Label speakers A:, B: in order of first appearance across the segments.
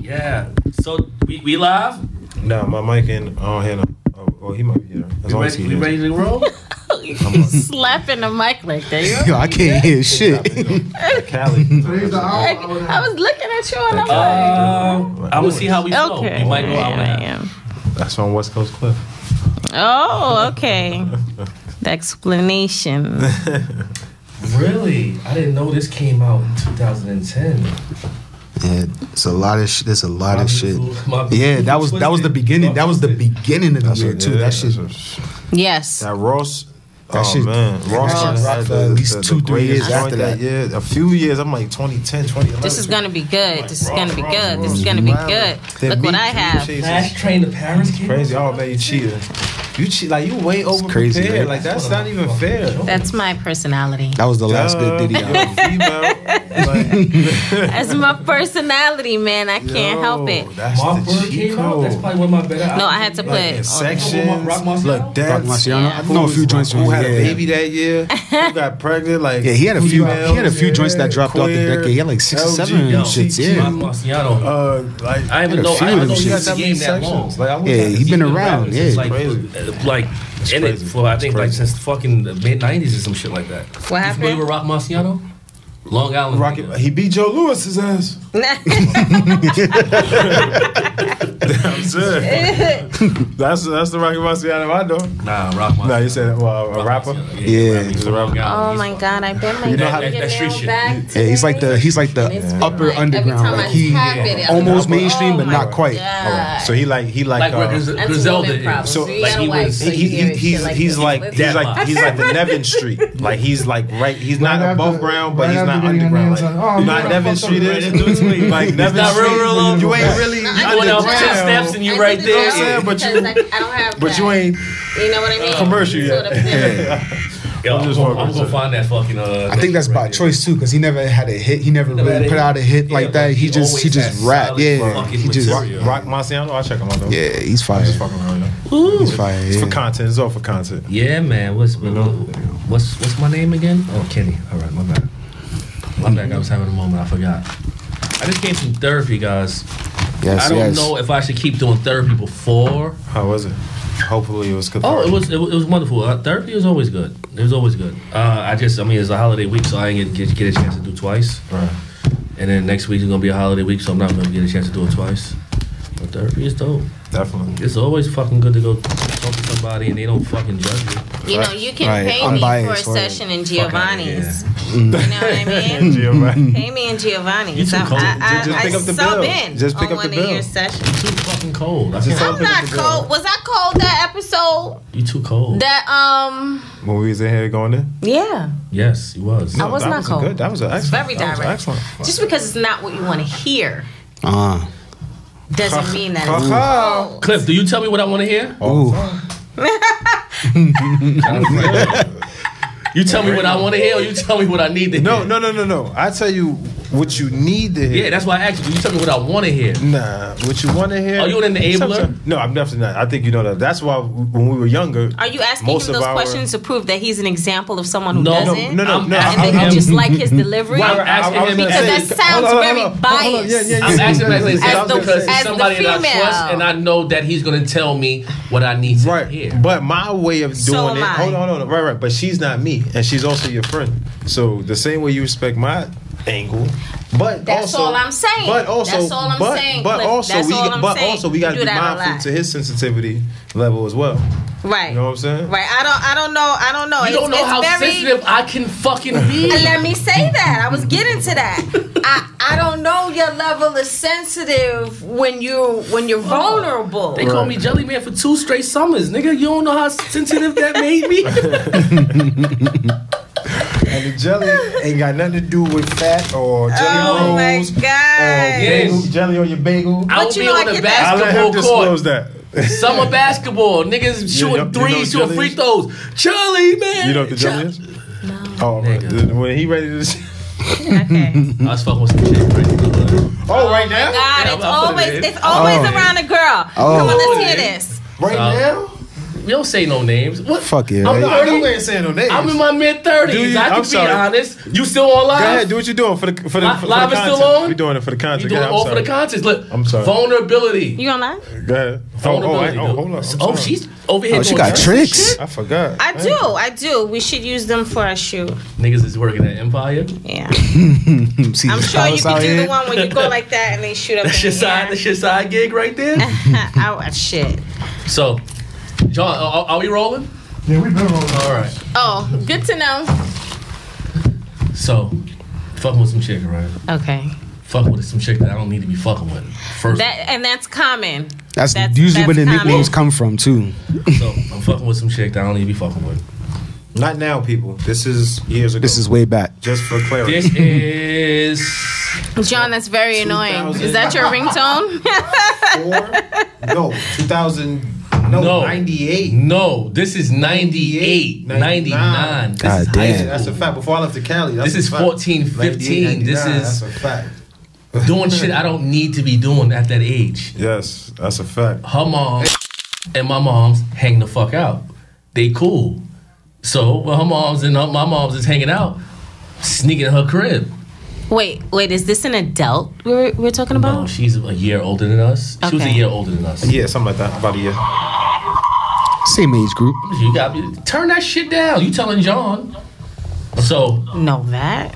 A: Yeah. So we, we live.
B: Nah, my mic in. I don't hear no. Oh, oh, he might be here. As
A: We
B: long as
A: ready,
B: he
A: we
B: is.
A: ready to roll.
C: slapping the mic like that. yo.
D: Yo, I can't hear shit.
B: Cali.
E: Today's the hour.
C: Like, I was looking at you and I'm like,
A: Um, I'm gonna see how we flow.
C: okay.
A: We might go out with
C: Yeah,
A: that.
C: yeah.
B: That's on West Coast Cliff.
C: Oh, okay. The explanation.
F: Really? I didn't know this came out in 2010.
D: Yeah, it's a lot of shit. There's a lot of shit.
F: My-
D: Yeah, that was that was the beginning. That was the
F: Twisted.
D: beginning of the
B: That's
D: year
B: what-
D: too.
B: yeah,
D: That shit.
B: that's what-
C: Yes.
B: That Ross.
D: That
B: oh
D: shit-
B: man, Ross,
D: that
B: had
D: shit rocked for at least two, three
B: greatest
D: years
B: joint
D: after that.
B: Yeah, a few years. I'm like 2010, 2011.
C: This is gonna be good. This is gonna be good. This is
B: Ross,
C: gonna be
B: Ross.
C: good.
B: Then
C: Look what
B: me,
C: I
B: Drew
C: have.
B: Chase is
F: Flash Train to Paris came
B: Crazy.
F: out?
B: Oh man, you cheated. You cheat like you way over
D: crazy,
B: prepared.
D: right?
B: Like that's not even fair.
C: That's my personality.
D: That was the last
B: Duh,
D: good Diddy
B: you're
D: album.
B: a female. Like,
C: That's my personality, man. I can't
B: yo,
C: help it.
B: That's
F: My
B: the
F: Bird
B: cheat
F: came out? That's
B: code.
F: probably one of my better
C: No, I had to put
B: Like oh, in
C: it on.
B: sections.
F: Rock Marciano?
B: Look,
D: Rock
B: that's
D: Marciano. I know a few joints from
B: who had a
D: yeah.
B: baby that year, who got pregnant. Like
D: Yeah, he had a few.
B: females,
D: He had a few joints that dropped out the
B: queer,
D: decade. He had like six or seven
B: LGBT.
D: of them shits.
F: My
D: Yeah,
F: Marciano.
B: Uh, like
A: I even
D: Had a
A: know.
D: few
A: I
D: of
A: even know
D: them
A: he
D: shit.
A: was in the game that long.
B: Like, I'm
D: Yeah,
B: looking
D: he
B: at
D: been
B: this-
D: around,
A: Since,
D: yeah.
A: like,
B: Crazy.
A: uh, like in it
B: crazy.
A: for I think
B: It's
A: like
B: crazy.
A: since fucking the mid '90s or some shit like that.
C: What
A: You familiar
C: happened?
A: with Rock Marciano? Long Island.
B: Rocket, he beat Joe Lewis's ass. I'm serious. that's that's the Rocky Marciano I know.
A: Nah, Rock Marciano.
B: No, you said well, a rapper.
D: Yeah.
B: He's a rapper.
C: oh my god, I bet my
D: You know how-
C: fingernail
A: That street shit.
C: back.
D: yeah. He's like the
C: today.
D: he's like the
C: It's
D: upper
C: like,
D: underground.
C: Every time
D: Like
C: I
D: he
C: tap it, I'm
D: almost
C: like,
D: mainstream,
C: oh
D: but
C: my
D: not quite.
C: God.
B: Alright. So he like he like
A: Like where
B: uh,
A: Gris-
C: That's a
A: Griselda
C: woman
A: is.
C: problem.
B: So,
C: So you
B: like,
C: gotta
A: he
C: wipe
A: was-
C: so
B: he,
C: you
B: he,
C: hear
B: he,
C: shit
B: he's
C: like
B: he's
C: this.
B: like he's like he's like the Nevin Street. Like he's like right. He's not
E: Right
B: above
E: after-
B: ground, but
E: right
B: he's
E: after
B: not
E: getting your
B: underground.
E: hands
B: Like,
E: on- oh,
B: you know how
E: you
B: Nevin
E: fucked up
B: Street
E: the
B: is.
E: radio.
B: Like Nevin
A: not real, real
B: Street, you
A: low.
B: ain't really
A: Going down ten
B: underground.
A: steps and you right
B: I'm
A: there.
B: saying, but you-
C: Because, like, I don't have
B: But
C: that.
B: you ain't
C: You know what I mean?
B: commercial yet.
C: Sort of thing.
A: Yo,
B: I'm
A: I'm,
B: just
A: gonna,
B: fucking
A: I'm gonna
B: with
A: find that fucking. Uh,
D: I think that's by choice too, because he never had a hit. He never
F: had
D: really
F: a
D: put
F: hit.
D: out a hit
A: Yeah,
D: like that.
A: but
D: He
A: he
D: just he
A: always
D: just
A: had
D: rap.
A: solid
D: Yeah,
A: fucking
D: he just
A: material.
B: Rock Marciano. I check him out though.
D: yeah. He's fire.
B: Just fucking around. though.
D: He's fire.
B: It's for
D: yeah.
B: content. It's all for content.
A: Yeah, man. What's what's what's my name again? Oh, Kenny. All right, my bad. My bad. I was having a moment. I forgot. I just came from therapy, guys. I
D: Yes,
A: don't
D: yes.
A: know if I should keep doing therapy before.
B: How was it? Hopefully it was good.
A: Oh, it was it, wa- it was wonderful. Uh, therapy was always good. It was always good. Uh, I just, I mean, it's a holiday week, so I ain't get, get, get a chance to do twice.
B: Right.
A: And then next week is gonna be a holiday week, so I'm not gonna get a chance to do it twice. But therapy is dope.
B: Definitely.
A: It's always fucking good to go talk to somebody and they don't fucking judge you.
C: You know, you can
D: Right.
C: pay
D: I'm
C: me
D: biased,
C: for a
D: right.
C: session in Giovanni's. You
B: Mm.
C: know what I mean?
B: Giovanni.
C: Pay me in Giovanni's.
A: You too
C: I'm-
A: cold.
C: I, I,
B: Just pick
C: I
B: up the
C: sub
B: bill.
C: in
B: Just pick
C: on
B: up
C: one
B: the
C: of
B: bill.
C: your sessions.
A: Too fucking cold. I can't-
C: I'm not cold. Was I cold that episode?
A: you too cold.
C: That um,
B: When we was in here going in,
C: yeah.
A: yes, you was.
C: I was
B: that
C: not
B: was a
C: cold.
B: Good. That was an excellent.
C: Very
B: that was
C: direct.
B: an excellent.
C: Just because it's not what you want to hear
D: Ah,
C: doesn't mean that it's
B: Ha-ha.
C: cold.
A: Cliff, do you tell me what I want to hear?
D: ooh,
A: You tell me what I want to hear, or you tell me what I need to hear.
B: No, no, no, no, no. I tell you what you need to hear.
A: Yeah, that's why I asked you. You tell me what I want to hear.
B: Nah, what you want to hear?
A: Are you an enabler?
B: Sometimes- No, I'm definitely not. I think you know that. That's why when we were younger,
C: Are you asking
B: Most
C: him
B: of
C: those
B: our-
C: questions to prove that he's an example of someone who
A: No, no,
C: doesn't?
B: no, no,
A: I'm
B: no.
C: And
A: asking
C: that
A: him-
C: you just like his delivery?
A: Why-
B: I- I- I was
A: asking him
B: gonna
C: because
B: say-
C: that sounds
B: Hold on,
C: very
B: hold on, hold on. Yeah,
C: biased.
B: yeah, yeah,
A: I'm
B: yeah.
A: asking that
B: As
A: as
B: the-
A: because
C: as
A: it's
C: the
A: somebody that I trust
C: female.
A: and I know that he's gonna tell me what I need to
B: Right.
A: hear.
B: But my way of doing
C: So am
B: it.
C: I.
B: Hold on, hold on. Right, right. But she's not me, and she's also your friend. So the same way you respect my angle, but
C: That's
B: also,
C: all I'm saying.
B: But also,
C: That's all I'm
B: but,
C: saying,
B: but
C: Cliff.
B: also,
C: That's
B: we,
C: all I'm
B: but
C: saying.
B: also, we
C: You
B: got to
C: do
B: be
C: that a
B: mindful
C: lot.
B: to his sensitivity level as well.
C: Right.
B: You know what I'm saying?
C: Right. I don't. I don't know. I don't know.
A: You don't know how
C: very- Uh,
A: sensitive I can fucking be.
C: Let me say that. I was getting to that. I I don't know your level of sensitive when you when you're vulnerable.
A: Oh. They call me Jelly Man for two straight summers, nigga. You don't know how sensitive that made me.
B: And the jelly ain't got nothing to do with fat or jelly
C: Oh my
B: rolls.
C: god.
B: bagel-
A: Yes.
B: Jelly on your bagel.
A: I will
C: you
A: be
C: know I
A: on the
C: get that.
B: I'll let him
A: basketball court.
B: disclose that.
A: Summer basketball, niggas shooting
B: you know
A: threes,
B: Jelly
A: shooting free
B: is?
A: throws. Jelly Man.
B: You know what the jelly is? Oh,
A: Nigga.
B: when he ready to.
C: Okay.
A: I was fucking with some shit. Right?
B: Oh, right now?
C: God,
A: Yeah,
C: it's
A: I'll put it
C: always
B: Oh.
A: in.
C: it's always around a girl. Come on, let's hear this.
B: Right
A: Uh,
B: now?
A: we don't say no names. What?
D: Fuck yeah,
A: I'm
D: right?
B: I
A: thirty.
B: ain't saying no names.
A: I'm in my mid
B: Do
A: thirties.
B: you-
A: I can
B: I'm
A: be
B: sorry.
A: honest. You still on live?
B: Go ahead, do what you're doing for the for the,
A: Li-
B: for the
A: live is
B: content.
A: still on?
B: We're doing it for the content.
A: You
B: Go
A: doing
B: ahead, I'm
A: all for
B: sorry.
A: the contest? Look,
B: I'm sorry.
A: Vulnerability.
C: You gonna lie?
B: Go ahead. Oh, oh, I,
A: Vulnerability.
B: oh, hold on. I'm
A: oh,
B: sorry.
A: she's over here.
D: Oh, she
A: doing
D: got
A: dirty
D: tricks.
A: shit?
B: I forgot.
C: I do, I do. We should use them for a shoe.
A: Niggas is working at Empire.
C: Yeah.
D: See
C: I'm
D: the
C: sure you
D: fellas out
C: could do the
D: here?
C: one where you go like that and they shoot up.
A: That's your
C: in the
A: side.
C: air.
A: That's your side gig right there.
C: oh shit.
A: So, John, are, are we rolling?
G: Yeah, we've been rolling.
A: All right.
C: Oh, good to know.
A: So, fucking with some chick, right?
C: Okay.
A: Fucking with some chick that I don't need to be fucking with. First,
C: That and that's common.
D: That's,
C: That's-
D: usually where the
C: that's common.
D: nicknames come from too.
A: so I'm fucking with some chick that I don't need to be fucking with.
B: Not now, people. This is years ago.
D: This is way back.
B: just for clarity.
A: This is.
C: John, that's very annoying. Is that your ringtone?
B: Four? No, 2000.
A: No.
B: 98.
A: No, this is 98, 99. This
D: God
A: is high
D: damn.
A: school.
B: That's a fact. Before I left to Cali, that's
A: This is
B: a fact.
A: 14, 15.
B: 98,
A: This
B: 99,
A: is
B: That's a fact.
A: doing shit I don't need to be doing at that age.
B: Yes, that's a fact.
A: Her mom and my mom's hang the fuck out. They cool. So well, her mom's and her, my mom's is hanging out, sneaking in her crib.
C: wait, wait. Is this an adult we're we're talking
A: No,
C: about?
A: she's a year older than us. She was a
C: Okay.
A: year older than us.
B: Yeah, something like that. About a year.
D: Same age group.
A: You got to turn that shit down. You telling John? So
C: No, that.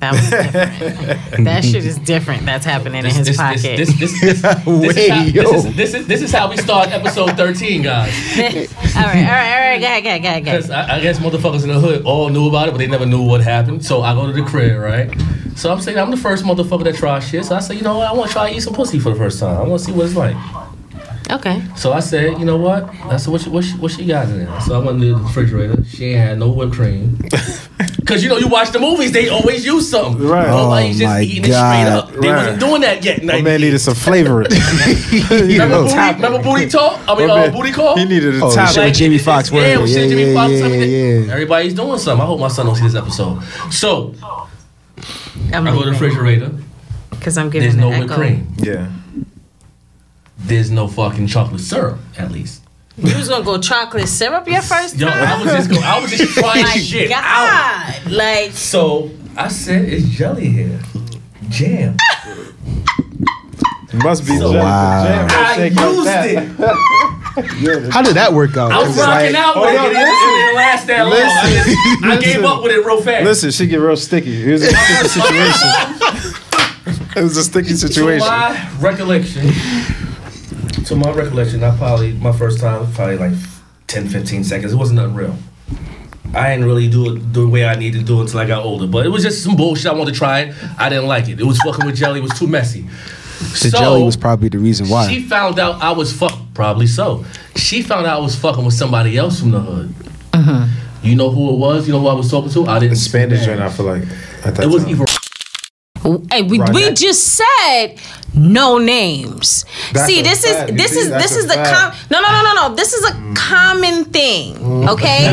C: That was different. that shit is different. That's happening in his
A: this,
C: pocket.
A: This, this, this, this, this,
D: Wait,
A: is how,
D: yo.
A: this, is, this, is, this is how we start episode 13, guys.
C: all right, all right, all right. Go ahead, go ahead, go ahead, go
A: Because
C: ahead.
A: I, I guess motherfuckers in the hood all knew about it, but they never knew what happened. So I go to the crib, right? So I'm saying I'm the first motherfucker that tries shit. So I say, you know what? I want to try to eat some pussy for the first time. I want to see what it's like.
C: Okay.
A: So I said, you know what? I said, what you, what you, what you got in there? So I went to the refrigerator. She ain't had no whipped cream. Cause you know you watch the movies, they always use something.
B: Right.
A: Nobody's
D: Oh,
A: just
D: my
A: eating it straight
D: God.
A: up. They wasn't
B: Right.
A: doing that yet. in
B: My
A: 90s.
B: man needed some flavoring.
A: Remember,
D: Yo.
A: booty, remember booty talk? I mean,
B: My
A: uh,
B: man-
A: booty call?
B: He needed a
D: Oh,
B: top.
D: shit with Jamie Foxx.
A: Yeah, with shit
D: Yeah,
A: Jimmy
D: yeah,
A: Foxx.
D: yeah,
A: I mean,
D: yeah.
A: Everybody's doing something. I hope my son don't see this episode. So,
C: I'm
A: I go to the refrigerator.
C: because I'm
A: There's
C: getting
A: no
C: an
A: whipped
C: echo.
A: cream.
B: Yeah.
A: There's no fucking chocolate syrup, at least.
C: You was gonna go chocolate syrup your first
A: Yo, I
C: time?
A: was just going, I was just trying
C: My
A: shit
C: God,
A: out.
C: like
A: So, I said, it's jelly here. Jam.
B: Must be jelly.
D: Wow.
B: Jam don't
A: I
B: shake
A: used
B: like that.
A: it.
D: How did that work out?
A: I was
D: It's
A: rocking
D: like-
A: out with it.
B: Hold
A: It
B: on,
A: didn't, it didn't last that long. I, just- I gave up with it real fast.
B: Listen, she get real sticky. It was a sticky situation. It was a sticky
A: To
B: situation.
A: my recollection, to my recollection, I probably, my first time, probably like 10, 15 seconds. It wasn't nothing real. I didn't really do it the way I needed to do it until I got older. But it was just some bullshit. I wanted to try it. I didn't like it. It was fucking with jelly. It was too messy.
D: The jelly was probably the reason why.
A: She found out I was fuck. Probably so. She found out I was fucking with somebody else from the hood.
D: Uh-huh.
A: You know who it was. You know who I was talking to. I didn't.
B: The Spanish joint, I feel like. At that
A: It was
B: time.
A: either
C: Hey, we, we
B: Right.
C: just said no names.
B: That's
C: See,
B: a
C: this is
B: fact, you
C: this
B: see,
C: is
B: that's
C: this
B: a
C: is the com-
B: fact.
C: no no no no no. This is a
A: Mm.
C: common thing. Okay,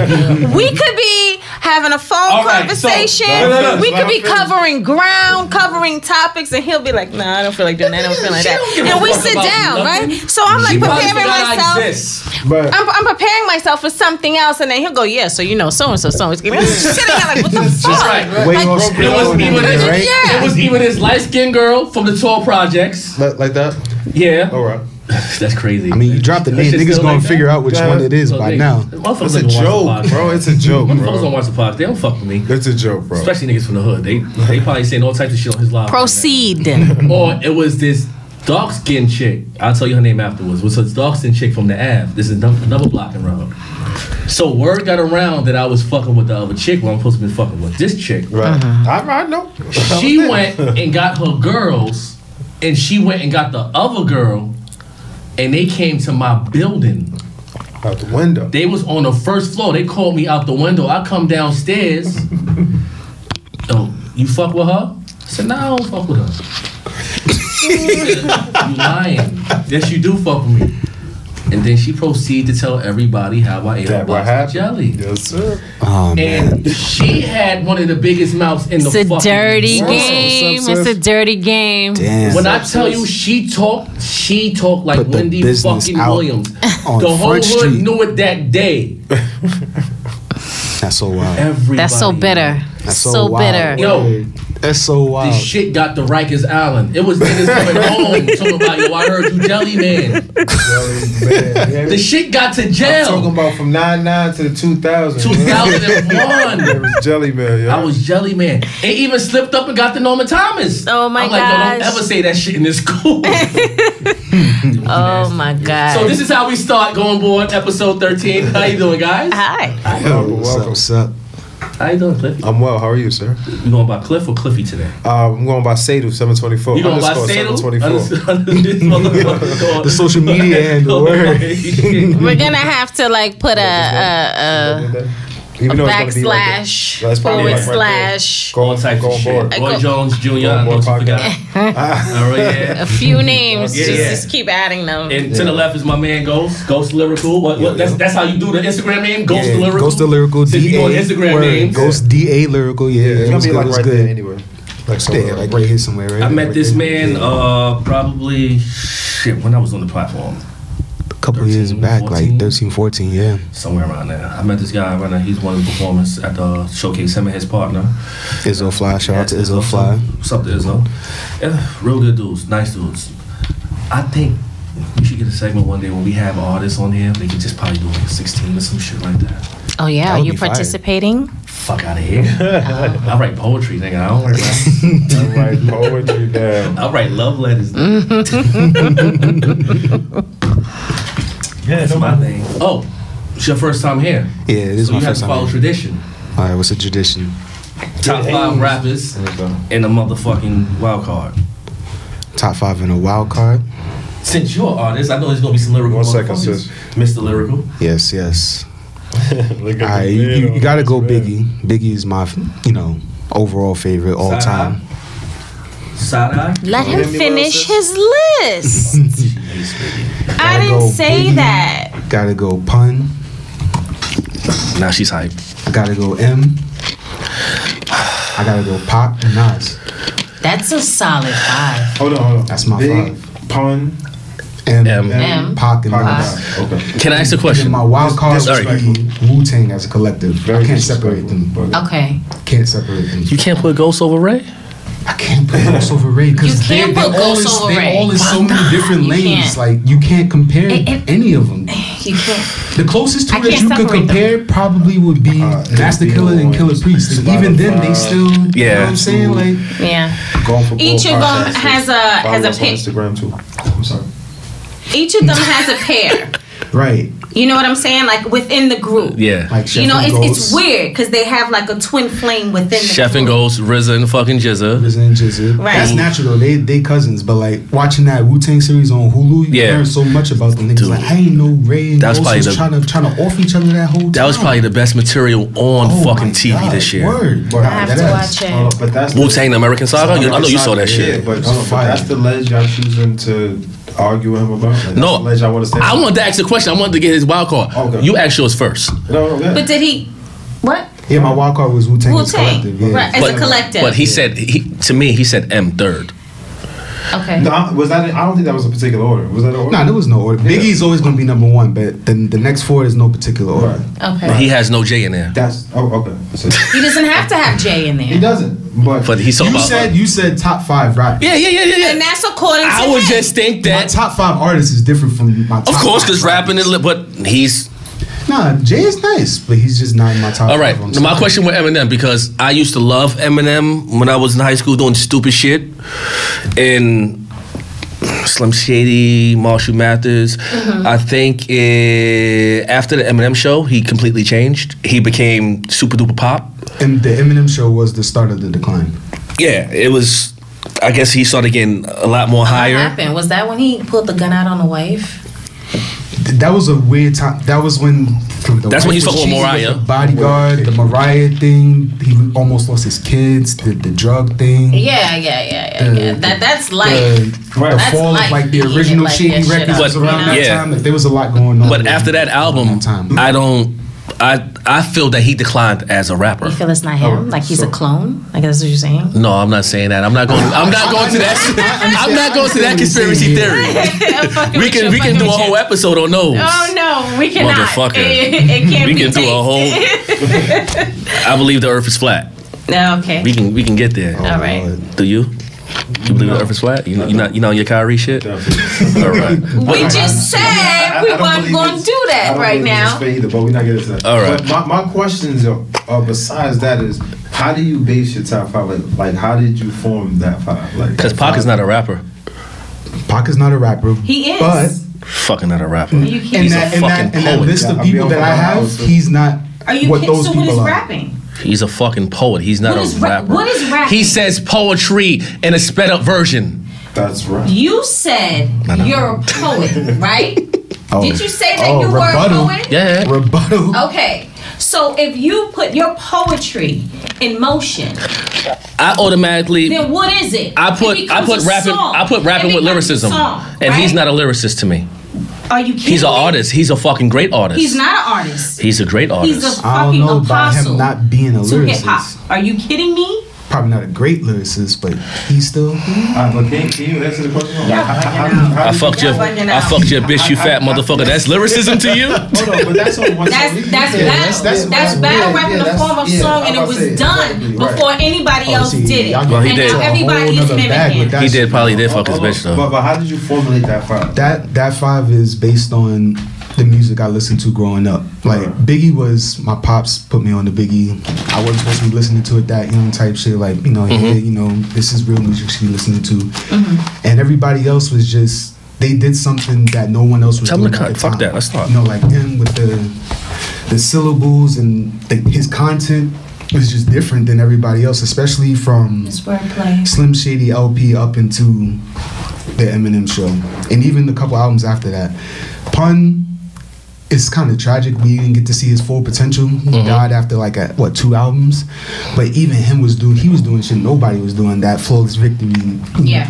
C: we could be having a phone
A: All right, so-
C: conversation.
A: No, no, no,
C: we
B: that's
C: could be
B: what I'm feeling.
C: covering ground, covering topics, and he'll be like, "Nah, I don't feel like doing that. I don't feel like
A: She don't give
C: that."
A: a
C: And we
A: fuck
C: sit
A: about
C: down,
A: nothing.
C: right? So I'm like
A: She probably
C: preparing
A: forgot I
C: myself.
A: exist.
B: But
C: I'm, I'm preparing myself for something else, and then he'll go, "Yeah, so you know, so and so, so and so." Sitting there like, "What the fuck?"
A: right.
D: Way
C: Like,
D: more
A: It was
D: Right?
A: even this,
C: Yeah.
A: it was even this light skinned girl from the Tall Projects.
B: like, like that.
A: Yeah,
B: All right.
A: that's crazy.
D: I mean, you dropped the name. Niggas gonna figure out which
B: Yeah.
D: one it is by now.
B: It's a joke, bro. It's a joke,
A: Folks don't
B: bro.
A: watch the podcast. They don't fuck with me.
B: It's a joke, bro.
A: Especially niggas from the hood. They they probably saying all types of shit on his live.
C: Proceed.
A: Or it was this dark skinned chick. I'll tell you her name afterwards. It was this dark skinned chick from the Ave. This is another another block around. So word got around that I was fucking with the other chick. Well, I'm supposed to be fucking with this chick.
B: Right. I, I know.
A: she went and got her girls, and she went and got the other girl, and they came to my building.
B: out the window.
A: They was on the first floor. They called me out the window. I come downstairs. oh, you fuck with her? I said, nah, I don't fuck with her. you lying. Yes, you do fuck with me. And then she proceeded to tell everybody how I ate
B: That
A: her
B: what
A: box of
B: happened?
A: jelly.
B: Yes, sir.
D: Oh man.
A: And she had one of the biggest mouths in
C: It's
A: the
C: a
A: fucking
C: dirty
A: world.
C: game.
B: Sup, sis?
C: It's a dirty game.
D: Damn.
A: When I tell you she talked, she talked like
D: Put the
A: Wendy
D: business
A: fucking
D: out
A: Williams.
D: on
A: the whole hood
D: Front Street.
A: knew it that day.
D: That's so wild.
A: Everybody.
C: That's so bitter.
D: That's so
C: so
D: wild.
C: bitter.
A: Yo,
D: That's so
A: this
D: wild.
A: shit got the Rikers Island. It was niggas coming home talking about yo. I heard you, Jelly Man. The shit got to
H: Talking
A: jail.
H: about from 99 to 2000.
A: Two
H: man.
A: thousand and one.
B: It was Jelly Man, yo.
A: I was Jelly Man. It even slipped up and got the Norman Thomas.
C: Oh, my
A: I'm like, yo, don't
C: gosh.
A: ever say that shit in this school.
C: Oh my god.
A: so this is how we start going board episode 13. How you doing, guys?
C: Uh-huh. Hi.
B: Yo,
D: What's up?
B: welcome.
D: What's up?
A: How you doing, Cliffy?
B: I'm well. How are you, sir?
A: You going by Cliff or Cliffy today?
B: Uh, I'm going by Sadu 724.
A: You going by
B: Underscore
A: Sadle?
B: 724.
A: The
D: The social media handle. word.
C: We're gonna have to like put a, a, a
B: Even though it's gonna be right there.
C: Uh, backslash
B: That's probably
C: forward
B: like right there.
C: slash
B: Go
A: All
B: on,
A: types
B: go
A: of
B: on
A: shit.
B: board.
A: Roy Jones Jr. I
B: Go
A: don't
B: on board
A: forget. All right,
C: a
A: yeah.
C: few names.
A: Yeah,
C: just,
A: yeah.
C: just keep adding them.
A: And to the left is my man Ghost, Ghost Lyrical. What, what, that's, that's how you do the Instagram name, Ghost
D: Yeah,
A: Lyrical.
D: Ghost the lyrical.
A: Since you
D: DA
A: doing Instagram
D: word.
A: names.
D: Ghost DA lyrical. Yeah,
B: It's
D: it
B: gonna
D: was
B: be
D: good. it
B: like
D: was
B: right there
D: good.
B: anyway.
D: Like yeah, like right here somewhere. Right.
A: I
D: there,
A: met
D: right
A: this
D: there.
A: man
D: Yeah.
A: uh, probably shit when I was on the platform,
D: a couple years
A: 13,
D: back,
A: 14.
D: like 13, 14. Yeah.
A: somewhere around there. I met this guy right now. He's one of the performers at the showcase. Him and his partner.
D: Izzo Fly. Shout out to
A: Yeah,
D: Izzo
A: so-
D: Fly.
A: What's up to Izzo? Yeah, real good dudes, nice dudes. I think we should get a segment one day when we have artists on here. They can just probably do like 16 or some shit like that.
C: oh yeah,
D: That
C: are
D: would
C: you
D: be fire.
C: participating?
A: Fuck out of here. I write poetry, nigga. I don't write.
B: I'm like poetry now.
A: I write love letters.
H: Yeah,
A: That's
H: no
A: my
B: Mm-hmm.
A: thing. Oh, it's your first time here.
D: Yeah, it is
A: so
D: my
A: you have
D: first
A: to
D: time.
A: follow
D: here.
A: tradition.
D: All right, what's the tradition?
A: Top five rappers and a motherfucking wild card.
D: Top five in a wild card.
A: Since you're an artist, I know there's gonna be some lyrical.
B: One second,
A: motherfuckers.
B: sis.
A: Mr. Lyrical.
D: Yes, yes.
B: Look at
D: All right,
B: the
D: you,
B: man
D: you,
B: on
D: you gotta
B: this,
D: go
B: man.
D: Biggie. Biggie is my, you know, overall favorite all
A: Side
D: time.
A: Side eye.
C: Let him
B: Anybody
C: finish
B: else's?
C: his list. I didn't
D: go
C: say
D: Biggie.
C: that.
D: Gotta go Pun.
A: Now she's hype.
D: I gotta go M. I gotta go Pop and Nas.
C: That's a solid five.
B: Hold on, hold on.
D: That's my
B: Big pun.
D: M.
A: M.
C: M.
D: Pac and
B: Pac
D: Nas.
B: Okay.
A: Can I ask a
D: And
A: question?
D: my wild card
A: Sorry.
D: would be Wu Tang as a collective. I can't separate them.
B: But
C: Okay.
D: Can't separate them.
A: You can't put Ghost over Ray?
D: I can't put Ghost over Ray
C: You
D: because they,
C: can't
D: they
C: put
D: all
C: Ghost
D: is,
C: over
D: they
C: Ray.
D: all is so many different
C: You
D: lanes.
C: can't.
D: Like you can't compare
C: It- it-
D: any of them.
C: You can't.
D: The closest two
C: I
D: that
C: can't
D: you could
C: separate them.
D: compare probably would be
B: Uh,
D: Master
B: it'd be
D: Killer and
B: on
D: Killer Priest. Uh, And even then, they
B: Spotify.
D: still. You know
A: Yeah.
D: what I'm saying? Like,
C: Yeah.
B: Going for
C: Each
B: Bull
C: of them
B: Podcast
C: has
B: is-
C: a has
B: Follow
C: a
B: us on
C: pick.
B: Instagram too.
D: I'm sorry.
C: Each of them has a pair.
D: Right.
C: You know what I'm saying? Like within the group.
A: Yeah.
D: Like, Chef
C: you know,
D: and
C: it's, it's
D: Ghost,
C: weird because they have like a twin flame within the
A: Chef
C: group.
A: and Ghost, RZA and fucking Jizza.
D: Is and Jizzy.
C: Right.
D: That's natural. They they cousins, but like watching that Wu Tang series on Hulu, you
A: Yeah.
D: learn so much about them niggas. Like I ain't no Ray and
A: That was
D: Ghost
A: probably
D: was
A: the-
D: trying to trying to off each other that whole time.
A: That was probably the best material on
D: Oh
A: fucking
D: my
A: TV
D: God,
A: this year.
D: Word. Word.
C: I have to watch it.
B: Hold on, but that's the-
A: Wu Tang, American Saga. You- I know you saw that
B: Yeah,
A: shit.
B: but, hold on, but that's the ledge y'all choosing to argue with him about. Like, that's
A: No,
B: the ledge I want to stay.
A: I wanted to ask a question. I wanted to get his wild card.
B: Okay.
A: You asked yours first.
B: No, no, yeah.
C: But did he? What?
D: Yeah, my wild card was Wu Tang
C: Wu
D: collective.
C: Tang.
D: Yeah.
C: Right. As a collective.
A: But he said, he, to me, he said M third.
C: okay.
B: No, I- was that? I don't think that was a particular order. Was that an order?
D: Nah, there was no order.
B: Yeah.
D: Biggie's always gonna be number one, but then the next four is no particular order.
B: Right.
C: Okay.
A: He has no J in there.
B: That's oh okay. So,
C: He doesn't have to have Jay in
B: he
C: there.
B: doesn't, but
A: But he's talking
D: You
A: about.
D: said you said top five rappers.
A: yeah, yeah, yeah, yeah,
C: And
A: yeah.
C: that's according to
A: I would
C: him.
A: just think
D: My
A: that.
D: top five artists is different from my top
A: Of course,
D: five
A: because rapping and li- but he's
D: Nah, Jay is nice, but he's just not in my top
A: all right.
D: five. I'm
A: My
D: sorry.
A: question with Eminem because I used to love Eminem when I was in high school doing stupid shit, and Slim Shady, Marshall Mathers. I think eh, after the Eminem show, he completely changed. He became super duper pop.
D: And the Eminem show was the start of the decline.
A: Yeah, it was. I guess he started getting a lot more
C: What
A: higher.
C: happened? Was that when he pulled the gun out on the wife?
D: that was a weird time. That was when the
A: That's
D: wife
A: when he
D: was
A: fucked with
D: cheating
A: Mariah.
D: the bodyguard, the Mariah thing. He almost lost his kids. The, the drug thing.
E: Yeah, yeah, yeah, yeah.
D: Uh,
E: yeah. That that's
D: The,
E: life.
D: the
E: That's
D: fall
E: life.
D: of like
E: He
D: the
E: did
D: original
E: like
D: shady
E: that shit
D: records
E: up,
D: was
E: you
D: around
E: know?
A: Yeah.
D: that time. Like, there was a lot going on.
A: But after that album,
D: time.
A: I don't. I I feel that he declined as a rapper.
E: You feel it's not him? like he's a clone? Like that's what you're saying?
A: No, I'm not saying that. I'm not going. I'm not going to that. I'm not going to that conspiracy theory. We can we can do a whole episode on those.
E: Oh no, we cannot.
A: Motherfucker.
E: It, it can't
A: We
E: be
A: can do a
E: taped.
A: whole. I believe the Earth is flat.
E: No, okay.
A: We can we can get there.
D: Oh.
E: All right.
A: Do you? You believe the Earth is flat? You you not you know your Kyrie shit. All right.
E: We just said we
I: don't
E: weren't
I: believe
E: going to
I: it's-
E: do
I: I
E: that
I: don't
E: right
I: believe it's
E: now.
I: fair Either, but we not getting to that.
A: All right.
I: But my, my questions are, are besides that is how do you base your top five? Like, like how did you form that five? Like,
A: Because Pac is not a rapper.
D: Pac is not a rapper.
E: He is.
D: But
A: Fucking not a rapper.
E: you
D: in
E: can't.
A: He's a
D: that, in that,
A: fucking
D: in that
A: poet.
D: list
I: Yeah,
D: of
I: I'll be
D: people
I: on
D: that
I: my
D: I have,
I: house.
D: he's not
J: Are you
D: what
J: kidding?
D: those
J: so what
D: people
J: is
D: are.
J: rapping?
A: He's a fucking poet. He's not
J: What
A: a
J: is ra-
A: rapper.
J: what is rapping?
A: He says poetry in a sped up version.
I: that's right.
J: You said
A: I know.
J: you're a poet, right?
D: Oh.
J: Did you say that
D: Oh,
J: you were a
D: rebuttal.
J: poet?
A: Yeah.
D: Rebuttal.
J: Okay. So if you put your poetry in motion,
A: I automatically
J: then what is it?
A: I
J: It
A: put I
J: becomes
A: put
J: a
A: rapping
J: song.
A: I put
J: It
A: rapping with
J: becomes a
A: lyricism,
J: song,
A: and he's
J: right?
A: not a lyricist to me.
J: Are you kidding?
A: He's an
J: me?
A: artist. He's a fucking great artist.
J: He's not an artist.
A: He's a great artist.
J: He's a
D: I don't
J: fucking
D: know about
J: apostle
D: him not being a
J: to hip
D: lyricist.
J: hop. Are you kidding me?
D: Probably not a great lyricist, but he's still.
I: Uh, but can, can you answer the question? Yeah,
A: I fucked your
C: bugging
A: I
C: out.
A: fucked your bitch, you fat motherfucker. That's lyricism to you?
I: Hold on, but that's on one
J: That's
I: song.
J: that's battle.
D: that's-
J: That's,
D: that's- that's-
J: battle
I: yeah,
J: rap in
I: yeah,
J: the
I: that's-
J: form of
I: yeah,
J: song,
I: I'm
J: and it
I: about
J: was
I: to say,
J: done
I: exactly, right.
J: before anybody
D: Oh,
J: else
D: see,
J: did it.
D: y'all
A: Well, he did.
J: and now
A: It's a
J: everybody is mimicking.
D: with that
A: He did
D: shit.
A: probably did fuck his bitch
I: But,
A: though.
I: but how did you formulate that five?
D: That that five is based on the music I listened to growing up. Like Biggie was my pops put me on the Biggie. I wasn't supposed to be listening to it that young type shit. Like you know,
A: Mm-hmm.
D: hey, you know, this is real music she listening to,
A: Mm-hmm.
D: and everybody else was just they did something that no one else was
A: Tell 'em to
D: doing. at
A: cut.
D: the
A: Fuck
D: time.
A: that. Let's not.
D: You know, like him with the the syllables and the, his content was just different than everybody else, especially from
J: Wordplay.
D: Slim Shady LP up into the Eminem show, and even a couple albums after that. Pun is kind of tragic. We didn't get to see his full potential. He died after like a, what two albums, but even him was doing he was doing shit nobody was doing. That flawless victory,
J: Yeah.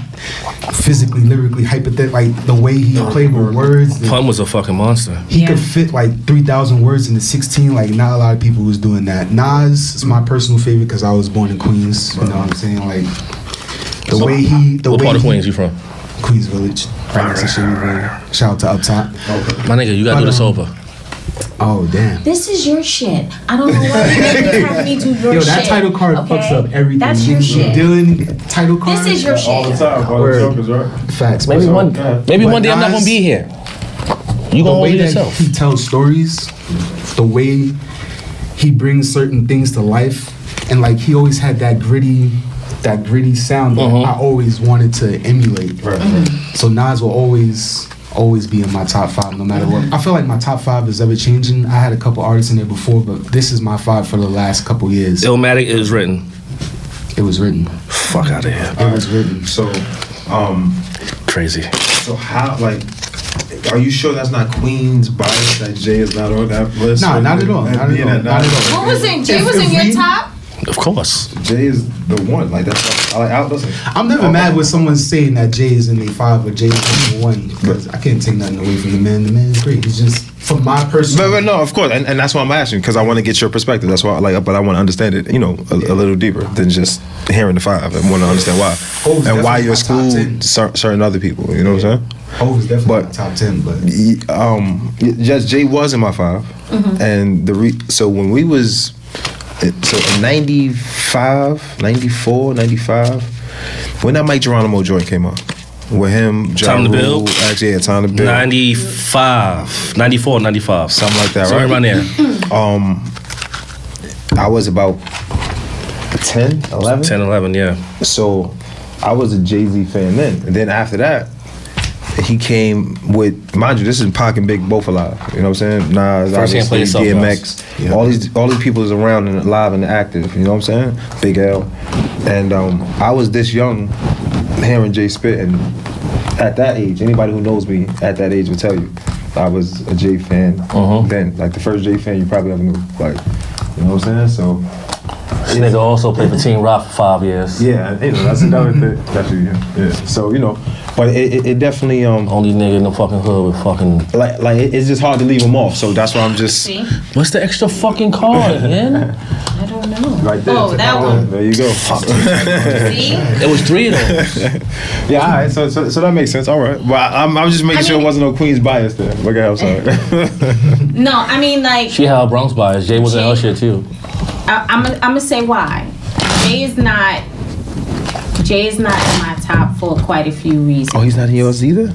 D: physically, lyrically, hypothetically, like the way he played with words. the-
A: Pun was a fucking monster.
D: he
J: Yeah.
D: could fit like 3,000 words into 16. Like, not a lot of people was doing that. Nas is my personal favorite because I was born in Queens. You know what I'm saying? Like, the way he. The
A: What
D: way
A: part of
D: he-
A: Queens you from?
D: Queens Village. Right next to Shady Grove. Shout out to Up Top.
A: My nigga, you gotta do this over.
D: Oh, damn.
J: This is your shit. I don't know why you never have me do your
D: Yo,
J: shit.
D: that title card fucks
J: okay?
D: up everything.
J: That's your
D: Nigga,
J: shit.
D: Dylan, title card.
J: This is your
I: All the
J: shit.
I: time, all
D: Word.
I: the jokers, right?
D: Facts.
A: Maybe
D: But
A: one maybe one day I'm not gonna be here. You
D: the
A: gonna hold
D: way that
A: yourself.
D: he tells stories, the way he brings certain things to life, and like he always had that gritty, that gritty sound that I always wanted to emulate.
E: Mm-hmm.
D: So Nas will always, always be in my top five, no matter what. I feel like my top five is ever changing. I had a couple artists in there before, but this is my five for the last couple years.
A: Illmatic is written.
D: It was written.
A: Fuck out of here.
D: It was written.
I: So, um,
A: Crazy.
I: so how like? Are you sure that's not Queen's bias that Jay is not on that list?
D: Nah, not at all.
I: And
D: Not at
I: being
D: all.
I: that
D: Not at all.
J: What was in? Jay
D: If-
J: was
D: if
J: in your
D: we-
J: top.
A: Of course.
I: Jay is the one. Like that's I like. I, listen,
D: I'm never mad when someone's saying that Jay is in a five or Jay is in a one because I can't take nothing away from the man. The man's great. It's just from my personal.
B: But, but no, of course, and, and that's why I'm asking because I want to get your perspective. That's why, I like, but I want to understand it, you know, a, a little deeper than just hearing the five. I want to understand why
D: Oh, it's
B: and why
D: definitely
B: you
D: my top
B: exclude
D: 10.
B: cer- certain other people. You know what I'm
D: Hov is definitely
B: But-
D: in the top ten, but
B: saying? Y- Um, y- yes, Jay was in my 5 and the re- so when we was it- so in 95, 94, 95, when that Mike Geronimo joint came up with him, Ja
A: Time to
B: Rule,
A: Build?
B: actually, yeah, time to build.
A: 95, 94, 95.
B: Something like that,
A: Somewhere around
B: right?
A: there.
B: um I was about 10, 11.
A: 10, 11, yeah.
B: So I was a Jay-Z fan then. And then after that, he came with mind you, this is Pac and Big both alive. You know what I'm saying? Nas,
A: First hand play
B: obviously,
A: yourself,
B: DMX. All these all these people is around and alive and active, you know what I'm saying? Big L. And um, I was this young hearing Jay spit and at that age, anybody who knows me at that age will tell you. I was a Jay fan
A: Uh-huh.
B: then. Like the first Jay fan you probably ever knew. Like, you know what I'm saying? So
A: This nigga also played for Team Rock for five years.
B: yeah, and, you know that's another thing. That's you, yeah. yeah. So you know, but it, it, it definitely um
A: Only nigga in the fucking hood with fucking.
B: like like it, it's just hard to leave them off. So that's why I'm just
C: See?
A: What's the extra fucking card, man?
C: I don't know.
B: right there.
C: Oh, that one.
B: There you go.
C: See?
A: It was three of those.
B: Yeah, all right. So, so, so that makes sense. All right. Well, I- I'm, I'm just making
C: I
B: sure it
C: mean-
B: wasn't no Queens bias there. Okay, I'm sorry.
C: No, I mean like
A: She had a Bronx bias. Jay was in
C: Jay-
A: her shit too.
C: I, I'm gonna- I'm gonna say why. Jay is not Jay is not in my top for quite a few reasons.
B: Oh, he's not in yours either.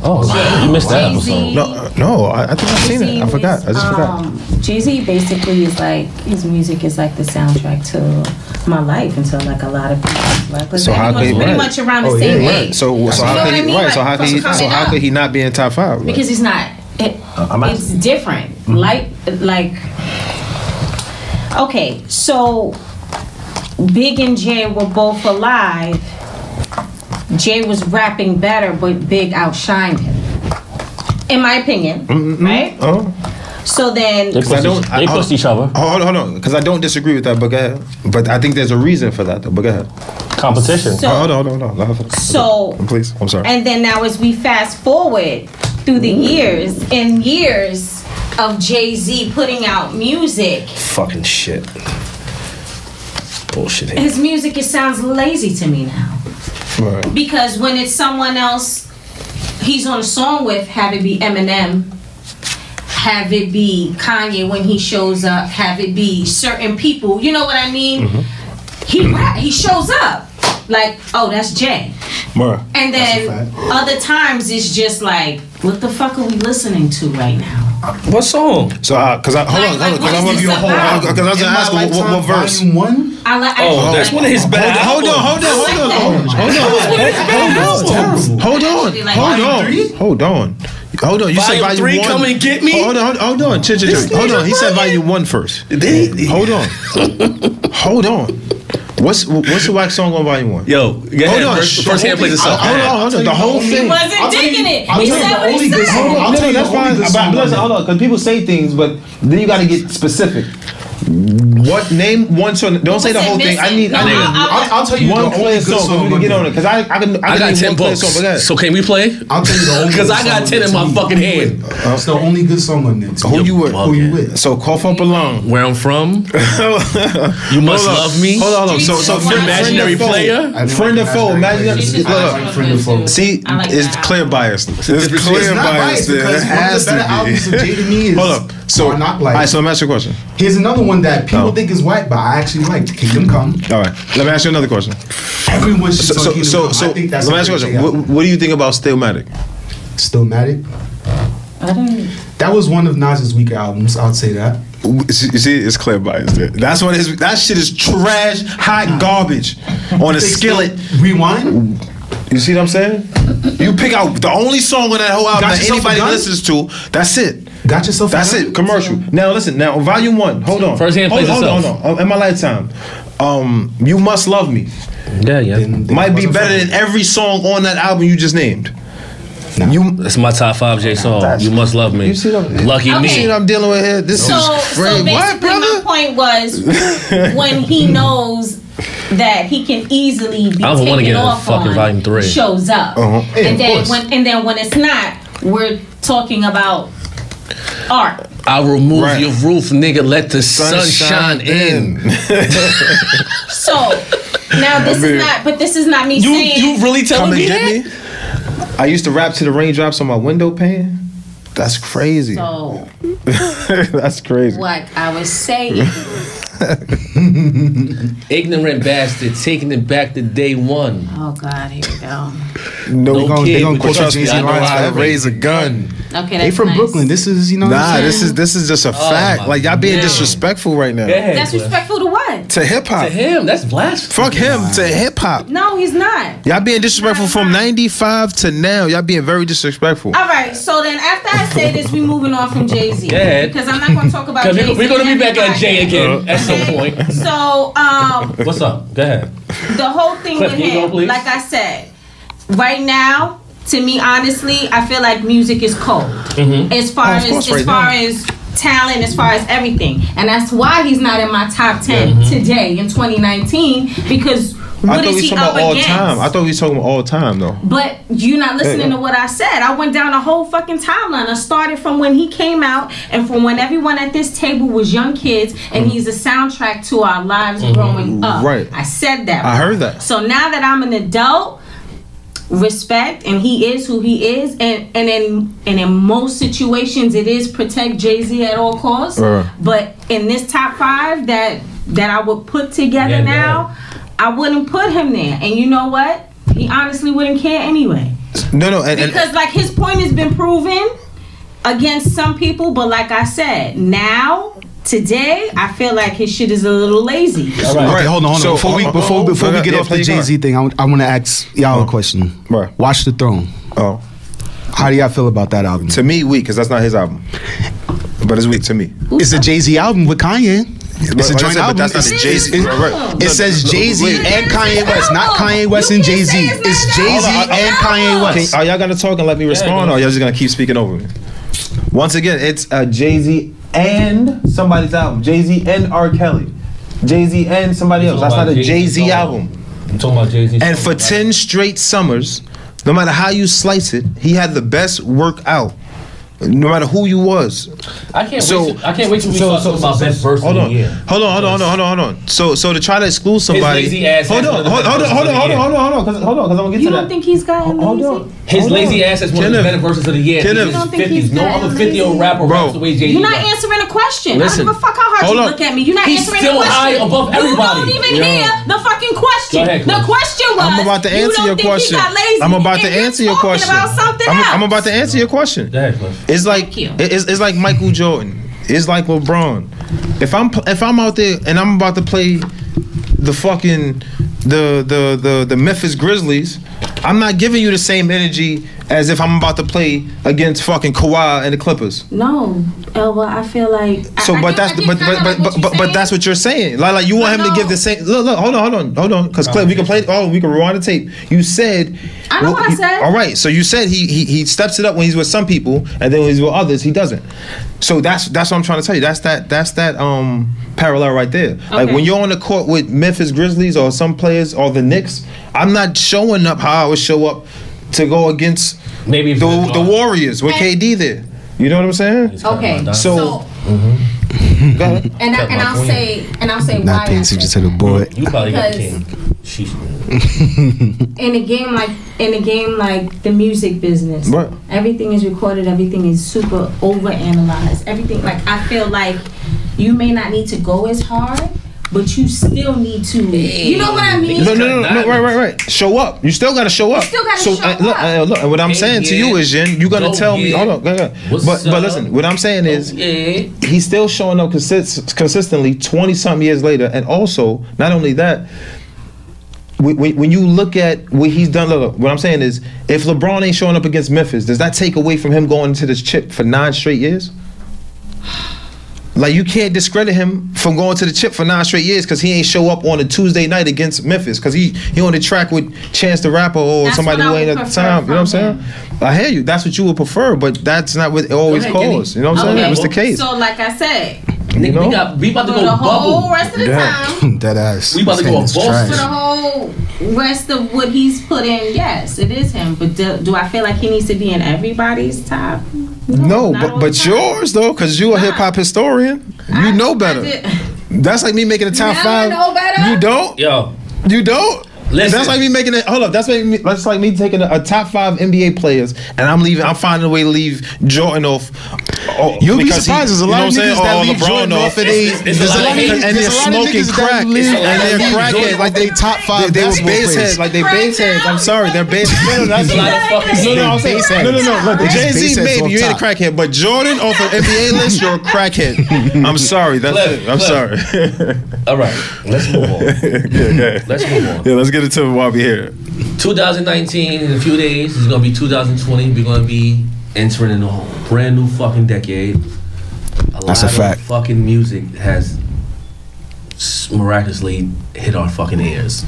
A: Oh, you missed that episode.
C: Jay-Z.
B: No, uh, no. I, I think I've seen it. I forgot. I just
C: um,
B: forgot.
C: Jay Z basically is like his music is like the soundtrack to my life, and so like a lot of people's life. Like,
B: So how
C: everyone's
B: could-
C: pretty
B: right.
C: much around the same
B: yeah,
C: age
B: So, so how
C: what
B: could
C: I
B: he?
C: mean?
B: Right. So
C: Like,
B: how could he?
C: from
B: So how
C: coming
B: could he not be in top five? Like,
C: because he's not. It,
B: I'm not-
C: it's different.
B: Mm-hmm.
C: Like like okay, so Big and Jay were both alive. Jay was rapping better, but Big outshined him. In my opinion, right?
B: oh,
C: So then,
A: They pushed,
B: I don't-
A: each, they
B: I-
A: pushed each other.
B: hold on, hold on. Because I don't disagree with that. But go ahead. But I think there's a reason for that. Though. But go ahead.
A: Competition.
C: So-
B: Oh, hold on, hold on, hold on.
C: so
B: Please. I'm sorry.
C: And then now, as we fast forward through the years and years of Jay Z putting out music,
K: Fucking shit. Bullshit.
C: his music it sounds lazy to me now.
B: Right.
C: Because when it's someone else he's on a song with, have it be Eminem, have it be Kanye when he shows up, have it be certain people. You know what I mean? He rap, he shows up like, oh, that's Jay.
B: Right.
C: And then other times it's just like, what the fuck are we listening to right now?
K: What song?
B: So, because I hold
C: Like-
B: on,
C: like, what
B: hold on, because
C: is
B: I'm
C: this
B: your whole.
C: about?
B: Because I was gonna ask what, what, what verse.
D: Volume one.
C: I like.
K: Oh,
C: I
K: that's one of his bad
B: Hold on, hold on, hold on, hold on, hold on, hold
C: Actually,
B: on,
C: like,
B: hold
C: volume
B: on, hold on, hold on. You said
K: Volume
B: volume
K: three,
B: one.
K: come and get me?
B: Hold on, hold on, hold on, Ch- ch- ch- hold on. He said volume one first. Hold on, hold on. What's what's the wax song on volume one?
A: Yo, go ahead.
B: on,
A: First,
B: sh-
A: first hand plays the song.
B: Hold on, hold on. The whole
C: He
B: thing.
C: wasn't digging it. He said what he said.
B: No, no, that's fine. But listen, hold on, because people say things, but then you got to get specific. What name one song? Don't say the whole thing. I need. I
C: No,
B: need.
C: I'll-
D: I'll, I'll tell you
B: one
D: the only
B: clear
D: good
B: song,
D: song
B: we can
D: on
B: get
D: there.
B: on it. Cause I, I can, I,
A: I got
B: can name
A: ten
B: one clear
A: books.
B: song, but go ahead.
A: So can we play?
D: I'll tell you the only
A: Because I
D: good
A: got
D: song
A: 10 in
D: on
A: my
D: there.
A: fucking hand.
D: It's the only good song on there.
B: Uh, who you with?
D: Who you with?
B: So cough up a lung.
A: Where I'm from. you must love me.
B: Hold on, hold on. So, so
C: Streets of Imaginary
B: friend or foe.
A: player?
D: I didn't
B: friend or
D: like
B: foe.
D: that.
B: Imagine
D: I
B: that.
D: didn't
B: Look,
D: like that. friend or foe.
B: See,
C: I like
B: it's
C: that
B: clear bias. It's clear
D: It's not
B: bias.
D: biased
B: there. It
D: because one of
B: has
D: the better albums of
B: to
D: Jay
B: be.
D: to me is
B: Hold up. So,
D: Why not
B: all
D: like.
B: right. So, let me ask you a question.
D: Here's another one that people
B: No.
D: think is white, but I actually like. Kingdom Come.
B: All right. Let me ask you another question.
D: Everyone should
B: So,
D: talk
B: so,
D: Kingdom
B: so,
D: Come.
B: so
D: I think that's
B: let me ask you a question. What, what do you think about Stillmatic?
D: Stillmatic.
C: I don't.
D: That was one of Nas's weaker albums. I'd say that.
B: You see, it's clear bias. There. That's what is. That shit is trash, hot garbage on a skillet.
D: Rewind.
B: You see what I'm saying? You pick out the only song on that whole album
D: Got
B: that
D: yourself a
B: anybody
D: gun?
B: listens to. That's it.
D: Got yourself. a
B: That's
D: gun?
B: it. Commercial. Now listen. Now volume one. Hold on.
A: First hand
B: hold,
A: plays
B: hold on.
A: itself.
B: Hold on. Um, In my lifetime, um, you must love me.
A: Yeah, yeah.
D: Then- then
B: Might be
D: wasn't
B: better
D: funny.
B: than every song on that album you just named.
D: Nah.
B: You.
A: That's my top five J song.
B: That's-
A: You must love me.
B: You see what I'm-
A: Lucky
B: You see
A: me.
B: what I'm dealing with here? This
C: So,
B: is
C: so
B: crazy.
C: basically,
B: What,
C: my
B: brother?
C: point was when he knows that he can easily be
A: I don't wanna
C: taken
A: get in
C: off
A: fucking
C: on,
A: volume three.
C: shows up,
B: Uh-huh. Yeah, of
C: and then
B: course.
C: when and then when it's not, we're talking about art.
A: I remove
B: Right.
A: your roof, nigga. Let the sun, shine in.
C: So now this is not, but this is not me
A: You
C: saying
A: you really telling
B: Come and
A: me that?
B: get me. I used to rap to the raindrops on my window pane. That's crazy.
C: So
B: That's crazy.
C: what I was saying,
A: Ignorant bastard, taking it back to day one.
C: oh god, here we go.
A: No
B: No, we gon- they
A: kid,
B: gonna
A: but
B: quote
A: trust
B: you
A: me, I
B: Jay-Z
A: know
B: lines
A: how
B: for
A: I
B: that, raise a gun.
C: Okay, that's
D: They from
C: nice.
D: Brooklyn. This is you know. what I'm
B: Nah,
D: saying?
B: this is this is just a fact.
A: Oh my
B: Like y'all being
A: God.
B: disrespectful right now.
C: That's respectful to what?
B: To hip
A: To
B: hop.
A: him, that's blasphemy.
B: Fuck him. To hip hop.
C: No, he's not.
B: Y'all being disrespectful from '95 to now. Y'all being very disrespectful.
C: All right, so then after I say this, we moving on from Jay Z
A: Yeah.
C: because I'm not going to talk about
A: Cause
C: Jay
A: we,
C: Z.
A: we're gonna be back on Jay again at some point.
C: So um,
A: What's up? Go ahead.
C: the whole thing
A: Cliff,
C: with
A: can you go,
C: him,
A: please?
C: like I said, right now to me, honestly, I feel like music is cold as far
B: Oh, of
C: as
B: course,
C: as
B: right
C: far
B: now.
C: as talent, as far as everything, and that's why he's not in my top 10 today in 2019 because
B: I
C: what
B: thought we
C: is
B: was
C: he
B: talking
C: up
B: about all
C: against?
B: time. I thought we was talking about all time though.
C: But you're not listening
B: Yeah.
C: to what I said. I went down a whole fucking timeline. I started from when he came out and from when everyone at this table was young kids, and he's a soundtrack to our lives growing up.
B: Mm-hmm. Right.
C: I said that.
B: I heard that.
C: So now that I'm an adult, respect and he is who he is and and in and in most situations it is protect Jay-Z at all costs.
B: Uh.
C: But in this top 5 that that I would put together
A: Yeah,
C: now, I wouldn't put him there. And you know what? He honestly wouldn't care anyway.
B: No, no, and, and
C: Because like his point has been proven against some people, but like I said, now Today, I feel like his shit is a little lazy.
B: right.
D: Okay, hold on, hold on.
B: So,
D: before we
B: oh, oh,
D: before
B: oh,
D: before
B: yeah,
D: we get
B: yeah, Uh,
D: off
B: play
D: the
B: your
D: Jay
B: card.
D: Z thing, I want to ask y'all a question.
B: Right.
D: Watch the Throne.
B: oh,
D: How do y'all feel about that album?
B: to me, weak because that's not his album. But it's weak to me.
D: It's a Jay Z album with Kanye.
B: But-
D: It's a
B: but
D: joint
B: I said, But
D: album.
B: that's not
D: It's-
B: the Jay Z.
D: it's- It says Jay Z and Kanye West, not Kanye West and Jay Z. It's Jay Z and Kanye West.
B: Are y'all gonna talk and let me respond, or y'all just gonna keep speaking over me?
L: Once again, it's uh, Jay Z and somebody's album. Jay Z and R. Kelly. Jay Z and somebody else. That's not a Jay Z album.
A: I'm talking about Jay Z.
B: And for ten straight summers, no matter how you slice it, he had the best workout. No matter who you was,
A: I can't
B: so-
A: wait. To, I can't wait till we start talking about best verse
B: Hold
A: of
B: on,
A: the year.
B: hold on, hold on, hold on, hold on, hold on. So, so to try to exclude somebody,
A: lazy ass
B: hold
A: has
B: on,
A: one of the
B: hold
A: best
B: hold
A: verses
B: on, hold on,
A: of the
B: hold on,
A: year.
B: hold on, hold on, 'cause- hold on, because I'm gonna get
C: You
B: to
C: don't
B: that.
C: think he's got
L: Hold
C: lazy?
L: on.
A: His
L: Hold
A: lazy
L: on.
A: ass is one of
B: Kenneth.
A: the better verses of the year.
B: Kenneth.
A: He's
B: You don't
C: think
A: 50s.
C: he's
A: no
C: that
A: other 50 year old rapper
B: Bro.
A: raps the way Jay Z.
C: You're not answering a question.
M: Listen.
C: I don't give a fuck how hard
B: Hold
C: you
B: on.
C: look at me. You're not
A: He's
C: answering
A: still
C: a question.
A: high above everybody.
C: You don't even hear the fucking
A: Go
C: question.
A: ahead,
C: the
A: Chris.
C: question was.
B: I'm about to
C: you
B: answer
C: don't
B: your
C: think he
B: question.
C: got lazy
B: I'm about to
C: and you're
B: answer your
C: talking
B: question.
C: About something
B: I'm,
C: else.
B: I'm about to answer your question. It's like
C: you.
B: it- it's, it's like Michael Jordan. It's like LeBron. If I'm pl- if I'm out there and I'm about to play the fucking the the the the Memphis Grizzlies, I'm not giving you the same energy as if I'm about to play against fucking Kawhi and the Clippers.
C: No, Elba. I feel like.
B: So,
C: I, I
B: but
C: get-
B: that's
C: I get
B: but but
C: kinda
B: but,
C: like
B: but,
C: what
B: but
C: you're
B: that's what you're saying. Like, like you want
C: No,
B: him to give
C: no.
B: the same. Look, look, hold on, hold on, hold on. Because we can play. Oh, we can rewind the tape. You said.
C: I know what I
B: you-
C: said.
B: All right. So you said he, he he steps it up when he's with some people, and then when he's with others, he doesn't. So that's that's what I'm trying to tell you. That's that that's that um parallel right there. Like
C: Okay.
B: when you're on the court with Memphis Grizzlies or some players or the Knicks, I'm not showing up how I would show up to go against
A: Maybe if
B: the
A: you're
B: the
A: LeBron.
B: Warriors with
C: Okay.
B: KD there. You know what I'm saying?
C: Okay.
B: So- mm-hmm. Go ahead.
C: and I, and I'll say and I'll say why.
D: Not paying
C: I said
D: attention to the boy.
A: You probably got the
C: Because-
A: king. She's
C: in a game like in a game like the music business
B: Right.
C: everything is recorded everything is super over analyzed everything like i feel like you may not need to go as hard but you still need to you know what i mean
B: No, no, no, no, no, right, right, right. Show up. You still gotta show up.
C: still gotta
B: so,
C: show
B: uh,
C: up.
B: look, uh, look, and what I'm
A: Hey,
B: saying to
A: yeah.
B: you is, Jen, you gonna
A: Go
B: tell me.
A: get
B: Hold on, go ahead.
A: What's
B: But,
A: up?
B: but listen, what I'm saying is,
A: yeah.
B: he's still showing up consist- consistently 20 something years later. And also, not only that, when, when when you look at what he's done, look, look, what I'm saying is, if LeBron ain't showing up against Memphis, does that take away from him going to this chip for nine straight years? Like you can't discredit him from going to the chip for nine straight years because he ain't show up on a Tuesday night against Memphis because he he on the track with Chance the Rapper or
C: That's
B: somebody
C: what I
B: who ain't
C: would
B: at the
C: prefer
B: time. You know what I'm
C: from
B: saying?
C: him.
B: I hear you. That's what you would prefer, but that's not what it always
A: ahead, Kenny.
B: calls. You know what I'm saying?
C: Okay,
B: That was the case.
C: so like i said
A: Nigga,
B: know?
A: we got we about to
C: for
A: go
C: the whole
A: bubble.
C: rest of the time
D: That ass.
M: We about to go
D: This thing is
M: Boston.
C: for the
D: trash.
C: whole rest of what he's put in yes it is him but do, do i feel like he needs to be in everybody's top
B: No,
C: not
B: but
C: all the
B: but
C: time.
B: yours though, because you a hip hop historian. You know better. That's like me making the top
C: Now I
B: five.
C: know better?
B: You don't.
A: Yo,
B: You don't.
A: Listen.
B: That's like me making it. Hold up. That's like me. That's like me taking a, a top five NBA players, and I'm leaving. I'm finding a way to leave Jordan off. Oh,
D: You'll be
B: because
D: surprised. There's a
B: you know
D: lot of
B: what I'm
D: niggas
B: saying?
D: that
B: Or
D: leave
B: LeBron
D: Jordan
B: off.
D: off and
A: It's-
D: they
A: it's- it's a lot of niggas-
D: and they're
B: there's a lot of
D: smoking
B: niggas that
D: crack and
B: leave
D: they're
B: Jordan
D: crackheads
B: off.
D: like they top five
B: They was
D: basketball
B: base
D: players.
B: heads, like they base heads. I'm sorry, they're base. No, no, that's
A: a lot of fucking
B: no, no, I'm
A: haters.
B: saying,
D: Base heads.
B: no, no, no. Look,
D: Base
B: Jay Z,
D: heads
B: maybe
D: on
B: you ain't a
D: top.
B: crackhead, but Jordan off an NBA list, you're a crackhead. I'm sorry, that's
A: Cliff,
B: it. I'm
A: Cliff.
B: sorry.
A: all right, let's move on.
B: yeah, yeah.
A: Let's move on.
B: Yeah, let's get into while we here.
A: 2019 in a few days is gonna be 2020. We're gonna be entering in a whole brand new fucking decade. A
D: That's
A: lot
D: a fact.
A: Of fucking music has s- miraculously hit our fucking ears.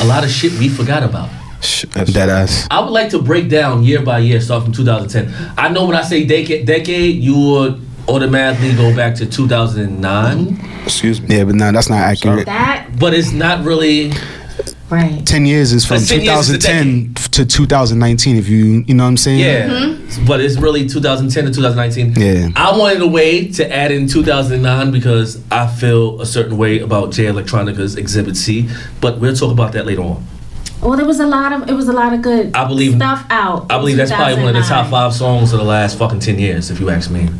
A: A lot of shit we forgot about.
B: Sh- Dead ass.
A: I would like to break down year by year, start from 2010. I know when I say decade, decade you would automatically go back to 2009,
B: Excuse me.
D: Yeah, but no, that's not accurate.
J: That
A: but it's not really.
J: right.
D: Ten years is from
A: That's 10 years is a
D: 2010 to 2019. If you, you know what I'm saying?
A: Yeah, but it's really 2010 to 2019.
D: Yeah.
A: I wanted a way to add in 2009 because I feel a certain way about J Electronica's Exhibit C, but we'll talk about that later on.
J: Well, there was a lot of it was a lot of good
A: I believe-
J: stuff out.
A: I believe that's probably one of the top
J: 2009.
A: five songs of the last fucking 10 years, if you ask me.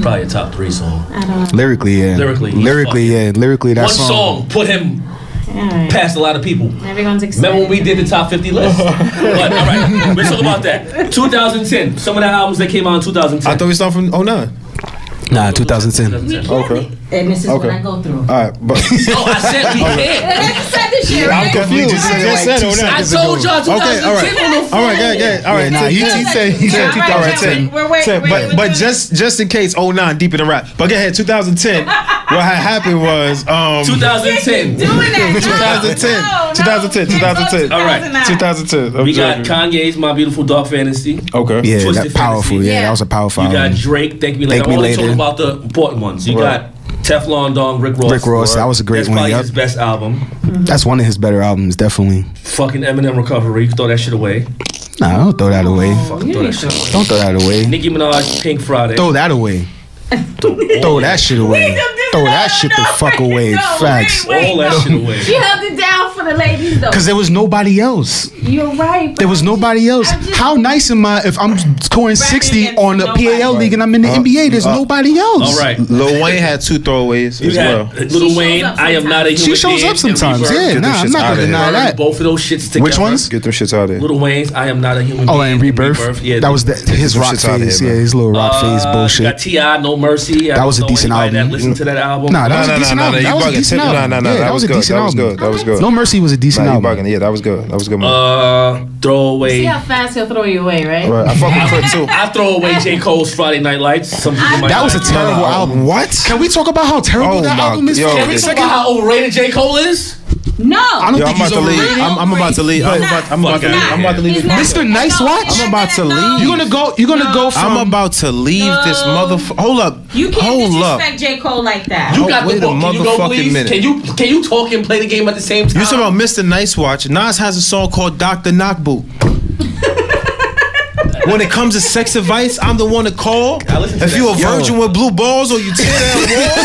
A: Probably a top three song.
J: I don't know.
D: Lyrically, yeah.
A: Lyrically, he's
D: lyrically, yeah. Lyrically, that
A: one song. put him
J: All right.
A: past a lot of people.
J: Everyone's excited.
A: Remember when we did the top 50 list? but, all right, we'll talk about that. 2010, some of the albums that came out in 2010.
B: I thought we started from 09.
D: Nah, 2010.
B: Okay.
J: And this is what
B: Okay.
J: I go through.
B: All right, but
A: No, Oh, I said we can't.
J: said this shit,
B: I'm confused.
D: just said it
B: Just
D: like
B: said
D: two
B: oh, no.
A: I
D: seconds
A: told
D: ago.
A: y'all 2010
B: Okay, all right.
A: on the
B: All right, yeah, yeah, all right.
D: Yeah, nah, he- he
B: said he said
C: All right, Jeffrey,
B: 2010.
C: we're waiting.
B: But but, just just in case 09 deep in the rap. But go ahead, 2010. what had happened was um
A: 2010.
C: doing that.
B: 2010,
C: No, no,
B: 2010,
C: no.
B: 2010.
A: All right.
B: 2010.
A: We got Kanye's My Beautiful Dark Fantasy.
B: okay.
D: Yeah,
A: Twisted
D: that powerful.
A: Fantasy.
D: Yeah, that was a powerful.
A: You got
D: album.
A: Drake, Thank Me Later.
D: Thank
A: I'm
D: Me
A: only
D: Later.
A: talking about the important ones. You
B: Right.
A: got Teflon Don, Rick Ross.
D: Rick Ross, that was a great
A: That's
D: one,
A: probably
D: yep.
A: his best album.
D: That's one of his better albums, definitely.
A: Fucking Eminem Recovery. You can throw that shit away.
D: Nah, don't throw that away.
A: Fucking throw that shit away.
D: Don't throw that away.
A: Nicki Minaj, Pink Friday.
D: Throw that away. Throw that shit away. Throw that shit the fuck away. Facts.
A: all that shit away.
J: She held it down for the ladies though.
D: Cause there was nobody else.
J: You're right.
D: There was nobody else. How nice am I if I'm scoring 60 on the PAL league and I'm in the NBA? There's nobody else.
A: All right.
B: Lil Wayne had two throwaways
A: You
B: as
A: had
B: well.
A: Little
J: shows
A: Wayne,
J: up
A: I am not a human
D: She shows
A: being,
D: up sometimes.
A: and Reverb.
D: Yeah,
B: Get
D: nah,
B: them
D: I'm
B: shits
D: not
B: outta
D: gonna deny
B: here.
D: that.
A: Both of those shits together.
D: Which ones?
B: Get them shits out of here.
A: Little Wayne's I am not a human
D: Oh,
A: being.
D: and Rebirth.
A: Yeah,
D: that was the, his
B: Them
D: rock
B: shits outta
D: phase.
B: here,
D: yeah,
B: man.
D: his little rock phase
A: Uh, You got
D: bullshit.
A: Ti, No Mercy. I
D: That was a
A: don't know
D: decent
A: anybody
D: album.
A: That listened to that album.
D: Nah, that
B: No,
D: was
B: no,
D: a
B: no,
D: decent
B: no, no,
D: album.
B: you
D: That was a
B: bugging.
D: decent
B: Tip- no,
D: album.
B: no, no,
D: Yeah,
B: that
D: that was
B: was
D: a
B: good.
D: decent
B: That was
D: album.
B: good. That was good.
D: No Mercy was a decent
B: Nah, you
D: album.
B: bugging. Yeah, that was good. That was good. Man.
A: uh, throw away.
J: See how fast he'll throw you away, right?
B: Right, I fuck with Crip too.
A: I throw away J Cole's Friday Night Lights. Some people might
D: That was a
A: like it.
D: terrible
B: Nah,
D: album.
B: What?
D: Can we talk about how terrible
B: Oh
D: that
B: my-
D: album is?
B: yo,
D: Can we
B: this-
D: talk
A: Think of
D: about how-
A: how overrated J Cole is.
D: I
J: No.
B: Yo,
D: don't
B: I'm
D: think he's
B: about to leave.
D: overrated.
B: I'm, I'm about to leave. I'm about, I'm about to leave. I'm about to leave.
J: He's
B: this-
J: not.
D: Mr. Nice Watch.
B: I'm about to leave.
D: You're gonna go. You're gonna go from.
B: I'm about to leave this motherfucker. Hold up.
J: You can't
B: Hold up.
J: disrespect J. Cole like that.
A: You
B: Oh,
A: got
B: wait a
A: the book. Can you go
B: motherfucking
A: please?
B: minute.
A: Can you can you talk and play the game at the same time?
B: You talking about Mr. Nice Watch? Nas has a song called Doctor Knockboot. when it comes to sex advice, I'm the one to call.
A: I listen to that.
B: If you a
D: Yo.
B: virgin with blue balls or you tear down walls,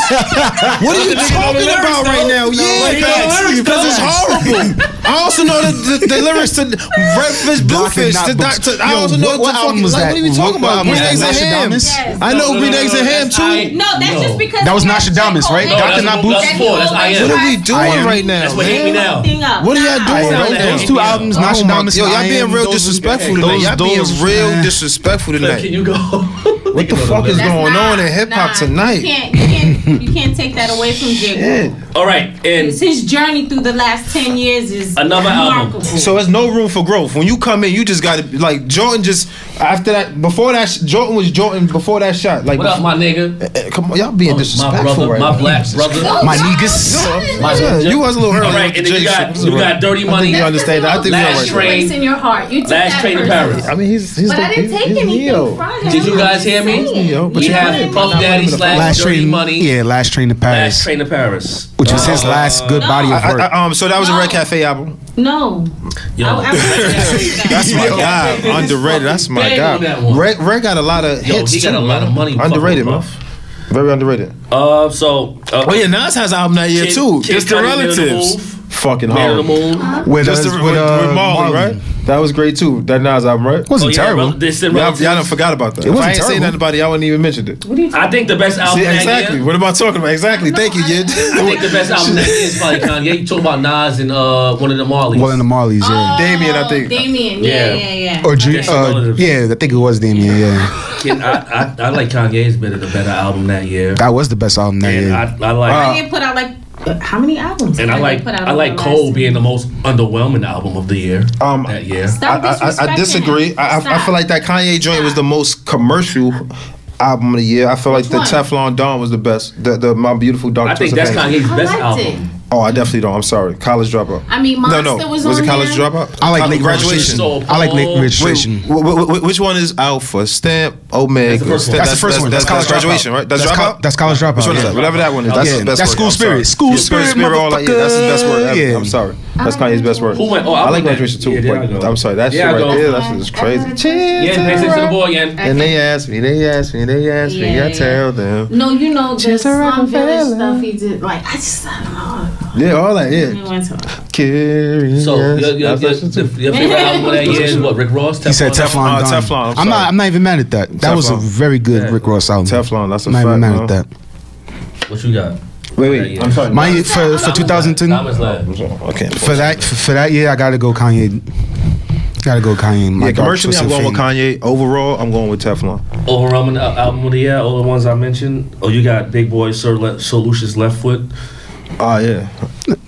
B: what are you talking
A: lyrics,
B: about
A: though.
B: right now?
A: he know the
B: yeah,
A: lyrics,
B: because it's
A: though.
B: horrible. I also know the, the, the lyrics to Redfish, Bluefish.
D: Knock
B: To
D: Boots.
B: Doctor, I
D: Yo,
B: also know
D: what- what
B: the fucking,
D: album was
B: like, What
D: that?
B: are we talking
D: What
B: about?
D: album
B: Green
D: was
B: Eggs
D: that?
B: and Ham.
D: Nostradamus?
J: Yes.
B: I know
A: No, no,
B: Green
A: no,
B: Eggs
A: no,
B: and Ham
A: that's I-
B: too.
J: No, that's
A: No.
J: just because
D: That was
J: he
D: Nasha
J: likes J.
D: Diamonds,
J: Cole
D: right?
J: and
A: No,
D: Dr.
A: that's,
D: Nabu.
A: that's four. That's I am.
B: What are we
D: I
B: doing
D: am-
B: right now?
A: That's what
J: Hate
A: Hate Me Now.
J: Thing up.
B: What are y'all
J: Nah.
B: doing
A: That's
B: right
A: not
B: now?
D: Those two albums,
B: Oh
D: Nasha
B: my-
D: Diamonds.
B: Yo,
D: and
B: y'all
D: I
B: being
D: Am,
B: real
D: those-
B: disrespectful
D: those-
B: tonight. Y'all being
D: those-
B: real
D: man.
B: disrespectful
A: Look, Can
B: tonight.
A: you go?
B: What the fuck is
J: That's
B: going on
J: not-
B: in hip
J: nah.
B: hop
J: You
B: tonight?
J: can't, you can't, you can't take that away from J. Cole.
B: Yeah.
A: All right, and
J: It's his journey through the last 10 years is
A: Another album.
J: remarkable.
B: So there's no room for growth. When you come in, you just gotta like Jordan. Just after that, before that, sh- Jordan was Jordan before that shot. Like,
A: what up, my nigga?
B: eh, come on, y'all being
A: My
B: disrespectful
A: brother,
B: right
A: my
B: now.
A: black brother.
J: Oh,
D: My niggas.
A: My
B: Yeah, you was a little early.
A: All right,
B: with the
A: and then
B: Jay
A: you got
B: shit.
A: you got Dirty
B: I think
A: Money,
B: you understand that. I think you
A: Last
B: understand.
A: Train.
J: Place in your heart. You took
A: Last
J: that
A: Train to
J: person.
A: Paris.
B: I mean, he's he's
J: But
B: the,
J: I didn't
B: he's,
J: take
B: he's
J: anything
B: Neo.
J: from him.
A: Did you guys hear me?
J: Saying.
B: Yo, but
A: We
B: you
A: have
B: did.
A: Puff Daddy slash
D: Last
A: Dirty
D: train.
A: Money.
D: Yeah, last train to
A: Last
D: Paris,
A: Train to Paris.
D: which was his last good body of
B: I,
D: work.
B: I, um, so that was a Red Cafe album.
J: No.
A: Yo,
J: I, I was
B: That's my guy. Underrated. That's my
A: Bang
B: guy.
A: on that one.
B: Red, Red got a lot of
A: Yo,
B: hits
A: he got
B: too,
A: a lot
B: man.
A: of money.
B: Underrated, man.
A: Puff.
B: Very underrated.
A: Uh, so uh,
B: Oh yeah, Nas has an album that year
A: Kid-
B: too.
A: Kid
B: Just the
A: Cudi, Man on the
B: relatives. Oh.
A: Move.
B: Fucking
A: Man on the
B: hard.
A: Moon.
D: With
B: Just the,
D: us,
B: with,
D: with, uh,
B: with Marley, right? That was great too. That Nas album, right?
D: Wasn't
A: Oh, yeah,
D: terrible.
A: rel- this and
B: Y'all, y'all
A: relatives.
B: done forgot about that.
D: It wasn't
B: if I ain't say
D: terrible.
B: nothing about it, y'all wouldn't even mention it.
A: I think the best album
B: See,
A: that
B: exactly.
A: year.
B: What am I talking about? Exactly. Thank you, Yid.
A: Oh, I think the best album that year is probably Kanye. You talk about Nas and uh one of the Marleys.
D: Well, in the Marleys, yeah.
B: Damien, I think. Oh,
J: Damien.
A: Yeah.
J: Yeah, yeah, yeah.
D: Or Ju-
A: That's
D: uh,
A: relatives.
D: yeah, I think it was Damien. Yeah,
A: Kid, I, I I like Kanye's been the better album that year.
D: that was the best album that
A: And
D: year.
A: I, I like
J: Kanye put out like uh, how many albums?
A: and I
J: Kanye
A: like
J: put out
A: I
J: over
A: like
J: the
A: Cole
J: last-
A: being the most underwhelming album of the year.
B: Um,
A: that year.
B: I,
J: Stop
B: I- I, I
J: disrespecting
B: disagree.
J: him.
B: I, I, I
J: Stop.
B: feel like that Kanye joint was the most commercial album of the year. I feel like the
J: one?
B: Teflon Don was the best. The, the My Beautiful Dark
A: I think that's
B: Twisted Fantasy.
A: Kanye's
J: I
A: best
J: liked
A: album.
J: it.
B: Oh, I definitely don't. I'm sorry. College dropout.
J: I mean,
B: no,
J: Monster
B: no.
J: was
B: it
J: on
B: college
J: there.
B: dropout?
D: I like
B: college
D: late
B: graduation.
D: registration. I like late
B: Wait,
D: registration.
B: wh- wh- wh- which one is Alpha? Stamp, Omega.
A: That's the first one.
B: Stamp-
D: That's the first one.
B: That's,
D: That's college
B: graduation,
D: dropout.
B: right? That's,
D: That's
B: dropout.
D: col- that's college dropout,
B: Which one is
D: yeah.
B: that? Whatever that one is. That's
D: Yeah,
B: the best
D: that's
B: word.
D: school
B: I'm
D: spirit.
B: sorry.
D: School
B: Yeah,
D: spirit,
B: all that. Yeah, that's his best word.
D: motherfucker.
B: I'm sorry. That's Kanye's best word.
A: Who went- oh, I
B: I like
A: went
B: graduation
A: there.
B: too,
A: Yeah, there I
B: but
A: go.
B: I'm sorry. That shit
A: There I
B: right
A: go.
B: there, that's just crazy.
A: Yeah, pay attention to the boy, yeah.
B: And they asked me, they asked me, they asked me.
J: Yeah,
B: I
J: yeah.
B: tell them.
J: No, you know the
B: Just a
J: Slum Village
B: Rockefeller.
J: stuff he did. Like I just I don't know.
B: Yeah, all that.
J: I
B: Yeah.
J: don't want to-
B: Curious.
A: So your, your,
B: That's
A: your,
B: what she
A: your,
B: said.
A: favorite album of that year is what? Rick Ross.
D: He said Teflon.
B: Oh,
D: Don.
B: Teflon, I'm
D: I'm, not.
B: sorry.
D: I'm not even mad at that. That was a
B: Teflon.
D: very good Rick Ross album.
B: Teflon. That's a
D: I'm not
B: fact.
D: even mad
B: no?
D: at that.
A: What you got?
B: Wait,
A: That
B: wait.
A: year.
B: I'm sorry.
D: My for for 2010
A: Diamonds Lab.
B: Okay.
D: for that for, for that year, I gotta go Kanye. Gotta go Kanye. My
B: Yeah,
D: God,
B: commercially, I'm
D: Twisted
B: going with
D: Fate.
B: Kanye. Overall, I'm going with Teflon.
A: Overwhelming al- album of the year. All the ones I mentioned. Oh, you got Big Boy, Sir Le- Sir Lucius Left Foot,
D: Ah,
B: Oh, yeah.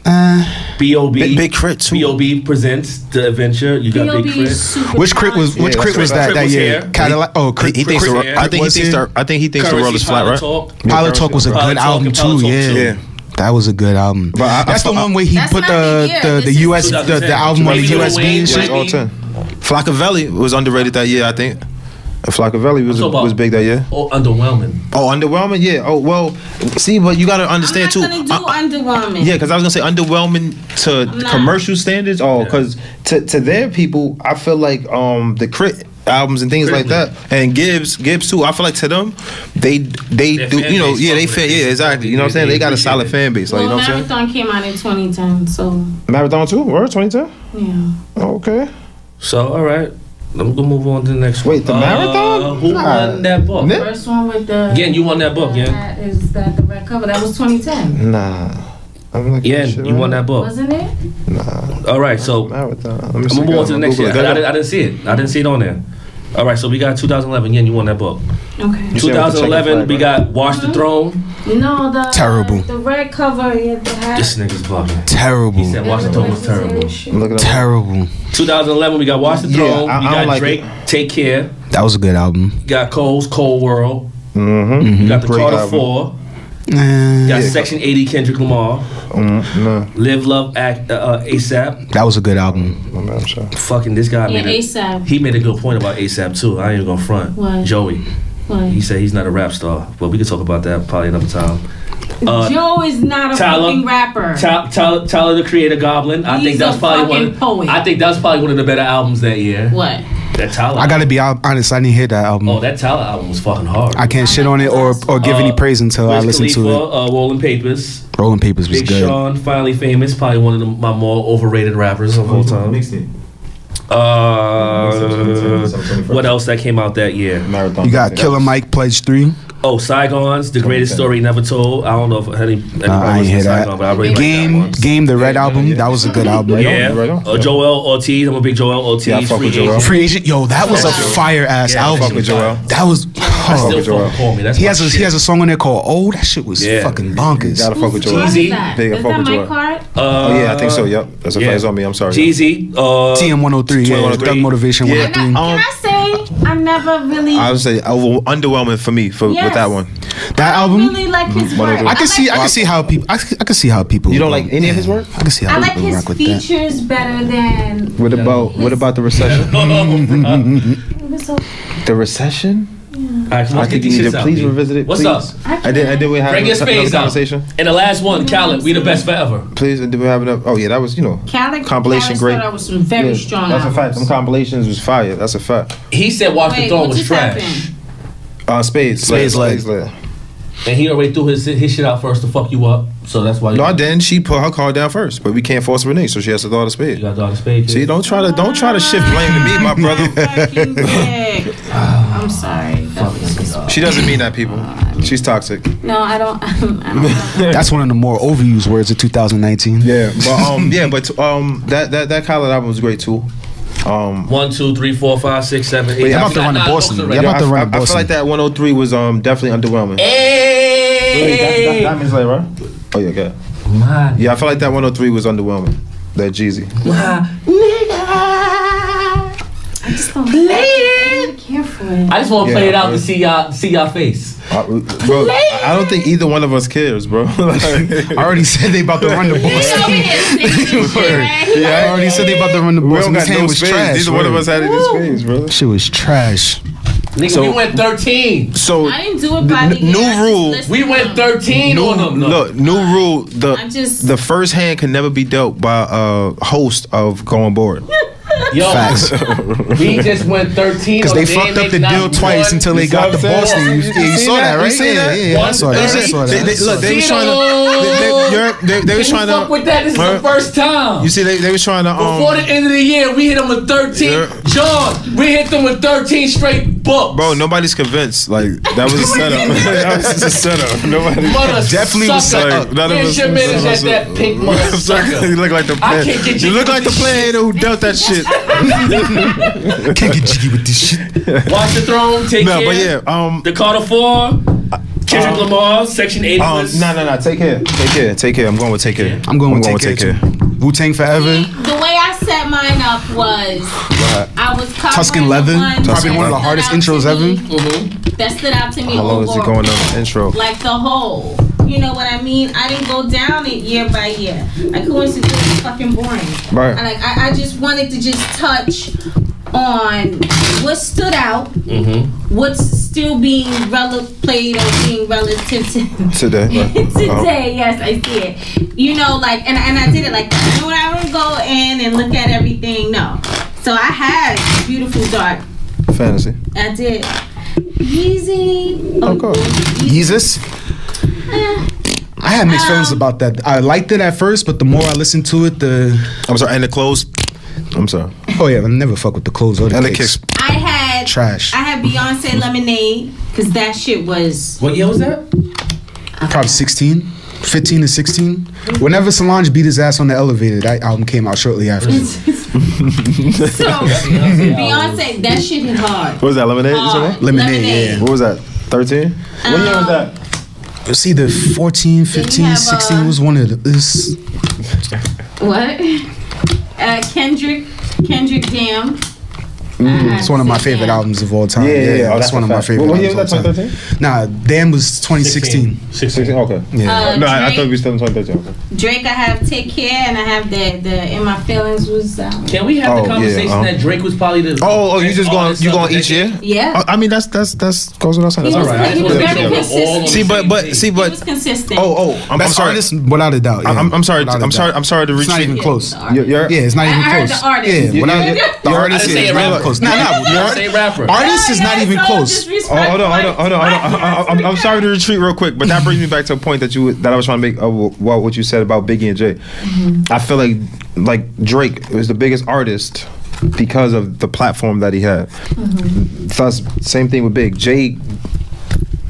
D: Uh,
A: B.O.B.
B: Big, big crit, too.
A: B.O.B. presents The Adventure. You got Big
J: B.O.B.
A: Crit.
J: is super
D: which crit was
J: talented.
D: which
B: Yeah,
D: crit
B: that's
D: was
B: what I-
D: that that
A: Crit was
D: year?
A: here.
D: Cadillac. Oh,
B: He,
D: crit,
B: he
D: crit,
B: thinks the,
D: crit,
B: ro- I think he
D: was
B: thinks
D: here.
B: the, I think he thinks the
A: Currency,
B: world is flat,
A: Pilot
B: right?
A: Talk.
D: Pilot Talk was a
A: Pilot
D: good
A: Talk
D: album
A: and Pilot
D: too.
A: Talk
D: Yeah.
A: too.
B: Yeah.
D: That was a good album.
B: But I-
D: That's
B: I-
D: the
B: I-
D: one where he
J: That's
D: put
J: not
D: the,
J: the year.
D: the the
J: This is
D: US the, the
A: 2010.
D: album on the
A: Jamaican
D: USB and
A: Wings,
D: shit.
A: Jamaican-
B: all time. Flockavelli was underrated that year, I think. Flockavelli Uh, was
A: So about-
B: was big that year.
A: Oh, underwhelming.
B: Oh, underwhelming, yeah. Oh well, see, but you gotta
J: I'm
B: understand
J: not
B: too.
J: gonna do
B: I- I-
J: underwhelming.
B: yeah, because I was gonna say underwhelming to
J: not.
B: commercial standards. Oh, because to to their people, I feel like um the crit albums and things like that, and Gibbs Gibbs too. I feel like to them, they they
A: Their
B: do
A: fan
B: you know
A: base
B: yeah
A: fuck
B: they
A: with
B: fan
A: it.
B: yeah exactly you know what I'm saying
A: They-
B: they got a
A: they
B: solid
A: appreciate
B: fan base like
J: Well,
B: you know what I'm saying
J: Marathon came out in 2010, so
B: Marathon too or 2010
J: yeah.
B: okay
A: So, all right. Let me go move on to the next
B: Wait, the
A: one. Uh,
B: marathon?
A: Who
B: Nah.
A: won that book?
B: Nick?
J: First one with the
A: Again, you won that book, yeah.
J: That is that the red cover? That was 2010,
B: nah I'm like
A: Yeah, you won that book.
J: wasn't it?
A: All right, so
B: marathon I'm
A: I'm gonna move on to the next year. I, I didn't, I didn't see it. I didn't see it on there. All right, so we got 2011. Yeah, you won that book.
B: see it
J: Okay.
B: with the checkered
A: 2011,
B: flag,
A: we
B: right?
A: got Watch the Throne.
J: No, the
D: Terrible.
J: The red cover. Yeah, the hat.
A: This nigga's bugging. He
D: Terrible.
A: said Watch the Throne was terrible.
B: Look at that.
D: Terrible.
A: 2011, we got Watch the
B: Yeah,
A: Throne.
B: I-
A: we
B: I
A: got
B: don't like
A: Drake, Take Care.
D: That was a good album.
A: You got Cole's Cold World.
B: Mm-hmm.
A: You got the
B: Great
A: Carter
B: album.
A: Four.
D: Eh,
A: You got Section 80 Kendrick Lamar.
B: Mm, no,
A: Live Love Act uh, uh, ASAP.
D: that was a good album.
B: Mm-hmm. I'm not sure.
A: Fucking this guy
J: Yeah,
A: made it.
J: ASAP.
A: He made a good point about ASAP too. I ain't even gonna front.
J: What?
A: Joey. He
J: What?
A: said he's not a rap star, but we can talk about that probably another time. Uh,
J: Joe is not a
A: Tyler-
J: fucking rapper.
A: Tyler, Tyler, Tyler the Creator Goblin. I think
J: He's
A: that's
J: a
A: probably
J: fucking
A: one.
J: poet.
A: I think that's probably one of the better albums that year.
J: What?
A: That Tyler.
D: I gotta be hon- honest. I didn't hear that album.
A: Oh, that Tyler album was fucking hard.
D: I can't shit on it or or give any
A: Uh,
D: praise until I
A: Wiz
D: listen to
A: Khalifa,
D: it.
A: Uh, Rolling Papers.
D: Rolling Papers was
A: Big
D: good.
A: Sean, finally famous. Probably one of the, my more overrated rappers of all time. Uh, what else that came out that year?
B: Marathon.
D: You got Killer Mike Pledge Three.
A: Oh, Saigon's The Greatest Story Never Told. I don't know if any, anybody
D: Nah, I ain't
A: listened
D: hear
A: to
D: that.
A: Saigon, but I really like that
D: Game
A: one.
D: Game the Red album. That was a good album.
A: Yeah,
B: on, right on.
A: Uh, Joel Ortiz. I'm a big Joel Ortiz.
B: Yeah, I fuck
A: free
B: with Joel.
A: agent.
D: Free Agent. Yo, that was a fire ass
A: Yeah, I
D: album.
A: fuck with Joel.
D: That was.
A: I
D: Oh.
A: still
B: Joel.
A: fucking call me. That's
D: He
A: my
D: has a
A: shit.
D: he has a song on there called "Oh." That shit was
A: Yeah.
D: fucking
B: You
D: bonkers.
B: gotta fuck with Joel.
J: What is
A: Jeezy.
J: that?
B: Big, I
J: Is
B: fuck
J: that
B: with
J: my
B: Joel.
J: card?
A: Uh,
B: Oh yeah, I think so. Yep, that's a
A: yeah.
B: yeah. on me. I'm sorry.
A: Jeezy. Uh,
D: TM 103, yeah,
B: 103.
D: Thug Motivation
B: Yeah.
J: Can I,
D: 103.
J: can I say I never really,
B: I would say over, underwhelming for me for with
J: Yes.
B: that one.
D: That album,
J: really like his
B: One of
J: work.
B: those.
D: I can see I can see how people I can, I can see how people.
B: You don't
D: would
B: like any of his work?
D: I can see
J: I
D: how
J: like
D: people
J: his
D: rock with that.
J: features better than.
B: What about what about the
A: oh.
B: recession? the recession?
A: Alright, come on,
B: I
A: get
B: think you
A: these
B: need
A: shits
B: to
A: out,
B: please
A: B.
B: revisit it.
A: What's
B: please.
A: up?
B: I did. I did. We have
A: Bring your
B: another
A: spades out.
B: conversation.
A: And the last one, Khaled, we the best forever.
B: Please. Did we have enough? Oh yeah, that was you know.
J: Calic,
B: Compilation
J: Calic
B: great.
J: That was some very
B: Yeah,
J: strong.
B: That's a fact. Some
J: albums.
B: compilations was fire. That's a fact.
A: He said Watch the
J: Wait,
A: Throne
J: what
A: was
J: just
A: trash.
J: happened?
B: Uh, spades.
D: Spades
B: Leg,
D: leg.
B: Spades leg.
A: And he already threw his his shit out first to fuck you up. So that's why you,
B: No, I didn't. She put her card down first, but we can't force Renee, so she has to throw out a spade.
A: you got Dog Spade.
B: See, don't try to don't try to shift blame to me, my brother.
J: Fucking dick. I'm sorry. That was-
B: She doesn't mean that, people. She's toxic.
J: No, I don't. I don't know.
D: That's one of the more overused words of 2019.
B: Yeah, but um, yeah, but um, that that that Khaled album was great too. Um,
A: One, two, three, four, five, six, seven, eight.
B: yeah, I'm
A: We
B: about to
A: got
D: run to
A: nine
D: Boston.
A: books
D: Yeah,
A: already.
D: I'm about to
B: I,
D: run
B: I, I feel
D: Boston.
B: like that 103 was um definitely underwhelming.
A: Eh.
B: Wait, that, that,
A: Hey!
B: that means like, right? Oh yeah, good.
A: My
B: Yeah, I feel like that 103 was underwhelming. That Jeezy.
J: I just don't. Play it. Careful.
A: I just want to
B: Yeah,
A: play it out
B: bro.
A: to see y'all see y'all face.
B: I, Uh, bro, I I don't think either one of us cares, bro. Like,
D: I already said they about to run the
C: He
D: bus.
C: over here singing and shit, right?
D: Yeah, I already said they about to run the
B: we
D: bus.
B: don't
D: and This
B: got no
D: hand was
B: space.
D: trash.
B: Neither one of
D: word.
B: us had any space, bro.
D: Shit was trash.
A: Nigga,
B: So-
A: we went 13.
B: So
C: I didn't do it by the
B: n- new rule.
A: We went 13 on them. though.
B: Look, new rule: the
C: I'm just-
B: the first hand can never be dealt by a host of going board.
A: Yo,
D: Facts.
A: we just went 13
D: Because
A: on
D: they
A: them.
D: fucked up
A: ain't
D: the
A: make
D: deal
A: not
D: twice
A: one-
D: until they
B: You
D: got the
B: see what I'm
D: boss
B: saying?
D: name. You, yeah, you saw that, right?
B: You see
D: yeah,
B: that?
D: yeah, yeah, I saw that. I saw
B: They-
D: that.
B: they- Look, they was
A: See
B: trying
A: the-
B: to. They, they, you're- they, they was
A: Can
B: trying
A: you fuck
B: to.
A: with that? This is
B: Huh?
A: the first time.
B: You see, they, they was trying to. Um,
A: Before the end of the year, we hit them with 13.
B: Yeah.
A: John, we hit them with 13 straight books.
B: Bro, nobody's convinced. Like that was a setup. that was just a setup. Nobody
A: Mother
D: Definitely was
A: sucker.
D: set up.
B: none
A: Man,
B: of us.
A: your man is
B: none
A: at
B: of
A: that
B: us-
A: pink motherfucker.
B: you look like the
A: I
B: player.
A: can't get
B: You
A: you
B: look
A: with
B: like the
A: this
B: player who dealt that shit.
D: Can't get jiggy with this shit.
A: Watch the throne, take
B: no,
A: care.
B: but yeah. Um.
A: The Carter Four, Kendrick
B: Uh,
A: Lamar, Section 8
B: Um.
A: was
B: No, no, no. Take care. Take care. Take care. I'm going with take care.
D: I'm going with Take Care, Wu Tang Forever,
C: The way I set mine up was I was covering
D: Tuscan
C: the
D: Leather,
C: one
D: probably
C: that
D: one of the
C: stood
D: hardest
C: out to
D: intros
C: me-
D: ever.
C: That stood out to me.
B: How long is it
C: overall.
B: going on? Intro.
C: Like the whole. You know what I mean? I didn't go down it year by year. Like who wants to do this fucking boring? I
B: Right.
C: like I, I just wanted to just touch on what stood out,
A: Mm-hmm.
C: what's still being rele- played or being relative to
B: Today. right.
C: today. Yes, I see it. You know, like, and, and I did it like that. You know, I don't go in and look at everything. No. So I had beautiful dark.
B: Uh, Fantasy.
C: I did. Yeezy. Oh,
B: course.
D: Jesus. I had mixed feelings about that. I liked it at first, but the more I listened to it, the
B: I'm sorry. And the clothes. I'm sorry.
D: oh yeah, I never fuck with the clothes or the,
B: And the
D: kicks.
B: kicks.
C: I had
D: Trash.
C: I had Beyonce Lemonade because that shit was.
N: What year was that?
D: Probably 16, 15 to 16. Whenever Solange beat his ass on the elevator, that album came out shortly after.
C: So Beyonce, that shit hit hard. Uh,
B: What was that? Lemonade.
C: Hard.
B: Lemonade.
D: Lemonade, yeah.
B: What was that? 13? what
C: Um,
B: year was that?
D: It was either 14, 15,
C: have,
D: 16
C: uh,
D: was one of the. This,
C: What? Uh, Kendrick. Kendrick Damn.
B: Mm,
D: it's one of my favorite albums of all time. Yeah, yeah, that's, one of my favorite
B: What year was
D: albums.
B: that?
D: of all time.
B: 2013?
D: Nah, Damn was 2016.
B: 16. Okay.
D: Yeah.
C: Uh,
B: No, I, I
C: Drake-
B: thought we were still in 2013. Okay.
C: Drake, I have Take Care, and I have the the In My Feelings was um,
A: Can we have
B: Oh,
A: the
B: yeah,
A: conversation
B: um,
A: that Drake was probably the
B: Oh, oh, you just
A: all
B: going
A: this
B: you
A: stuff
B: going
A: that
B: each
A: they-
B: year?
C: yeah.
B: Oh, I mean that's that's that's goes without saying.
C: He was,
B: That's all
A: I
B: right.
C: he
A: just
C: was
A: wanna make
C: very
A: sure we're all on the
C: consistent.
B: See, but
A: same
B: but
A: page.
B: see,
C: He
B: but
C: was consistent.
B: oh oh, I'm, I'm
D: Best
B: sorry.
D: artist, without a doubt. yeah.
B: I'm, I'm sorry.
D: Without a
B: I'm sorry.
D: doubt.
B: I'm sorry to reach.
D: It's not even
B: you.
D: close.
B: You're, you're,
D: Yeah, it's not
C: I
D: even
C: heard
D: close.
C: the artist.
D: Yeah,
C: You-
D: without,
C: you-
D: the
B: you-
D: artist
A: I
D: is
A: didn't say
D: not even
A: rapper.
D: close. Nah, nah,
A: I
D: you're-
A: say rapper.
D: artist is not even close.
B: Oh, hold on, hold on, hold on, hold on. I, I, I'm, I'm sorry to retreat real quick, but that brings me back to a point that you that I was trying to make. Uh, well, what you said about Biggie and Jay,
C: Mm-hmm.
B: I feel like like Drake was the biggest artist because of the platform that he had.
C: Mm-hmm.
B: Thus, same thing with Big. Jay,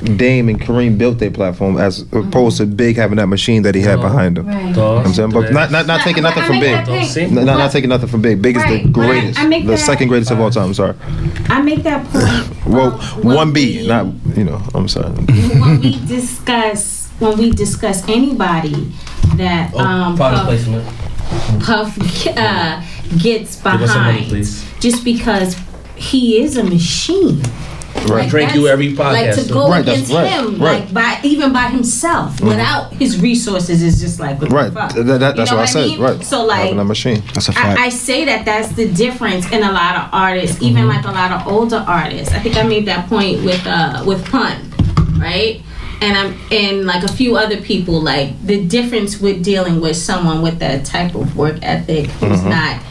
B: Dame, and Kareem built their platform as opposed
C: Mm-hmm.
B: to Big having that machine that he
C: Oh,
B: had behind him. I'm saying, but not not, not taking nothing from Big. No, no, not taking nothing from Big. Big is the
C: Right, but I-
B: greatest,
C: I make
B: the
C: that-
B: second greatest of all time. I'm sorry.
C: I make that point.
B: Well,
C: um, when
B: one B,
C: we-
B: not you know. I'm sorry.
C: when we discuss when we discuss anybody that
A: Oh,
C: um,
A: Product
C: Puff,
A: placement.
C: Puff uh, gets
A: Give us some money,
C: behind,
A: please.
C: just because he is a machine.
B: Right.
A: Drink you
C: that's-
A: every podcast. Mm-hmm.
C: Like to go
B: Right, that's
C: against
B: right,
C: him,
B: right.
C: like by even by himself, without his resources, is just like what the
B: Right.
C: fuck?
B: Th- th- that-
C: You
B: that's
C: know
B: what I said.
C: mean?
B: Right.
C: So like,
B: having a machine.
D: That's a fact.
C: I, I say that that's the difference in a lot of artists, even
B: Mm-hmm.
C: like a lot of older artists. I think I made that point with uh with Pun, right? And I'm and like a few other people, like the difference with dealing with someone with that type of work ethic who's
B: Mm-hmm.
C: not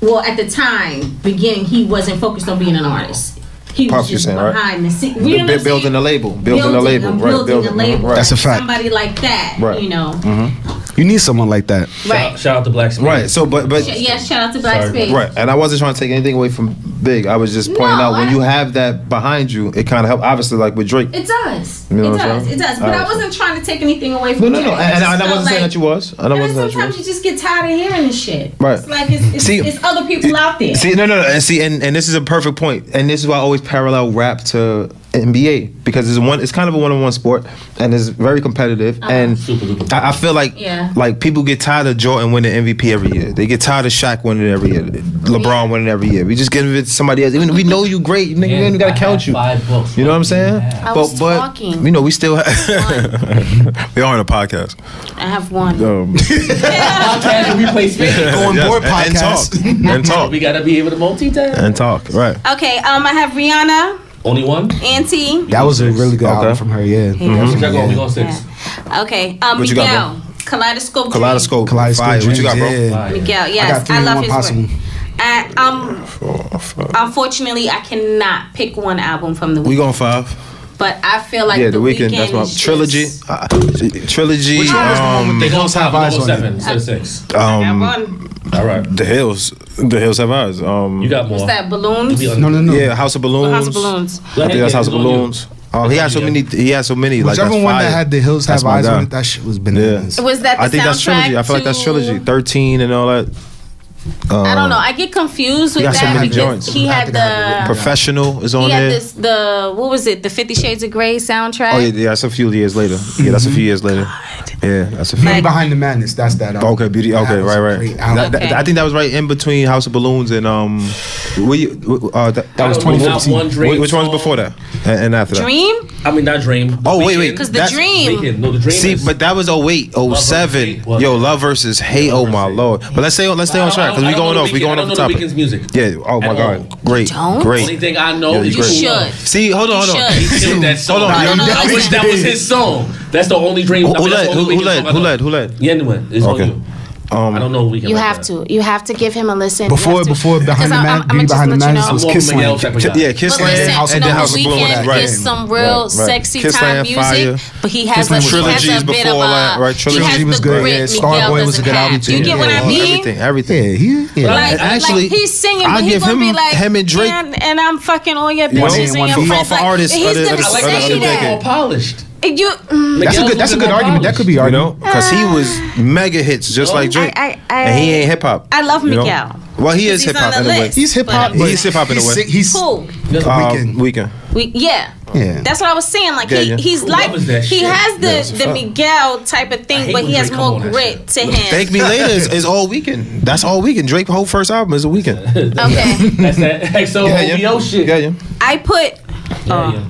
C: well at the time beginning he wasn't focused on being an artist. He was
B: Pops, you're
C: just
B: saying, right?
C: behind the scenes.
B: Bu- bu- building a label. Building, a label. Right.
C: Building, a label.
B: mhm, Right.
D: That's a fact.
C: Somebody like that,
B: Right. Mm-hmm.
C: you know.
D: You need someone like that.
C: Right.
A: Shout out to Black Smith.
B: right. So, but but
C: Yes, shout out to Black Space.
B: right. And I wasn't trying to take anything away from Big. I was just pointing
C: No,
B: out when
C: I-
B: you have that behind you, it kind of helped. Obviously, like with Drake.
C: It does.
B: You know
C: it
B: what I'm
C: does. It
B: saying?
C: does. But I
B: Alright.
C: wasn't trying to take anything away from
B: No, no,
C: you.
B: no.
C: I
B: And, and
C: just
B: I
C: felt
B: wasn't saying
C: like-
B: that you was. And I
C: And then
B: wasn't saying that you
C: sometimes
B: was.
C: you just get tired of hearing this shit.
B: Right.
C: It's like it's, it's,
B: See-
C: it's other people out there.
B: See, no, no, no, and see, and, and this is a perfect point, and this is why I always parallel rap to NBA because it's one. It's kind of a one-on-one sport, and it's very competitive.
C: Uh-huh.
B: And
A: Super duper.
B: I, I feel like
J: Yeah.
B: like people get tired of Jordan winning MVP every year. They get tired of Shaq winning every year, LeBron winning every year. We just give it to somebody else. Even if we know you great, you nigga, we ain't even
A: I
B: gotta count
A: had
B: you.
A: Five books.
B: You know what I'm saying?
C: I was talking.
B: you know we still we are on a podcast.
C: I have one.
B: Um,
A: Podcast and we play space.
B: going
I: board
B: and
I: podcast.
B: talk and talk
A: We gotta be able to multitask.
B: and talk. Right.
C: Okay, um, I have Rihanna,
A: Only one.
C: Auntie.
D: That was a really good
B: Okay.
D: album from her. Yeah,
A: Six, I go, we
D: yeah.
A: go six.
C: Okay, um,
B: What you
C: Miguel.
B: got,
C: Kaleidoscope. Dream.
B: Kaleidoscope.
D: Kaleidoscope
B: Fire. What you got, bro?
D: Dreams,
A: Five.
C: Miguel,
D: I got
C: yes,
D: three
C: I,
D: in
C: love
D: one
C: his
D: possible.
C: work. I, um, unfortunately, I cannot pick one album from the
B: We
C: week,
B: going five.
C: but I feel like
B: yeah,
C: the,
B: the weekend. That's my
C: is just-
B: trilogy. Uh, trilogy. Um,
A: They go top
D: eyes
A: five.
D: on it.
A: Seven. Instead of six.
C: I got
B: um,
C: one.
A: All right.
B: the hills. The hills have eyes. Um,
A: You got more.
C: What's that? Balloons.
A: We on-
D: No, no, no.
B: yeah, House of Balloons.
C: House of Balloons.
A: Go
B: I
A: ahead,
B: think that's
A: yeah,
B: House of
A: it's on you.
B: Balloons. Oh, he had so
A: Yeah.
B: many. He had so many. Like
D: Whichever
B: that's
D: one that
B: fire.
D: had the hills have
B: That's my
D: eyes
B: guy.
D: on it, that shit was bananas.
C: Was that the
B: I think that's trilogy. I feel like that's
C: soundtrack
B: trilogy.
C: to-
B: Thirteen and all that. Um,
C: I don't know. I get confused with
B: got so
C: that
B: many
C: because
B: joints.
C: he
D: I
C: had
D: think I have it written
C: the
B: Professional is on
C: he had
B: there.
C: this the what was it the Fifty Shades of Grey soundtrack. Mm-hmm.
B: Oh yeah, yeah, that's a few years later. Yeah, that's a few years later. Yeah, that's a few.
D: Beauty Behind the Madness. That's that. Album.
B: Oh, Okay, beauty.
D: That
B: Okay,
D: was
B: right,
D: a
B: right.
D: great album.
B: That- that-
C: Okay.
B: I think that was right in between House of Balloons and um, we, uh, that,
A: I
B: that was
A: don't know,
B: twenty
A: not one
B: fifteen.
A: Drake
B: Which one's
A: song.
B: before that and, and after that?
C: Dream
A: I mean, not dream.
B: Oh wait, wait.
C: because the
B: that's-
C: dream.
A: Weekend. No, the dream.
B: See,
A: is-
B: but that was 08, 07.
A: Hate was-
B: Yo, love versus hate. Oh my lord. But let's stay on. Let's stay on
A: I
B: track
A: don't-
B: because
A: I
B: we
A: don't
B: going
A: know
B: off. We
A: Weeknd.
B: going
A: I
B: off
A: don't
B: the
A: know the
B: topic.
A: Weeknd's music.
B: Yeah. Oh my
A: At
B: god. Great.
C: don't?
A: Only
B: Great.
A: thing I know
B: Yeah, you
A: is
B: great.
A: Dream.
C: should.
B: See, hold on, hold on.
C: You
A: He killed that song.
B: Hold on.
A: I,
B: you're-
C: no,
A: wish that was his song. That's the only dream.
B: Who
A: I mean,
B: who
A: that's
B: led?
A: the
B: Who
A: only
B: who
A: Weeknd
B: led?
A: song I
B: Who
A: know.
B: led? Who Um, led?
A: Yeah, anyway, it's
B: Okay.
A: on you. I don't know Weekend.
C: You
A: like
C: have
A: that.
C: to. You have to give him a listen. You
D: Before
C: have to.
D: before
C: Because
D: Behind the
C: I'm- I'm- I'ma
D: Madness, Beauty
C: just
D: Behind
C: let
D: the
C: you
D: Madness
C: know.
D: was
A: I'm
D: Kiss
A: more of a
D: Land.
A: Miguel type of
B: Ki-
A: guy.
B: Yeah,
C: But
B: Kiss
C: listen,
B: Land
D: House of
B: and
C: no,
B: then House of
C: Weeknd
B: Balloons.
C: is
B: Right.
C: some real
B: Right, right.
C: sexy
B: Kiss
C: time
B: Land,
C: music,
B: Fire.
C: but he has
D: Land
C: a
D: was
C: he
D: trilogy
C: has
B: is
C: a
B: before
C: bit of
B: all that,
C: a
B: right?
C: He
B: Trilogy
C: has
D: was
C: the
D: good,
C: grit
D: yeah.
C: Miguel
D: Starboy was a
C: doesn't
D: good
C: have.
D: album, too.
C: You get what
B: Yeah,
C: I mean?
B: Everything.
D: Yeah,
B: Everything.
D: he. Yeah.
B: Like-
C: Like,
B: actually,
C: like he's singing,
B: I
C: but he's
B: give
C: gonna
B: him-
C: be like
B: him and Drake-
C: and, and I'm fucking all your
D: One
C: bitches and
D: and one
C: your
D: for-
C: friends.
B: for
C: Like,
B: artists
C: he's
B: other-
C: gonna
B: other-
A: I like
B: other-
A: that.
B: other
C: say
A: She's
B: decade.
C: that.
A: more polished.
C: You, mm,
D: That's a good. That's a good argument. That could be
B: You
D: argued.
B: know, because he was mega hits just like Drake,
C: Uh, I- I-
B: and he ain't hip hop.
C: I love
B: you know?
C: Miguel.
B: Well, he is
C: he's
B: hip hop
C: on
B: in
C: the
B: a way.
C: list.
D: He's hip hop.
C: But-
D: but
B: He's hip-hop in a
D: he's
B: way.
D: sick- He's
C: Cool.
B: Uh,
D: Weeknd.
B: Weekend.
C: We, yeah.
D: Yeah.
C: That's what I was saying. Like
B: Yeah,
C: he,
B: yeah.
C: he's like
A: was that
C: he
A: shit?
C: has the the
B: fuck.
C: Miguel type of
A: I
C: thing,
A: hate
C: but
A: when
C: he has
A: Drake come
C: more
A: on that
C: grit to him.
B: Thank Me Later is, is all weekend. That's all weekend. Drake's whole first album is a weekend.
C: Okay,
A: That's that XO
B: Yeah, yeah.
A: OVO shit.
B: Yeah, yeah.
C: I put,
A: Yeah, yeah.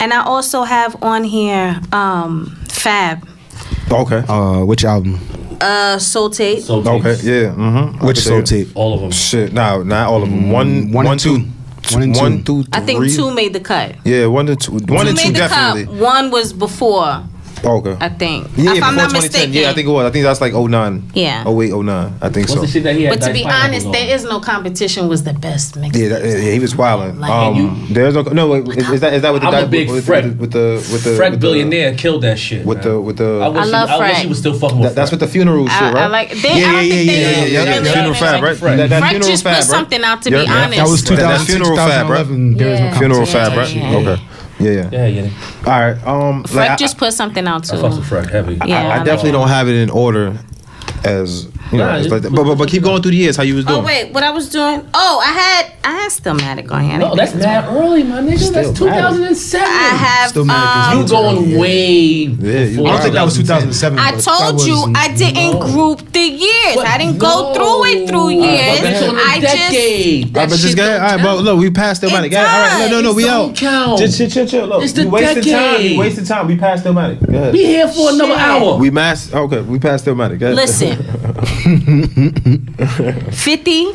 C: and I also have on here um Fab,
B: Okay.
D: Uh, which album?
C: uh Soul Tape.
A: So
B: Okay.
A: tapes.
B: Yeah. Mm-hmm.
D: Which soul tape? Mm,
A: all of them.
B: Shit. Nah, not all of them. One,
D: one
B: one,
D: and
B: two.
D: two. One and
B: One,
D: two.
B: two,
C: I think
B: three.
C: two made the cut.
B: Yeah, one and two. One and two
C: made the
B: definitely.
C: cut. One was before,
B: Okay.
C: I think. if
B: Yeah, before
C: I'm not
B: 2010.
C: mistaken.
B: Yeah, I think it was. I think that's like 09.
C: Yeah.
B: 08, 09. I
A: What's
B: think
A: the
B: so.
A: shit that he had?
C: But to
A: Dice
C: be
A: Pineapple
C: honest,
A: on?
C: there is no competition. Was the best mix.
B: Yeah, that, yeah, yeah, he was wilding.
C: Like,
B: um, there's no no. Wait, is, is that is that with the
A: I'm a
B: guy
A: big
B: with,
A: Fred-
B: with, with the with the
A: Fred
B: with the-
A: billionaire killed that shit.
B: with
A: man.
B: the with the.
A: I, wish
C: I
A: he,
C: love
A: I wish
C: Fred.
A: he was still fucking with
B: that, that's
A: Fred.
B: with the funeral shit,
C: I,
B: right?
C: I like. They, I don't think they
B: yeah, yeah, yeah, yeah,
C: really-
B: Funeral Fab, right?
A: Fred.
B: That, that
C: Fred
B: funeral
C: just
B: Fab,
C: put
B: right?
C: something out to be
B: Yeah,
C: honest.
B: yeah.
D: That was
B: That- that's
D: 2000,
B: Funeral Fab, right?
D: 2011. There was no
C: Yeah.
B: Funeral Fab,
C: Yeah,
B: right?
C: yeah,
B: Okay. Yeah, yeah.
A: Yeah, yeah.
B: All right. Um,
C: Fred
B: like, I-
C: just put something out
A: I fucks with
C: too.
A: Fred heavy.
C: Yeah.
B: I, I definitely don't have it in order as you know,
A: Nah,
B: it's
A: it's
B: like that.
A: cool.
B: But, but but keep going through the years how you was doing.
C: Oh wait, what I was doing? Oh, I had I had Stillmatic on here. I didn't
A: No, Oh, that's
C: think
A: mad early, my nigga. that's 2007.
C: I have.
D: Stillmatic is
C: Um,
A: You going way
B: Yeah, you
A: before
B: right.
D: I don't think that was 2007.
C: I
D: but
C: told
D: that
C: you
D: was-
C: I didn't group the years. I didn't go
A: No.
C: through it through years.
A: That's on a
C: I just
A: decade.
B: All right, but just get all right, bro. Look, we passed the money.
C: It
B: All right, no, no, no,
C: does.
B: we
A: Don't
B: out.
C: Oh.
A: count.
B: Just chill, chill, chill. Look,
A: It's the
B: you wasted time.
A: decade.
B: You wasted time. We passed the money. Go ahead.
A: Be here for another hour.
B: We mass. Okay, we passed the money. Go ahead.
C: listen. Fifty.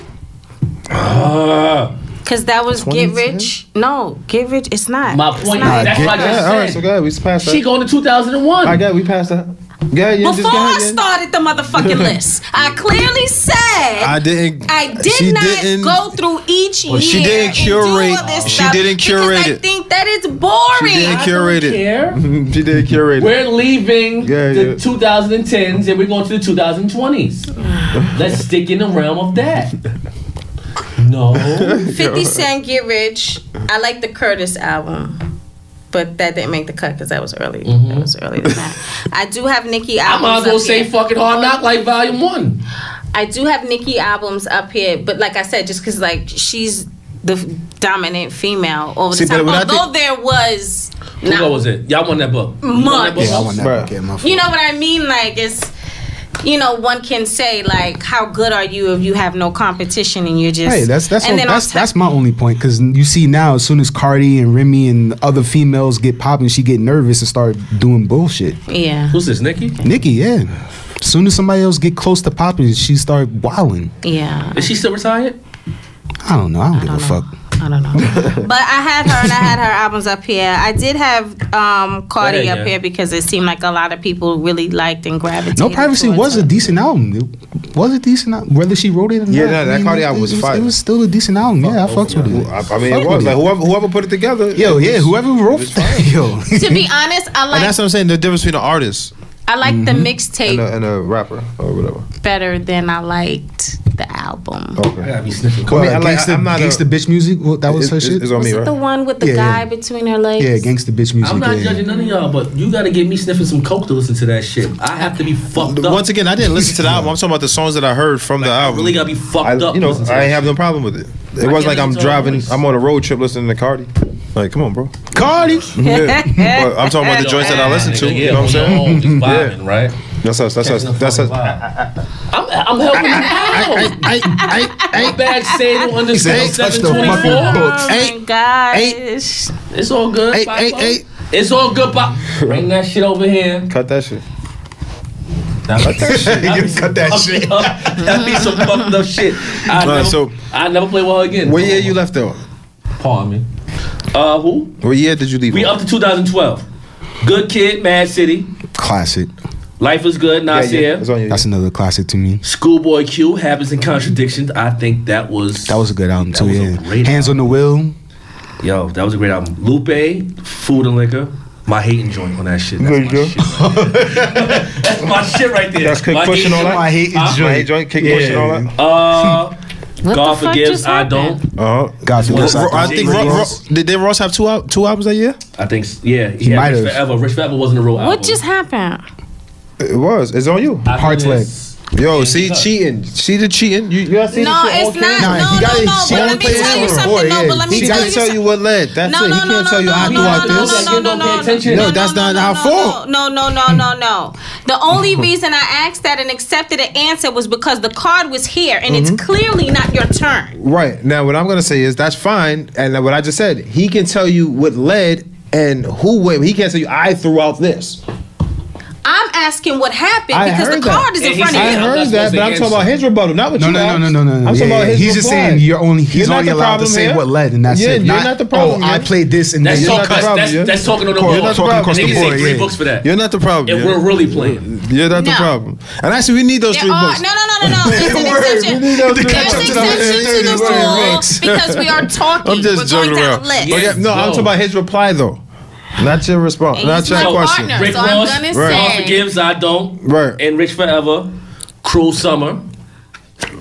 A: Uh,
C: Cause that was get rich. No, get rich. It's not.
A: my
C: It's
A: point.
C: not.
A: That's what I
B: Yeah,
A: just
B: all right,
A: said.
B: so go ahead. We passed that.
A: she going to
B: I
A: 2001.
B: got. We passed that. Yeah, yeah. just
C: Before
B: go
C: I
B: ahead, yeah.
C: started the motherfucking list, I clearly said
B: I
C: I,
B: didn't.
C: did not go through each year.
B: she didn't
C: and do
B: curate-
C: all this
B: she
C: stuff
B: didn't curate
C: because I
B: it.
C: think that it's
B: She didn't
C: boring.
B: curate it.
A: Here.
B: she did curate it.
A: We're leaving
B: Yeah,
A: the
B: yeah.
A: 2010s and we're going to the 2020s. Let's stick in the realm of that. No.
C: Fifty Cent get rich. I like the Curtis album. But that didn't make the cut because that was early.
A: Mm-hmm.
C: That was earlier than that. I do have Nicki
A: I
C: albums.
A: might as well
C: up
A: say
C: here.
A: fucking Hard Knock Life Volume 1.
C: I do have Nicki albums up here, but like I said, just because like she's the f- dominant female over
B: See,
C: the time.
B: but when I
C: Although
B: think-
C: there was
A: Who
C: not-
A: was it? Y'all won that book. You won that book?
D: Yeah, I want
B: Bruh.
D: that book at my
C: you know what I mean? Like it's you know, one can say like, how good are you if you have no competition and you're just
D: Hey, that's that's
C: and
D: all-
C: then on
D: that's
C: top-
D: that's my only point because you see now as soon as Cardi and Remy and the other females get popping, she get nervous and start doing bullshit.
C: yeah
A: Who's this, Nikki?
D: Nikki, yeah. As soon as somebody else get close to popping, she start wilding.
C: yeah.
A: Is she still retired?
D: I don't know. I don't give a fuck.
C: I don't know, but I had her and I had her albums up here. I did have um, Cardi
A: Yeah,
C: up
A: yeah.
C: here because it seemed like a lot of people really liked and gravitated.
D: No Privacy
C: towards
D: was
C: her.
D: a decent album. It was a decent album. Whether she wrote it or
B: Yeah,
D: not.
B: nah, that
D: I mean,
B: Cardi
D: it-
B: album
D: it
B: was fire.
D: It was still a decent album. Yeah, I fucked with it.
B: I, I mean,
D: Fuck
B: it was
D: with
B: like whoever whoever put it together.
D: Yo, yeah, whoever wrote
B: was
D: that. Yo.
C: To be honest, I
D: Oh,
B: And
C: like
B: that's what I'm saying. The difference between an artist
C: I like the
D: Mm-hmm.
B: and
C: mixtape
B: a, and a rapper or whatever.
C: better than I liked the
D: Oh,
C: album.
B: Okay.
O: I be sniffing.
B: Well,
D: Well,
B: I like-
D: gangsta,
B: I'm not a-
D: gangsta bitch music. Well, that was
B: It's-
D: her
B: it's-
D: shit.
B: It's on
C: Was
B: me,
C: it the
B: right?
C: one with the
D: Yeah,
C: guy
D: yeah.
C: between her legs?
D: yeah, gangsta bitch music.
A: I'm not
D: yeah.
A: judging none of y'all, but you gotta get me sniffing some coke to listen to that shit. I have to be fucked up.
B: Once again, I didn't listen to the album. I'm talking about the songs that I heard from the
A: I
B: album.
A: really gotta be fucked
B: I,
A: up.
B: you know,
A: to listen to
B: I
A: that
B: ain't have no problem with it. It
A: I
B: was
A: can't
B: like I'm
A: listen to her
B: driving.
A: voice.
B: I'm on a road trip listening to Cardi. Like, come on, bro.
D: Cardi.
B: Yeah. but I'm talking about the joints that I listen to. You know what I'm saying?
A: saying? Just vibing, right?
B: That's us. That's us. That's us.
A: I'm, I'm helping you out. My bad Sable under
D: said, "Don't touch the fucking
A: 724.
D: book."
C: Oh
B: Hey,
C: my gosh.
A: It's all good.
B: Hey,
A: Pablo.
B: hey, hey.
A: It's all good. Pop. Bring that shit over here.
B: Cut that shit.
A: Cut that shit.
B: Cut that shit.
A: That'd be some fucked up shit. I
B: Alright,
A: never,
B: so-
A: I never play well again.
B: What year you left though?
A: Pardon me. Uh, who?
B: What year did you leave?
A: We
B: on?
A: up to 2012. Good Kid, Mad City.
D: Classic.
A: Life is good,
B: Yeah,
A: Nasir.
B: yeah. It's on you.
D: That's another classic to me.
A: Schoolboy Q, Habits and Contradictions. I think that was
D: That was a good album too.
A: was a
D: Yeah.
A: great
D: Hands on the wheel.
A: yo. That was a great album. Lupe, Food and Liquor. My hating joint on that shit. That's my
B: There you
A: shit. Right there. That's my shit right there.
B: That's kick
A: My
B: pushing all
A: hating-
B: that.
D: I hate
A: Huh?
B: My hate joint, kick pushing all that.
A: Uh,
C: What
A: God
C: the fuck
A: forgives.
C: just
A: I
C: happened?
A: don't.
B: Uh huh.
D: God
A: Well,
D: bless.
A: Ro-
B: I think Ro- Ro- did, did Ross have two al- two albums that year?
A: I think s- yeah. He,
D: He
A: had
D: might
A: Rich
D: have.
A: Forever. Rich Forever wasn't a real album.
C: What just happened?
B: It was. It's on you.
A: I think
D: Heart's
A: it's-
B: Yo, see cheating. See the cheating. You, you gotta see
C: No,
B: the shit
C: it's
B: all
C: not.
B: came out.
C: No,
D: he
C: no,
D: gotta-
C: no.
D: she
C: But
D: only
C: let me
D: played
C: tell
D: it
C: you
D: on
C: something. No,
D: her. Yeah.
C: Oh, but let me
B: He
C: tell
B: gotta
C: you
B: tell
C: something.
B: you what led. That's
C: No,
B: it. He
C: no,
B: can't
C: no, no,
B: tell you
C: no,
B: I
C: no,
B: threw
C: no,
B: out
C: no,
B: this.
C: no, no, no, no,
A: attention.
C: no,
D: No, that's
C: no,
D: not
C: no,
D: our
C: no,
D: fault.
C: No, no, no, no, no, no. The only reason I asked that and accepted an answer was because the card was here, and it's clearly not your turn.
B: Right now, what I'm gonna say is that's fine, and what I just said, he can tell you what led and who went. He can't tell you I threw out this.
C: I'm asking what happened
B: I
C: because the
B: heard that.
C: card is
A: And
C: in
A: he
C: front of
A: said-
B: I
C: you.
A: Yeah,
B: heard
A: that's
B: that,
A: what's
B: but I'm talking
A: against
B: about
A: him.
B: his rebuttal, not what
D: No,
B: you.
D: no,
B: asked.
D: no, no, no,
B: I'm
D: no.
B: talking
D: Yeah,
B: about his.
D: he's just
B: reply.
D: saying you're only
B: You're
D: he's
B: not
D: only
B: the
D: allowed to
B: problem
D: say
B: here.
D: what led and that's
B: Yeah,
D: it.
B: you're not the problem,
D: Oh, I
B: yeah.
D: played this and
A: That's
D: then
B: You're
A: talking.
B: not the
A: That's,
B: problem,
A: that's,
B: yeah.
A: that's talking on the
B: You're
A: wall.
B: not the
A: Niggas
B: problem. Across the
A: say
B: board,
A: three
B: yeah.
A: books for that.
B: You're not the problem.
A: If
B: yeah.
A: we're really playing,
B: You're not the
C: No.
B: problem. And actually, we need those
C: There
B: three
C: are,
B: books.
C: no, no, no, no, no. It's an exception. There's
B: need those
C: an
B: three books.
C: exception to the rule because we are talking.
B: I'm just
C: We're
B: joking
C: going
B: around.
C: down list.
B: Okay, no, I'm
A: No.
B: talking about his reply though, not your response,
C: And
B: not
C: he's
B: your
A: "Oh,
C: my
B: question.
C: partner.
A: Rick
C: So I'm
A: Ross,
C: gonna
A: Rick
C: say-
A: Ross forgives. I don't.
B: Right.
A: And Rich Forever, Cruel Summer.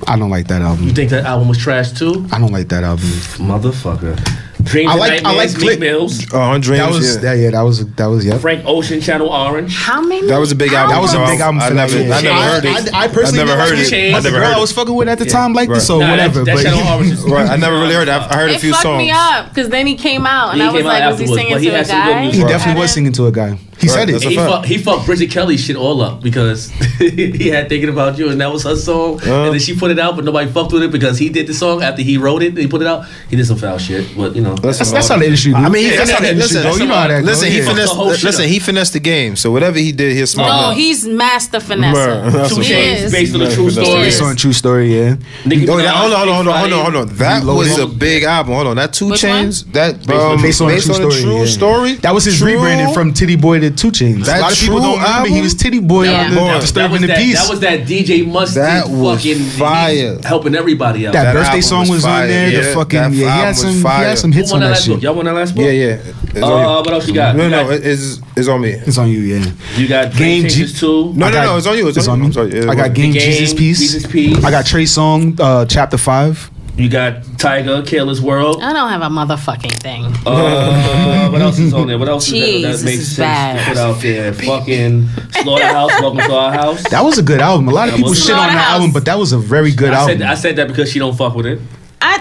D: I don't like that
A: You
D: album.
A: think that album was trash too,
D: I don't like that album.
A: motherfucker? Dreams
D: I
A: and
D: like- I
A: Nightmares,
D: like
A: Meek
D: Click.
A: Mills,
B: Uh, on dreams,
D: That was
B: yeah.
D: that yeah, that was that was yeah.
A: Frank Ocean, Channel Orange.
C: How many?
B: That was a big album.
D: That was a
B: so
D: big
B: I-
D: album
B: I
D: for that
B: never,
D: year.
B: I never
A: I-
B: heard it.
D: I, I personally
B: I never heard it.
A: Change.
B: I
D: As a
B: never
D: girl
B: heard
D: I
B: it.
D: was fucking with at the time like this
B: Right.
D: or
A: Nah, that-
D: whatever.
A: That,
D: but
A: Channel Orange is
B: Right, I never really heard it. I I heard a
C: It
B: few
C: fucked
B: songs.
C: me up because then he came out and
A: He
C: I was
A: came
C: like,
A: out
C: was he
A: afterwards,
C: singing
A: but he
C: to a
A: had some good
C: guy?
A: music.
D: he
B: Right.
D: definitely was singing to a guy. He
B: Right,
D: said
B: that's
D: it.
B: a
A: He
B: fact.
A: fucked, he fucked Bridget Kelly shit all up because he had thinking about you, and that was her song.
B: Uh.
A: and then she put it out, but nobody fucked with it because he did the song after he wrote it. And he put it out. He did some foul shit, but you know
D: That's, that's how the industry.
B: I mean, he
D: yeah, that's how the
B: finessed.
D: industry.
B: Listen,
D: go. You know how that
B: listen,
D: go,
B: he
D: yeah.
A: Fucked the
B: finessed.
A: whole shit
B: Listen,
A: up.
B: he finessed the game. So whatever he did, he's smart.
C: No,
B: enough.
C: he's master
B: Bruh,
C: finesse.
B: that's
A: Two
B: what-
C: He
A: Chainz
C: is.
A: Uh-huh. based on the true
B: That's
A: story.
C: what
D: Based on a true story, yeah.
A: Nicki
B: Oh,
A: Minaj,
B: that, hold on, hold on, hold on, hold on, hold on. That
D: Reloaded.
B: was a big album. Hold on, that two
C: Which
B: chains. That
A: on-
B: um,
D: Based on a true story. yeah.
B: story,
D: That was his
B: True-
D: rebranding from Titty Boy to Two Chains.
B: That
D: a lot of people
B: True
D: don't remember he
B: album?
D: was Titty Boy
C: Yeah.
D: on the
B: Boy.
A: That
D: Disturbing
A: was
D: the
A: that,
D: Peace.
A: that was that DJ Mustard
B: That was
A: fucking he's
B: fire.
A: helping everybody out.
D: That
B: That
D: birthday
B: album
D: song
B: was
D: was,
B: fire,
D: on there.
B: yeah.
D: The
B: That
D: fucking yeah, he
B: album
D: had
B: was
D: some he
B: fire.
D: had some
A: Who
D: hits
A: won
D: on
A: that
D: that
A: last book?
D: shit.
A: Y'all won that last book.
B: Yeah, yeah. It's
A: Uh,
B: on you.
A: what else you got?
B: No,
A: you
B: no,
A: got,
B: it- it's it's on me.
D: It's on you, yeah.
A: you got Game
D: Game G-
A: Changes too.
B: No,
D: I
B: no,
D: got-
B: no, it's on you. It's,
D: It's on
B: you.
D: me.
B: I'm sorry. Yeah,
D: I got
B: whatever.
D: Game
A: Game,
D: Jesus
A: Jesus
D: Peace.
A: Peace.
D: I got Trey Song, uh, Chapter Five.
A: You got Tiger, Careless World.
C: I don't have a motherfucking thing.
A: Uh, what else is on there? What else is there
C: Jeez,
A: that
C: this
A: makes
C: is
A: sense
C: bad.
A: to put out there? Fucking Slaughterhouse, Welcome to Our House.
D: That was a good album. A lot of
A: That
D: people
A: was-
D: shit on that
C: Slaughterhouse.
D: album, but that was a very good
A: I said,
D: album.
A: I said that because she don't fuck with it.
C: I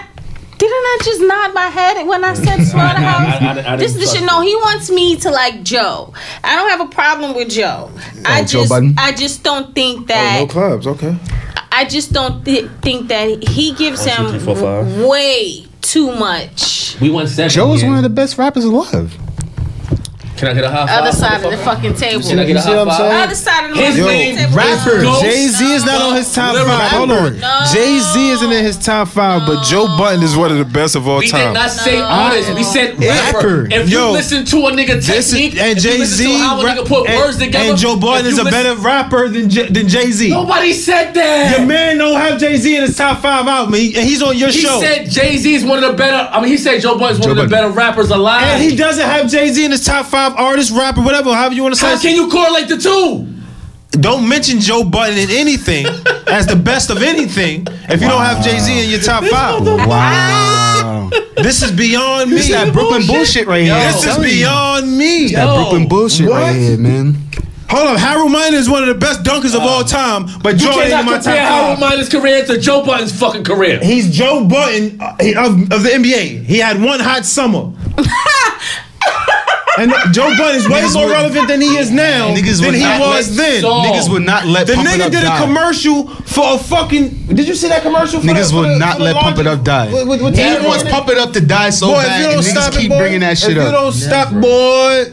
C: didn't I just nod my head when I said slaughterhouse?
O: I- I- I
C: this
O: didn't
C: is the shit.
O: trust
C: No, he wants me to like Joe. I don't have a problem with Joe. I
D: Oh, Joe
C: just,
D: Budden?
C: I just don't think
B: Oh,
C: that.
B: no clubs. Okay.
C: I just don't thi- think that he gives
O: One, two,
C: him
O: three, four, five.
C: way too much.
A: We won seven.
B: Joe is
A: yeah.
B: one of the best rappers alive.
A: Can I get a high five?
C: Other side of the fucking
A: Can I
C: table.
A: get a
B: You see what
A: high
B: I'm
A: five?
B: saying?
C: Other side of the
A: His
C: fucking
A: name,
C: table.
A: rapper. Ghost.
B: Jay Z is not on his top
A: Lyrical.
B: five. Hold on.
C: No.
B: Jay Z isn't in his top five, but Joe Button is one of the best of all
A: We did
B: time.
A: not say artist. We said rapper.
B: Rapper.
A: If you
B: Yo.
A: listen to a nigga
B: This
A: technique,
B: is, and
A: if you
B: Jay
A: listen to
B: Z
A: how a nigga put words
B: and,
A: together,
B: and Joe Button
A: if
B: is
A: you
B: a
A: listen-
B: better rapper than J- than Jay Z.
A: Nobody said that.
B: Your man don't have Jay Z in his top five album, and he- and he's on your
A: He
B: show.
A: said Jay Z is one of the better. I mean, he said Joe Budden's one
B: Joe
A: of the
B: Budden.
A: better rappers alive.
B: and he doesn't have Jay Z in his top five artist, rapper, whatever, however you want to say.
A: How
B: it.
A: can you correlate the two?
B: don't mention Joe Button in anything as the best of anything if you don't have Jay Z in your top five.
I: Wow.
B: This is beyond me.
I: This that Brooklyn bullshit right here.
B: This is beyond me.
A: Yo.
D: That Brooklyn bullshit
B: What?
D: right here, man.
B: Hold up, Harold Miner is one of the best dunkers of all time, but
A: You
B: Joe ain't in
A: cannot
B: my top
A: compare Harold
B: five.
A: Miner's career to Joe Budden's fucking career.
B: He's Joe Button uh, of, of the NBA. He had one hot summer. and Joe Button is way
I: Niggas
B: more
I: would-
B: relevant than he is now than he
I: Niggas would not
B: was
I: let-
B: then.
A: So-
I: Niggas would not let
B: The
I: Pump It
B: nigga
I: Up
B: did a
I: die.
B: commercial for a fucking. Did you see that commercial? For
I: Niggas
B: the, for
I: will
B: the-
I: not
B: for the
I: let Pump It
B: laundry-
I: Up die.
B: What- what- what
I: He
B: time
I: wants
B: was it?
I: Pump It Up to die so
B: Boy,
I: bad, and niggas keep
B: boy,
I: bringing that shit
B: if you
I: up.
B: don't stop, boy,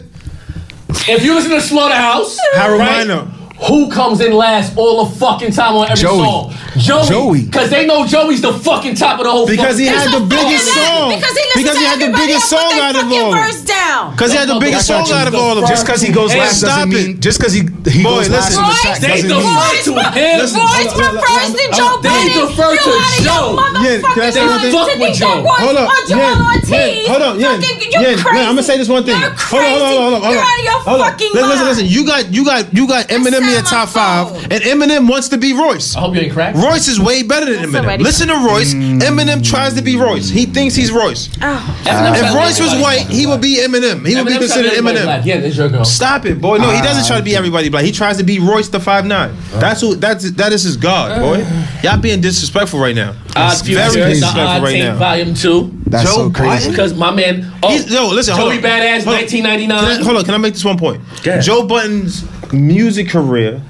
A: If you listen to Slaughterhouse,
B: Harold
A: right,
B: Miner.
A: Who comes in last all the fucking time on every
I: Joey.
A: song? Joey.
I: Joey.
A: Because they know Joey's the fucking top of the whole
B: because he
A: fucking-
B: had the biggest song.
C: Because he, listens
B: Because
C: to
B: he had the
C: everybody else
B: biggest
C: put
B: song
C: their
B: out of
C: fucking
B: all.
C: verse down.
B: Because he had the biggest song out of all of them.
I: Just because he goes
A: Hey,
I: last
B: stop
I: doesn't
B: it.
I: mean just because he he
B: Boy,
I: goes last
B: listen.
I: in the track
A: They
I: doesn't
A: the
I: mean
A: first to him.
B: Listen,
C: Boys refers to Joe
A: They
C: Biden.
A: defer
C: you
A: to
C: out of
A: Joe.
B: Yeah,
C: your
B: can I
C: motherfucking
B: say one
C: mind to
B: thing?
C: think that Royce
B: Hold up,
C: or Joel
B: Yen,
C: Ortiz.
B: Yen, hold up, Yen,
C: fucking- you're
B: Yen,
C: crazy.
B: I'm gonna say this one thing.
C: You're
B: Hold on,
C: crazy.
B: hold on, hold on, hold on.
C: You're out of your
B: Hold on.
C: fucking
B: Listen,
C: mind.
B: listen, listen. You got, you got, you got Eminem in your
C: sound my Oh.
B: top five,
C: phone.
B: and Eminem wants to be Royce.
A: I hope you ain't cracked.
B: Royce is way better
C: That's
B: than Eminem.
C: already-
B: Listen to Royce.
C: Mm.
B: Eminem tries to be Royce. He thinks he's Royce. If Royce was white, he would be Eminem. He would be considered Eminem.
A: Yeah, that's your girl.
B: Stop it, boy. No, he doesn't
C: Ah,
B: try to be everybody black. He tries to be Royce the five nine. That's who. That's that is his god, boy.
C: Uh.
B: Y'all being disrespectful right now.
C: Ah,
A: Odd Future,
B: very
A: the
B: disrespectful
A: Odd
B: right
A: Tape
B: now.
A: Volume Two.
D: That's
B: Joe
D: so crazy.
A: Because my man, oh,
B: He's- yo, listen, hold
A: Joey
B: on.
A: Badass,
B: Hold on.
A: nineteen ninety
B: Can I-
A: nine.
B: hold on, can I make this one point?
A: Yeah.
B: Joe Button's music career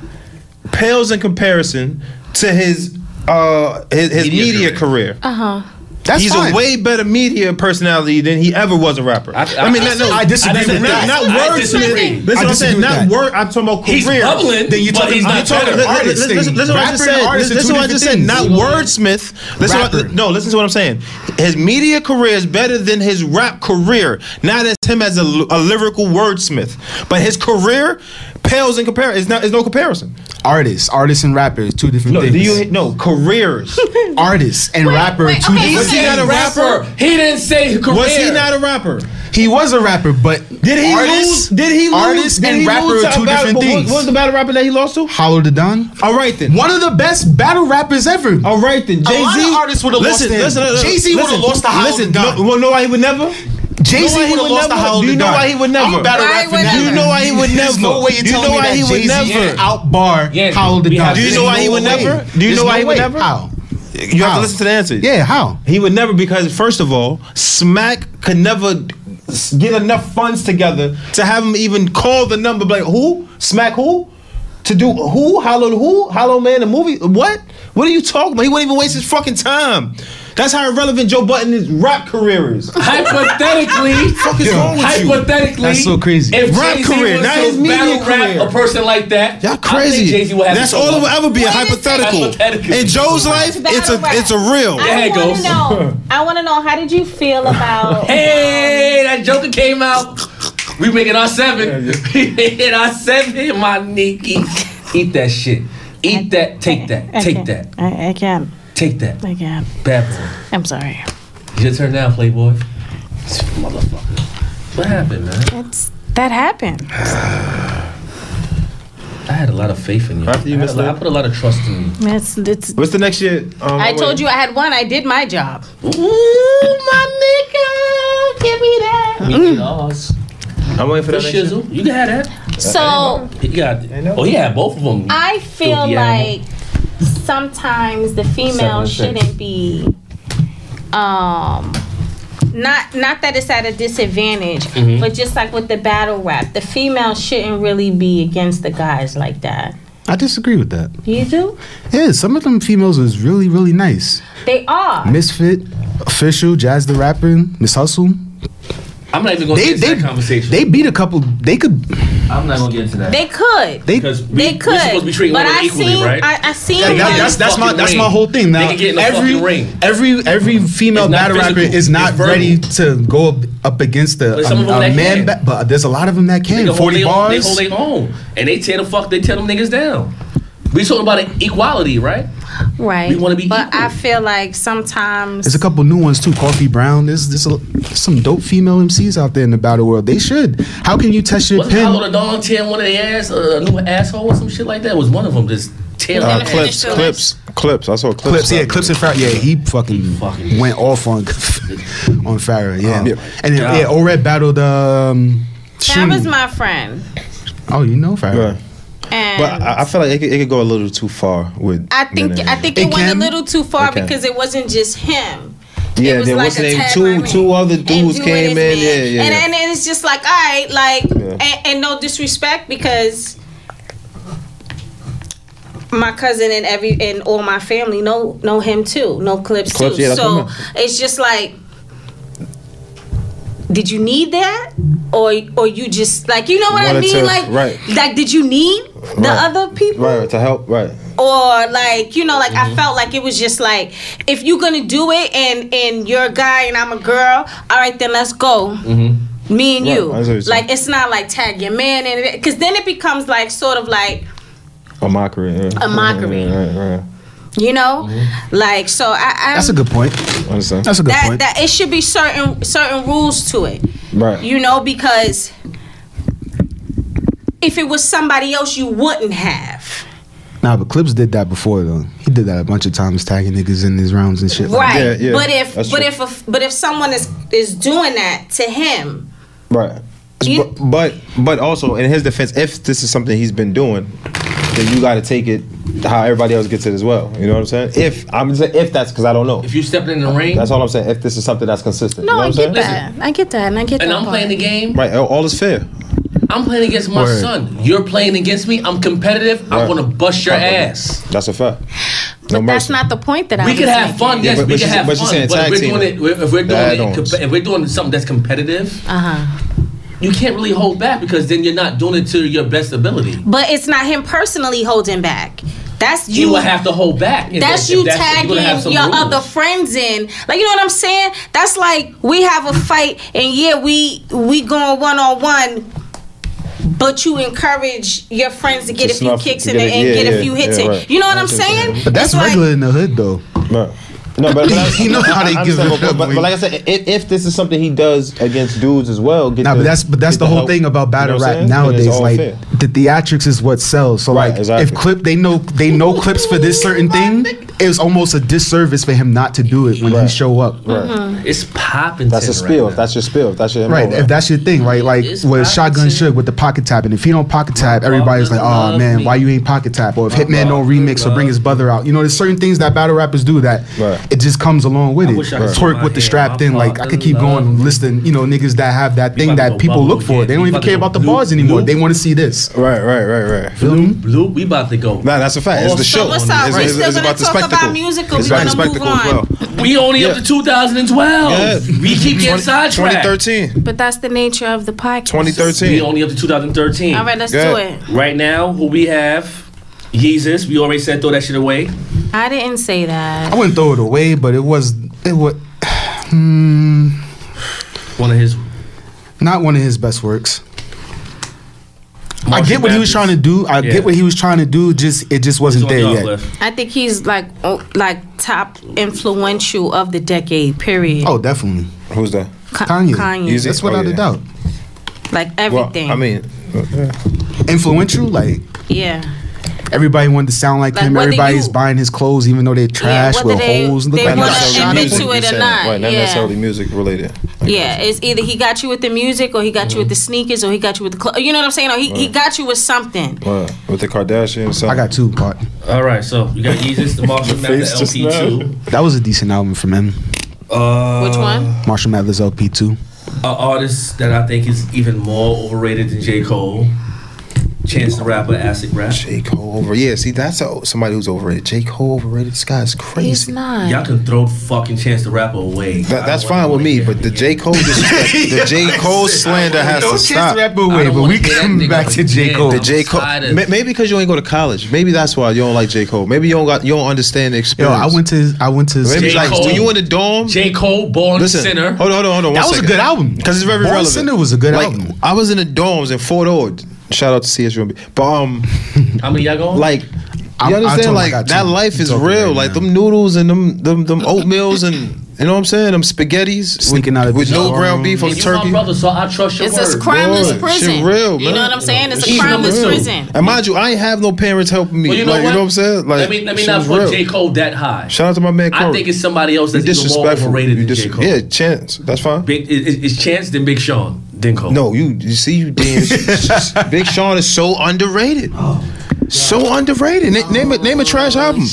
B: pales in comparison to his uh his, his media,
A: Media
B: career.
I: That's
B: He's
I: fine.
B: a way better media personality than he ever was a rapper. I, mean, not, no,
I: I disagree with
B: not,
I: that.
B: not
A: I
B: wordsmith.
A: disagree.
B: Listen, what I'm
I: disagree
B: saying
I: with
B: not
I: that.
B: word. I'm talking about career.
A: He's bubbling,
I: Then you
A: but
I: talking-
A: he's
I: I'm
A: not
I: talking-
A: better.
B: Listen-
I: artist
B: listen-
I: thing.
B: Listen listen to what I just
I: Rapper and
B: said.
I: artist are
B: Listen listen
I: two
B: to what I just said.
I: different
B: Not
I: things.
B: wordsmith. Listen what-
I: Rapper.
B: No, listen to what I'm saying. His media career is better than his rap career. Not as him as a, l- a lyrical wordsmith, but his career pales in comparison. It's not. It's no comparison.
D: Artists, artists and rappers, two different
B: No.
D: things.
B: Do you? No. Careers.
D: artists and rapper,
E: wait,
D: two
E: okay,
D: different
B: he not a
D: things.
B: rapper?
A: He didn't say career.
B: Was he not a rapper?
D: He was a rapper, but
B: Did he lose?
D: artists,
B: Did he lose?
D: Artists
B: did
D: and
B: he
D: rapper
B: lose to
D: are two
B: a battle-
D: different
B: what- what-
D: things.
B: What was the battle rapper that he lost to?
D: Hollow the Don,
B: All right then.
D: one of the best battle rappers ever.
B: All right then. Jay
D: A
B: Z.
D: lot of artists would've lost
B: Listen,
D: to him.
B: listen, listen,
D: Jay-Z would've
B: listen,
D: lost to Howlin'
B: Listen,
D: Don.
B: no, well, no, why he would never.
D: Jay
B: know why he
D: Z would have
B: would
D: lost to
B: never-
D: Hollow
B: do
D: the
B: you know
D: Don.
B: why he would
D: I'm
B: never?
D: a battle
C: Why
D: rapper
C: would
D: now.
C: never?
B: You know why he would
D: There's
B: never.
D: no way you're
B: You
D: telling
B: know
D: me
B: why
D: that
B: he would
D: Jay-Z
B: never.
D: can't outbar
A: Yeah,
D: Hollow the
A: we
D: Don.
A: have- Do you
D: There's
A: know why he
D: no
B: would
D: way.
B: never? Do you
D: There's
B: know why
D: no
B: he would
D: way.
B: never?
D: How?
B: You have
D: How?
B: to listen to the answer.
D: Yeah, how?
B: He would never because first of all, Smack could never s- get enough funds together to have him even call the number like who Smack who to do who Hollow who Hollow Man the movie what what are you talking about? He wouldn't even waste his fucking time. That's how irrelevant Joe Button's rap career is.
A: Hypothetically,
B: is wrong with you?
A: hypothetically,
D: That's so crazy.
A: If
B: Rap
A: Jay-Z
B: career,
A: was
B: not
A: to
B: his media
A: battle
B: career.
A: Rap a person like that,
B: Y'all crazy.
A: Jay Z would have.
B: That's
A: to
B: all
A: go.
B: it would ever be a
C: Wait a
B: hypothetical.
A: second. Hypothetical.
B: In Joe's life, it's
C: Battle
B: a
C: rap.
B: it's a real.
A: Yeah,
C: I
A: it
C: want
A: goes.
C: to know. I want to know. How did you feel about?
A: Hey, that Joker came out. We making our seven. We making our seven, my Nikki. Eat that shit. Eat that. Take that. Take that.
C: I, I can't.
A: Take that.
C: I can't.
A: Bad boy.
C: I'm sorry.
A: Your turn now, Playboy. Motherfucker. What happened, man?
C: It's that happened.
A: I had a lot of faith in you.
B: After you
A: I, had a
B: missed
A: lot- I
B: that?
A: put a lot of trust in you.
C: It's it's.
B: What's the next shit? Um,
C: I told you I had one. I did my job. Ooh, my nigga, Oh, Mm. give me that.
A: We did ours.
B: I'm waiting for
A: The
B: that next shit.
A: shizzle. You can have that.
C: So
A: He got Oh, he had both of them.
C: I feel
A: Filthy
C: like sometimes the female
A: Seven, six.
C: shouldn't be um not not that it's at a disadvantage,
A: Mm-hmm.
C: but just like with the battle rap, the females shouldn't really be against the guys like that.
D: I disagree with that.
C: You do?
D: Yeah, some of them females was really, really nice.
C: They are.
D: Misfit, official, Jazz the Rapper, Miss Hustle.
A: I'm not even gonna
D: They
A: get into
D: they
A: that conversation.
D: they beat a couple. They could.
A: I'm not gonna get into that.
C: They could.
D: They
A: because we,
C: They could.
A: We're supposed to be treating
C: but
A: women
C: I
A: equally,
C: seen,
A: right?
C: I, I seen.
D: That-
C: them-
D: that's that's my
A: fucking
D: that's my
A: ring.
D: whole thing. Now
A: They can get in the
D: every
A: fucking ring.
D: every every female
A: It's not
D: battle rapper
A: physical,
D: is not
A: it's verbal.
D: ready to go up, up against the
A: But some of them that
D: man.
A: can.
D: Ba- but there's a lot of them that
A: They
D: can.
A: can hold
D: Forty
A: they own-
D: bars.
A: They hold their own, and they tear the fuck. They tear them niggas down. We talking about equality, right?
C: right.
A: We wanna be
C: But
A: equal.
C: I feel like sometimes
D: There's a couple new ones too. Coffee Brown. There's there's, a, there's some dope female MCs out there in the battle world. They should. How can you test your
A: What's the
D: pen?
A: the dog tearing one of their ass, uh, a new asshole or some shit like that? Was one of them just tearing?
B: Uh,
A: their ass?
B: clips, clips, clips. I saw clips.
D: Clips, yeah, clips and Farrah. Yeah, he fucking,
A: fucking-
D: went off on on Farrah. Yeah,
B: Yeah.
D: and then, yeah, Ored battled um.
C: that
D: Shun.
C: was my friend,
D: oh, you know Farrah.
B: Right.
C: and
B: But I, I feel like it could, it could go a little too far with.
C: I think I think
D: It
C: it, went a
D: can.
C: little too far
B: It can.
C: because it wasn't just him.
B: yeah,
C: it was
B: there
C: like
B: was
C: a
B: name
C: tag
B: two
C: line.
B: two other
C: and
B: dudes
C: do it
B: came in.
C: as men.
B: Yeah, yeah.
C: And,
B: yeah.
C: and it's just like, all right, like,
B: Yeah.
C: and, and no disrespect because my cousin and every and all my family know know him too, know clips,
B: Clips,
C: too.
B: yeah, that's what I
C: so
B: meant.
C: it's just like, did you need that? Or, or you just like you know what I
B: Wanted
C: mean
B: to-
C: like
B: right.
C: like did you need the
B: Right.
C: other people
B: Right to help. Right.
C: or like you know like i felt like it was just like if you're gonna do it and and you're a guy and i'm a girl all right then let's go me and
B: Right, I see what you're
C: you
B: saying.
C: like it's not like tag your man in it because then it becomes like sort of like
B: A mockery. Yeah.
C: A mockery.
B: Right. Right.
C: you know like so i i
D: That's a good point.
B: right. Understand.
D: That's a good
C: that,
D: point.
C: that it should be certain certain rules to it
B: right.
C: you know because if it was somebody else you wouldn't have
D: Nah, but Clips did that before though. He did that a bunch of times, tagging niggas in his rounds and shit. like
C: right
B: Yeah, yeah,
C: but if
B: that's
C: but
B: true.
C: if a, but if someone is is doing that to him
B: Right.
C: You-
B: but, but but also in his defense, if this is something he's been doing, then you got to take it how everybody else gets it as well. You know what I'm saying? If I'm just saying if that's because I don't know.
A: If you stepping in the ring
B: That's all I'm saying. If this is something that's consistent,
C: No,
B: you know what
C: I
B: I'm
C: get
B: saying?
C: that. I get that. And I get
A: and
C: that.
A: I'm playing the
C: part.
A: game,
B: Right, all- all is fair.
A: I'm playing against my
D: Word.
A: son. You're playing against me. I'm competitive.
B: Right.
A: I'm gonna bust your ass.
B: That's a fact.
C: But that's
B: mercy.
C: not the point that I
A: We
C: was
A: can have
C: making.
A: fun, yes.
B: but- but
A: we can
B: she's-
A: have
B: but she's
A: fun,
B: saying
A: but if
B: tag
A: we're
B: team.
A: doing it, if we're
B: Nah, I
A: doing it,
B: don't.
A: compe- if we're doing something that's competitive,
C: Uh-huh.
A: you can't really hold back because then you're not doing it to your best ability.
C: But it's not him personally holding back. That's
A: You
C: you.
A: will have to hold back. if
C: that's
A: if
C: you
A: if you're
C: tagging
A: gonna have some
C: your
A: rules.
C: other friends in. Like you know what I'm saying? That's like we have a fight and yeah, we we going one on one. But you encourage your friends to get
B: To
C: a few
B: snuff-
C: kicks
B: to
C: in
B: get
C: and,
B: it-
C: and
B: yeah,
C: get
B: yeah,
C: a few hits
B: yeah,
C: in.
B: right.
C: You know what I'm
B: That's what I'm
C: saying?
B: saying.
D: But that's
C: It's like-
D: regular in the hood though.
B: No, no, but, but I-
D: You know how they
B: I
D: give it
B: understand, but,
D: up,
B: but,
D: boy.
B: but like I said, if, if this is something he does against dudes as well, get
D: Nah,
B: the,
D: but that's but that's
B: get
D: the whole
B: help.
D: thing about
B: You know
D: battle
B: what I'm
D: rap
B: saying? And it's
D: nowadays.
B: all
D: Like
B: fair.
D: the theatrics is what sells. So
B: Right,
D: like
B: exactly.
D: if Clip they know they know Clips for this certain thing, it was almost a disservice for him not to do it when he
B: Right.
D: show up. Right.
A: It's popping.
B: that's a spill.
A: Right
B: if
A: now.
B: that's your spill. if That's your
D: Right,
B: MO,
D: if that's your thing, right? Like
A: It's
D: with
A: pocket
D: Shotgun
A: tap.
D: Shook with the pocket tap, and if he don't pocket tap, everybody's like,
A: love
D: "Oh man,
A: me.
D: why you ain't pocket tap?" Or if Hitman don't remix or bring his brother out, you know, there's certain things that battle rappers do that
B: Right.
D: it just comes along with it.
A: wish I could put
D: Twerk
A: my
D: with the
A: hand
D: strap
A: on
D: thing,
A: my
D: like I could keep
A: father.
D: going listing, you know, niggas that have that thing
A: about to
D: that
A: go
D: people look
A: bubble
D: for.
A: again.
D: They don't
A: We
D: even
A: about to
D: care
A: go
D: about the
A: blue-
D: bars anymore.
A: blue.
D: They want to see this.
B: right, right, right, right.
D: Feel me?
A: Blue, we about to go.
B: Nah, that's a fact. It's the show.
C: So what's up?
B: It's,
C: We're
B: it's-
C: still
B: it's
C: gonna
B: about the
C: talk about
B: spectacle.
C: music or
B: it's
C: we
B: about the
C: gonna move
B: spectacle as
C: on?
B: well.
A: We only up
B: Yeah.
A: to 2012.
B: Yeah.
A: We keep getting sidetracked.
B: 2013.
C: But that's the nature of the podcast.
B: 2013.
A: We only up to 2013.
C: All right, let's
B: Go
C: do
B: ahead.
C: it.
A: Right now, who we have? Yeezus. We already said throw that shit away.
C: I didn't say that.
D: I wouldn't throw it away, but it was it was
A: One of his.
D: not one of his best works. I get what he was trying to do. I
A: Yeah.
D: get what he was trying to do. Just it just wasn't there yet.
C: I think he's like oh, like top influential of the decade. Period.
D: Oh, definitely.
B: Who's that?
C: Ka-
D: Kanye.
B: Easy.
D: That's
B: That's
D: without
B: Oh,
D: a
B: yeah.
D: doubt.
C: Like
B: Well,
C: everything.
B: I mean,
D: Influential, like
C: yeah.
D: everybody wanted to sound like,
C: Like,
D: him.
C: whether
D: Everybody's
C: you-
D: buying his clothes, even though they're trash
C: whether
D: with
C: they-
D: holes. and Look
C: they
D: like
C: wanna
D: that.
C: admit to it or
B: you're saying.
C: not,
B: Right, not
C: yeah.
B: necessarily music related.
C: Yeah. It's either he got you with the music or he got you with the sneakers or he got you with the clothes. You know what I'm saying? Or he, he got you with something.
B: Right. With the Kardashians, something.
D: I got two part.
A: All right, so you got Yeezus, the Marshall Mathers
B: Face just
A: LP2.
D: That was a decent album from him.
O: Uh,
C: Which one?
D: Marshall Mathers LP two.
O: An artist that I think is even more overrated than J. Cole. Chance the Rapper, Acid Rap.
B: J. Cole over. Yeah, see, that's a, somebody who's overrated. J. Cole overrated. This guy's
C: He's
B: crazy.
C: not.
O: Y'all can throw fucking Chance the Rapper away.
B: That, that's fine with me, but the J. Cole disrespect, the J. Cole slander has to stop.
D: away,
A: don't
D: but
A: wanna
D: we
A: hear that
D: come
A: nigga
D: back to J
A: again.
D: Cole.
B: The J.
A: I'm
B: Cole,
A: tired of-
B: ma- maybe because you ain't go to college. Maybe that's why you don't like J. Cole. Maybe you don't got, you don't understand the
D: Yo,
B: experience.
D: I went to his, I went to his
B: Maybe
A: J.
B: like
A: Cole.
B: when you in the dorm.
A: J. Cole, Born
B: listen,
A: Sinner.
B: hold on, hold on, hold on.
D: That was a good album
B: because it's very
D: Born
B: relevant.
D: Sinner was a good
B: like, um,
D: album.
B: I was in the dorms in Fort Ord. Shout out to CSUMB. But um,
A: How many y'all going?
B: like.
D: I-
B: You
D: I told
B: understand?
D: him I
B: Like
D: got
B: that
D: you.
B: life
D: You
B: is
D: talking
B: real.
D: right
B: like
D: now.
B: them noodles and them them them oatmeals and you know what I'm saying? Them spaghettis
D: Sneaking
B: with,
D: out of
B: with
D: the
B: no
D: dorm.
B: ground beef on
A: and you
B: turkey.
A: my brother, so I trust your
C: It's
A: word.
C: a crimeless
B: Good.
C: prison.
B: Shit real,
C: You know
B: man.
C: what I'm saying? It's a
A: Shit
C: crimeless
A: real.
C: prison.
B: And mind you, I ain't have no parents helping me.
A: Well, you know
B: like
A: what?
B: you know what I'm saying? Like
A: let me let me
B: shit
A: not
B: was
A: put
B: real.
A: J. Cole that high.
B: Shout out to my man. Corey.
A: I think it's somebody else
B: You
A: that's even more overrated
B: You
A: than J.
B: dis-
A: Cole.
B: Yeah, chance. That's fine.
A: Big, it, it- it's Chance then Big Sean then Cole.
B: No, you, you see, you dance. Big Sean is so underrated.
A: Oh,
B: so underrated. Na- name a name a trash
C: Oh,
B: album.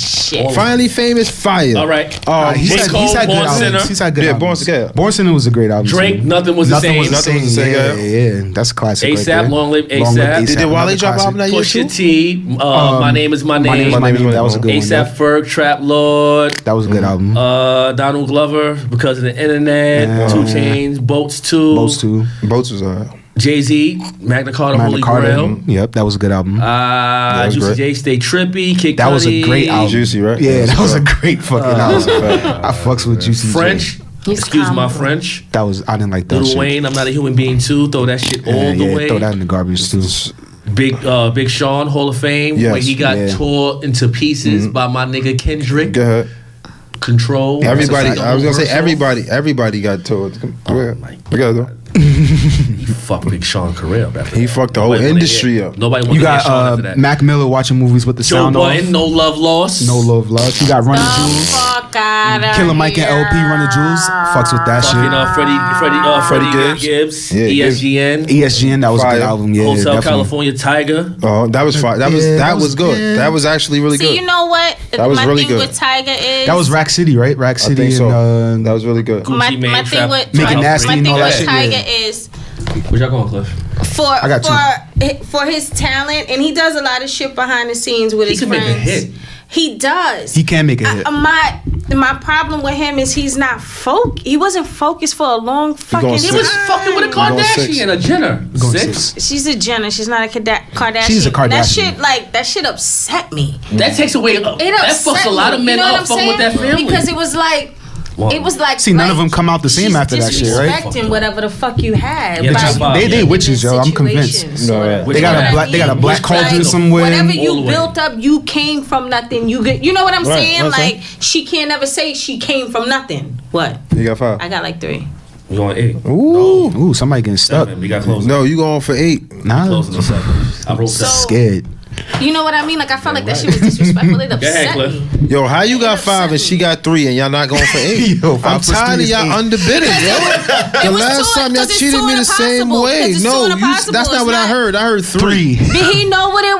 B: Finally famous fire.
A: All right.
B: Um,
D: Nah, Uh, he's,
A: J.
D: had,
A: Cole,
D: he's had good
A: Born
D: albums.
A: Sinner.
D: He's had good
B: Yeah,
D: albums.
B: Born Sinner.
D: Born Sinner was a great album.
A: Drake,
D: too.
A: Nothing Was the
D: nothing
A: Same.
D: Was the
B: Nothing
D: same.
B: Was the Same, yeah.
D: Yeah, yeah, yeah. That's classic. right
A: A$AP,
D: there.
A: Long Live
D: Long Live
A: A$AP.
B: Did, did Wale
D: another
B: drop
D: classic.
B: album that year too?
A: Pusha T. Uh, my
D: Um,
A: name is my name.
D: My name is my name. That was a good one.
A: ASAP
D: That-
A: Ferg, Trap Lord,
D: That was a good album.
A: uh, Donald Glover, because of the internet,
D: Yeah.
A: Two Chains, Boats Two,
D: Those two.
B: Boats was alright.
A: Jay Z, Magna Carta,
D: Magna
A: Holy
D: Carta. mm.
A: Grail,
D: Yep, that was a good album.
A: uh,
B: was
A: Juicy
B: great.
A: J, Stay Trippy, Kid
D: That was a
A: Cudi,
D: great album.
B: Juicy, right?
D: yeah, that was a
B: great-
A: Uh,
D: great fucking album. I fucks with Juicy J.
A: French.
C: He's
A: Excuse my
C: calm.
A: French.
D: That was I didn't like that
A: Little
D: shit.
A: Wayne, I'm not a human being too. Throw that shit all
D: Yeah,
A: the
D: yeah,
A: way.
D: throw that in the garbage too.
A: Big uh, Big Sean Hall of Fame,
B: Yes, Mm-hmm.
A: where he got
D: yeah.
A: tore into pieces by my nigga Kendrick.
B: Go ahead.
A: Control.
B: Everybody,
A: That's a
B: I was gonna say
A: universal.
B: everybody, everybody got told. Go ahead.
A: my
B: Go ahead, though.
A: He fucked Big Sean career up. After
B: He
A: that.
B: fucked the whole
A: Nobody wanna
B: industry
A: hear-
B: up.
A: Nobody wanted
D: You
A: to hear
D: got
A: Sean after
D: uh,
A: that.
D: Mac Miller watching movies with the
A: Joe
D: sound
A: Button,
D: off.
A: No Love Lost.
D: No love, love. You got Running
C: The
D: Jewels.
C: Oh, fuck out
D: Killer Mike and LP Running Jewels. Fucks with that
A: Fucking
D: shit.
A: uh, Freddie, Freddie, uh, Freddie,
B: Freddie
A: Gibbs, E
B: Gibbs. E- Yeah, Gibbs.
A: ESGN,
D: ESGN. That was a
B: Fire.
D: good album. Yeah,
A: Hotel
D: definitely.
A: California Tiger.
B: Oh, that was fine. That was
D: Yeah,
B: that,
D: that
B: was,
D: was-
B: good.
D: yeah.
B: That was actually really
C: See,
B: good.
C: you know what?
B: That was
C: my
B: really
C: thing
B: good.
C: with Tiger is
D: That was Rack City, right? Rack
B: I
D: City
B: think so.
D: and
B: that
D: uh,
B: was really good.
A: Gucci
C: my,
A: Mane,
C: my
A: Trap-
C: thing with
D: Make It
C: my,
D: Nasty
C: my
D: and
C: thing
D: all that
C: with
D: shit,
C: Tiger
D: yeah.
C: is
A: What y'all going, Cliff?
C: for
D: I got
C: for hi- for his talent and he does a lot of shit behind the scenes with
A: He
C: his
A: can make a
C: friends.
A: hit.
C: He does.
D: he can make a
C: I-
D: hit.
C: uh, my my problem with him is he's not folk. He wasn't focused for a long fucking.
B: going
C: time.
A: He was fucking with a
B: going six.
A: Kardashian, a Jenner.
D: Going
A: Six?
D: six.
C: She's a Jenner. She's not a Kada- Kardashian.
D: She's a
C: That
D: Kardashian.
C: shit like that shit upset me.
B: Mm-hmm.
A: That takes away. Uh,
C: It
A: that
C: upset
A: fucks a lot
C: me.
A: of men
C: you know what
A: up.
C: I'm
A: Fucking with
C: saying?
A: that family.
C: because it was like it was like
D: See, none of
C: like,
D: them come out the same
C: she's
D: after that shit, right?
C: Disrespecting whatever the fuck you had.
A: Yeah,
C: by
A: just-
D: They they
A: Yeah.
D: witches, yo. I'm
C: situation,
D: convinced.
C: sorta.
B: right.
D: They got a black they got a black
C: It's like
D: cauldron somewhere.
C: Whatever
A: All the
C: you
A: way.
C: built up, you came from nothing. You get, you know what I'm
B: Right,
C: saying?
B: that's
C: Like
B: right.
C: she can't ever say she came from nothing. What?
B: You got five.
C: I got like three.
A: We going eight.
B: Ooh.
D: Ooh, somebody getting stuck.
A: Seven. We got close.
B: No, you going for eight.
D: Nah,
A: Close in a second. I wrote
C: So-
A: that.
D: scared.
C: You know what I mean? Like I felt like that shit was disrespectful. It upset
A: Cliff.
C: me.
B: Yo, how you got five and she got three and y'all not going for eight?
D: Yo, five
B: I'm
D: plus
B: tired
D: three
B: of
D: is
B: y'all
D: eight.
B: underbidding, yo. The
C: was
B: last
C: so-
B: time y'all
C: because it's
B: cheated
C: so
B: me the same
C: impossible.
B: way.
C: Because it's
B: No,
C: so
B: you, that's
C: impossible.
B: not
C: It's
B: what I
C: not-
B: heard. I heard three.
D: Three.
C: Did he know what it
B: Yo,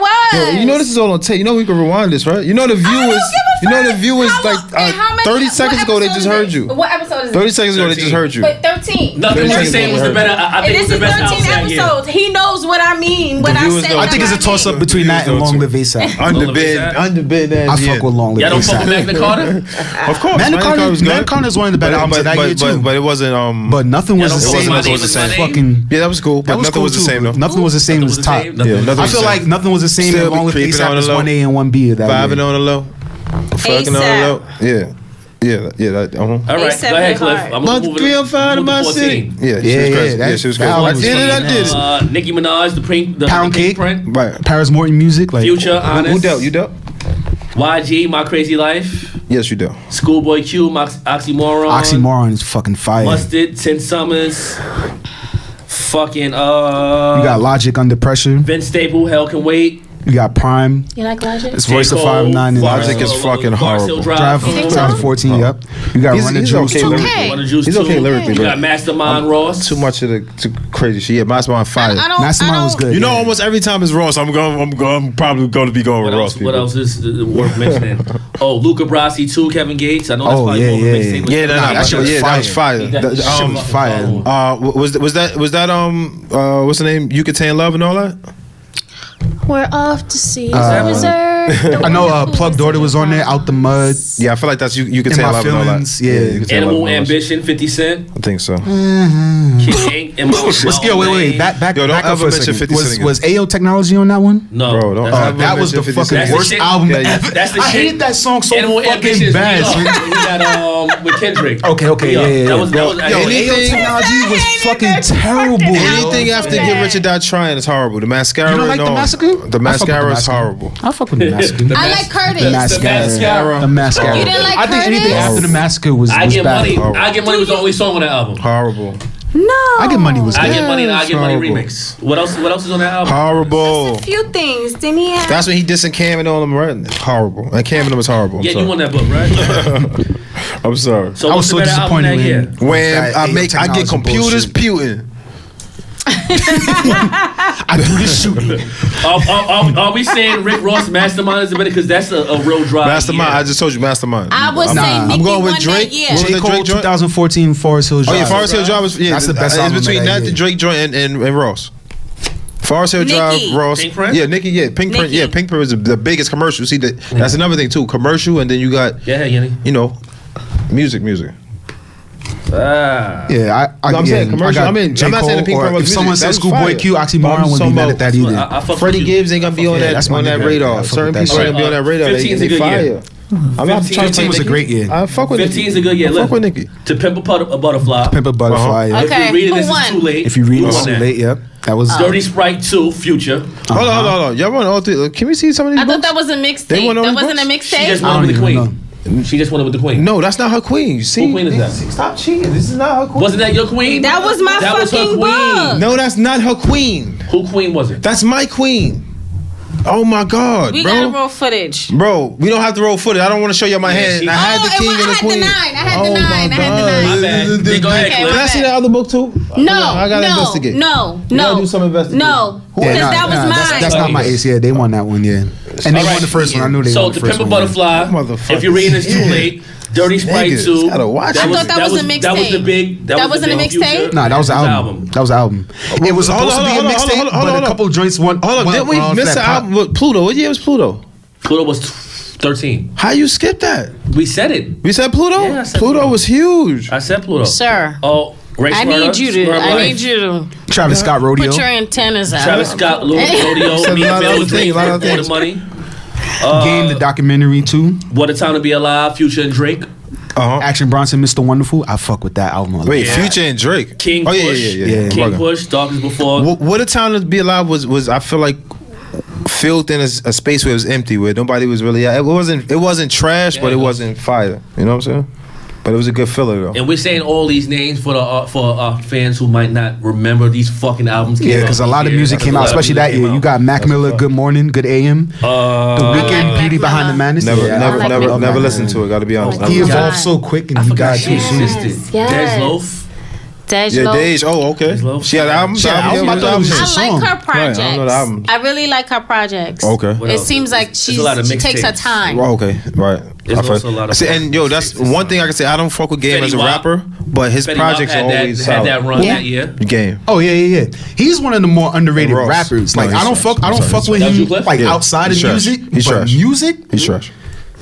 C: was?
B: you know this is all on tape. You know we can rewind this, right? You know the viewers. You know the viewers like uh, 30 seconds ago they just heard you.
C: What episode is it?
B: 30 seconds ago they just heard you.
C: But 13.
A: Nothing
B: Thirty
A: we
B: seconds
A: saying was
B: ago.
A: the better. I, I think it was
C: this
A: the
C: is 13
A: best album that year.
C: episodes. He knows what I mean. What I
B: viewers
C: said.
B: know.
D: I think it's a toss up between that and Long Live ASAP.
B: Underbid,
A: Long live
B: underbid.
D: I fuck with Long Live
A: Y'all don't fuck with
D: ASAP.
A: Magna Carta.
B: Of course,
D: Magna Carta
B: was
D: was
B: good.
D: Magna Carta is one of the better
B: But-
D: albums of
B: but-
D: that year
B: but- but-
D: too.
B: But it wasn't. Um,
D: But nothing was the
A: don't fuck with
D: same.
A: My
D: as
A: Name Is My Name.
D: Fucking.
B: yeah, that was cool. But
D: That was
B: nothing
D: cool
B: was the
D: too.
B: same though.
D: Nothing was the same
A: Nothing
D: as
A: was the
D: top.
A: same. Nothing
B: Yeah,
A: was
B: nothing
D: I
B: was
D: feel
B: the
D: like
B: same.
D: nothing was the same
B: Still
D: as Long
B: be
D: Live
B: creeping
D: ASAP
B: on
D: as
B: the low.
D: one A and one B of that.
B: Five and
D: year.
B: on the low. Fucking on the low. Yeah, yeah, yeah. That, uh-huh.
A: All right,
C: A7
A: go ahead, Cliff.
C: hard.
A: I'm gonna move it. up- move it to 14.
B: Yeah, she
D: Yeah,
B: was
D: yeah,
B: crazy. Yeah,
D: that-
B: she was
D: that
B: crazy. I
D: album was
B: did it. I
D: fucking
B: did it.
A: Uh, Nicki Minaj, the pink, the
D: Pound
A: the pink
D: Cake.
A: print,
B: Right.
D: Paris Morton music, like
A: Future,
B: Who
A: Honest,
B: dealt? You dealt?
A: YG, My Crazy Life,
B: Yes, you dealt.
A: Schoolboy Q, Mox, Oxymoron,
D: Oxymoron is fucking fire.
A: Mustard, Ten Summers, fucking uh,
D: You got Logic under pressure.
A: Vince Staple, Hell Can Wait,
D: You got Prime.
C: You like Logic?
D: It's Voice of Five Nine and
B: Logic is
D: uh,
B: fucking horrible.
D: Drive,
C: think so?
D: drive 14, yep. You got
B: He's-
D: Run the
B: he's
D: Juice.
B: okay
D: too.
B: lyrically.
C: Okay.
B: He's okay lyrically,
A: You got
B: but
A: Mastermind Ross.
B: too much of the too crazy shit. Yeah, Mastermind on fire.
C: I don't.
D: That's
C: I
D: mine
C: don't,
D: was good.
B: You know,
D: yeah.
B: almost every time it's Ross, I'm going. I'm going. I'm probably going to be going
A: What
B: with Ross.
A: else, what
B: people.
A: else is uh, worth mentioning? oh, Luca Brasi too, Kevin Gates. I know that's
D: Oh,
A: probably
D: yeah,
A: one of the
D: yeah,
A: biggest
D: yeah.
A: things.
B: Yeah, no,
D: Nah,
B: no, that
D: that
B: shit
D: shit
B: was yeah,
D: was
B: that was fire.
A: That Oh,
B: That-
A: shit
B: um,
A: was
D: fire.
A: horrible.
B: uh, wa- was that was that was that um uh what's the name? You could tan love and all that.
C: We're off to see. Reserve.
D: I know uh, Plug Daughter was on there, Out the Mud,
B: Yeah, I feel like that's you. You could
D: In
B: tan
D: My
B: love and all that.
D: Feelings, yeah.
B: You Could Tan
A: Animal
B: Love and All That.
A: Ambition, 50 Cent.
B: I think so.
A: Kid Ink, and my,
D: Let's
A: my
D: go. Mm-hmm. Wait,
A: Own
D: wait,
A: Lane.
D: wait. Back, back,
B: Yo, don't
D: back up
B: ever
D: for a
B: mention 50
D: second.
B: Cent
D: Was,
B: again.
D: was AO Technology on that one?
A: No,
B: Bro, don't-
A: Oh, that's
D: Uh,
A: not-
D: that was the
B: 50 Cent.
D: fucking
A: That's the
D: worst
A: shit-
D: album
B: yeah, yeah.
D: ever.
A: That's the
D: I
A: shit.
D: hated that song so
A: Animal Ambition
D: fucking
A: is
D: bad.
A: we
D: son.
A: up. We got um with Kendrick.
D: Okay, okay,
A: We up.
D: yeah, yeah,
A: That
D: yeah.
A: was that was
B: yo,
A: I-
B: any-
D: AO
B: Anything-
D: Technology was fucking terrible. yo.
B: Anything after Get Rich or Die Trying is horrible. The mascara.
D: You don't like
B: and
D: The
B: all.
D: Massacre? I fuck with
B: The
D: The
B: mascara is
D: Massacre.
B: horrible.
D: I fuck with the massacre.
A: The
D: The
C: I
A: mas-
C: like Curtis.
A: the- the
D: Mascara.
A: mascara.
D: massacre.
C: You didn't like
D: I think anything
C: Curtis?
D: after the massacre was, was
A: I get
D: bad. Oh.
A: money.
B: Horrible.
A: I get money was the only song on that album.
B: Horrible.
C: no.
D: I get money was
A: I
D: good.
A: get money. and I get money
B: horrible.
A: remix. What else? What else is on that album?
B: Horrible.
C: Few things. Didn't he have?
B: That's when he dissing Cam and all them. Right? Horrible. And Cam and them is horrible. I'm
A: Yeah,
B: sorry.
A: you won that book, right?
B: I'm sorry.
A: So
D: I
A: what's
D: was so
A: the better album
D: disappointed,
A: that
D: man.
A: year?
B: When
D: That
B: I
D: AO
B: make, I get
D: technology
B: computers
D: bullshit.
B: puting.
D: I do the
A: Uh,
D: shooting.
A: Are, are, are, are we saying Rick Ross Mastermind is the better? Because that's a, a real drive.
B: Mastermind.
A: year.
B: I just told you, Mastermind.
C: I would
B: I'm-
C: say
D: I'm
C: Nicki
B: going with
C: won
B: Drake.
C: that year.
B: What was
D: J.
B: that
D: Cole,
B: Drake joint?
D: 2014 Forest Hill
B: Oh
D: Drive.
B: yeah, Forest Hill Drive was yeah.
D: That's the best
B: It's
D: album of
B: between
D: that
B: that,
D: year.
B: Drake joint and, and, and Ross. Forest Hill Drive,
C: Nicki.
B: Ross.
A: Pink Print?
B: Yeah, Nikki. Yeah, Pink Print.
C: Nicki.
B: Yeah, Pink Print is the, the biggest commercial. See that? That's another thing too. Commercial, and then you got
A: Yeah, Yenny.
B: you know, music, music.
A: Ah.
D: Yeah, I, I,
B: No, I'm
D: yeah,
B: saying commercial.
D: got
B: I mean,
D: J.
B: I'm not saying
D: Cole,
B: the Pink
D: or
B: Floyd was
D: If
B: music.
D: someone
B: That
D: said
B: was
D: Schoolboy
B: fire.
D: Q,
B: But I'm
D: Oxymoron wouldn't
B: talking
D: be mad at that
A: I,
D: either.
A: I fuck with
B: Freddie
A: you.
B: Gibbs ain't gonna be on
D: Yeah,
B: that
D: that's my
B: on that
D: nigga. Yeah, I
B: radar.
D: fuck
B: Certain
D: with that
B: people ain't gonna be on
A: shit.
B: that radar. They,
A: 15's a
B: they
A: good
B: fire.
A: year.
B: I'm
A: 15
B: not trying to
A: was
B: take
A: a
B: Nicki.
D: great year.
B: I fuck with Nicki.
A: 15 is a good year.
B: I
A: Listen,
B: fuck with Nicki.
A: To Pimp a, Put- a Butterfly.
D: Pimp a Butterfly.
C: Uh-huh.
D: Yep.
A: If
C: Okay,
A: you're reading
C: who
A: this, it's
C: won?
A: too late.
D: If you read
A: Who
D: it
A: won
D: so
A: that?
D: late, yep. That was
A: Dirty Sprite 2, Future.
B: Hold on, hold on, hold on. Y'all want all three? Can we see some of
C: I
B: these?
C: thought
B: books?
C: that was a
B: They
C: mixtape.
B: won all
C: That
B: the
C: wasn't a
A: She just
C: mixtape.
A: won
D: I
A: it
D: don't
A: with the
D: even
A: Queen. She just won it with the Queen.
B: No, that's not her queen. You see?
A: Who queen is that?
B: Stop cheating. This is not her queen.
A: Wasn't that your queen?
C: That was my
A: That was her
C: fucking
A: queen.
C: book.
B: No, that's not her queen.
A: Who queen was it?
B: That's my queen. Oh my god,
C: We
B: bro.
C: got roll footage.
B: Bro, we don't have to roll footage. I don't want to show you my
A: Yeah,
B: hand.
A: she-
B: I had
C: Oh,
B: the
C: it
B: king
C: was-
B: and the
C: I had the
B: queen.
C: nine. I had
B: oh
C: the nine.
B: My
C: I had the
B: God.
C: nine.
A: My bad. Then go ahead,
C: Okay,
A: Cliff.
B: Can I see the other book too?
C: No,
B: I gotta
C: no,
B: investigate.
C: no,
B: We
C: no,
B: gotta do some investigation.
C: No,
D: Yeah,
C: because
D: nah,
C: that was
D: nah,
C: mine.
D: That's, that's not my ace. Yeah, they won that one. Yeah, and they
A: Alright.
D: won the first one. I knew they
A: So
D: won the
A: to
D: first
A: Pimp a
D: one.
A: Butterfly.
B: Motherfuckers.
A: If you're reading this too
B: Yeah.
A: late. Dirty Sprite
B: Niggas
A: 2.
B: gotta watch it. I thought
C: that was a
A: That was
C: mixtape.
A: the big. That,
C: That
A: was the
C: wasn't a
A: big Future
C: mixtape?
D: Nah, that was an album. That was an album. It
B: Hold on,
D: was supposed to be
B: hold
D: a
B: on, hold on,
D: mixtape,
B: hold on, hold
D: but
B: on.
D: a couple joints won.
B: Hold on,
D: went
B: didn't we
D: off
B: miss
D: that
B: an
D: pop.
B: album with Pluto? What year was Pluto?
A: Pluto was 13.
B: How you skip that?
A: We said it.
B: We said Pluto?
A: Yeah, I said
B: Pluto,
A: Pluto.
B: was huge.
A: I said Pluto.
C: Sir,
A: Oh, Race
C: I
A: Murder,
C: need you to.
A: Swerve
C: I
A: Life.
C: need you to
D: Travis Scott Rodeo.
C: put your antennas out.
A: Travis Scott, Lil Rodeo,
B: Said
A: Me
B: a lot of
A: Mill
B: other
A: was
B: things, a lot of other
A: for the
B: things.
A: money.
D: Game the documentary too.
A: What a time to be alive, Future and Drake.
B: Uh-huh.
D: Action Bronson, Mr. Wonderful. I fuck with that album. a lot.
B: Wait, Future and Drake.
A: King
B: oh,
A: Push.
B: yeah, yeah, yeah. yeah.
D: Yeah.
A: King
B: Bugging.
A: Push, Dark is Before.
B: Wh- What a time to be alive was was I feel like filled in a, s- a space where it was empty, where nobody was really. It wasn't it wasn't trash, but it
A: Yeah.
B: wasn't fire. You know what I'm saying? But it was a good filler though.
A: And we're saying all these names for the uh, for our fans who might not remember these fucking albums. came
D: Yeah,
A: out
D: because a
A: this
D: lot of
A: year.
D: music
A: A
D: came
A: lot
D: out,
A: of
D: especially
A: music
D: that
A: came
D: year.
A: out. Uh,
D: You got Mac Miller, Good Morning, Good AM, The Weekend, Beauty Behind the Madness.
B: Uh, Never
D: Yeah, I
B: never
D: like
B: never
D: Mac
B: never
D: Miller.
B: listened to it. Got to be honest.
D: He
B: Never-
C: forgot.
D: evolved so quick, and
A: I
D: he
A: forgot
D: died
A: she
D: too soon.
A: existed.
C: Yes.
A: Dej Loaf.
C: Dej
B: Yeah,
C: Loaf.
B: Dej. Oh, okay.
A: Loaf.
B: She had albums.
D: She had
B: albums?
D: albums.
B: Yeah,
D: I thought it was
B: albums.
D: just-
C: I like her
B: Right,
C: projects.
B: I know the album.
C: I really like her projects.
B: Okay.
A: What
C: It
A: else?
C: seems like
A: There's
C: she's,
A: a lot of
C: she takes her
A: mixtapes.
C: time.
B: Oh, okay, right.
A: There's
B: I feel-
A: also a lot of-
B: See, and yo, that's one thing I can say. I don't fuck with Game
A: Fetty
B: as a
A: Wap.
B: rapper, but his
A: Fetty Wap
B: projects
A: had
B: are
A: that-
B: always
A: had
B: solid.
A: that run that year.
B: Game.
D: Oh yeah, yeah, yeah. He's one of the more underrated
B: Ross.
D: rappers.
B: No,
D: Like
B: he's
D: I don't
B: trash.
D: fuck, I
B: I'm
D: don't
B: sorry,
D: fuck
B: he's
D: with
A: trash.
D: him
A: That was you,
D: like
B: Cliff?
D: outside
B: He's
D: of
B: trash.
D: music.
B: He's
D: but
B: trash.
D: music,
B: He's trash.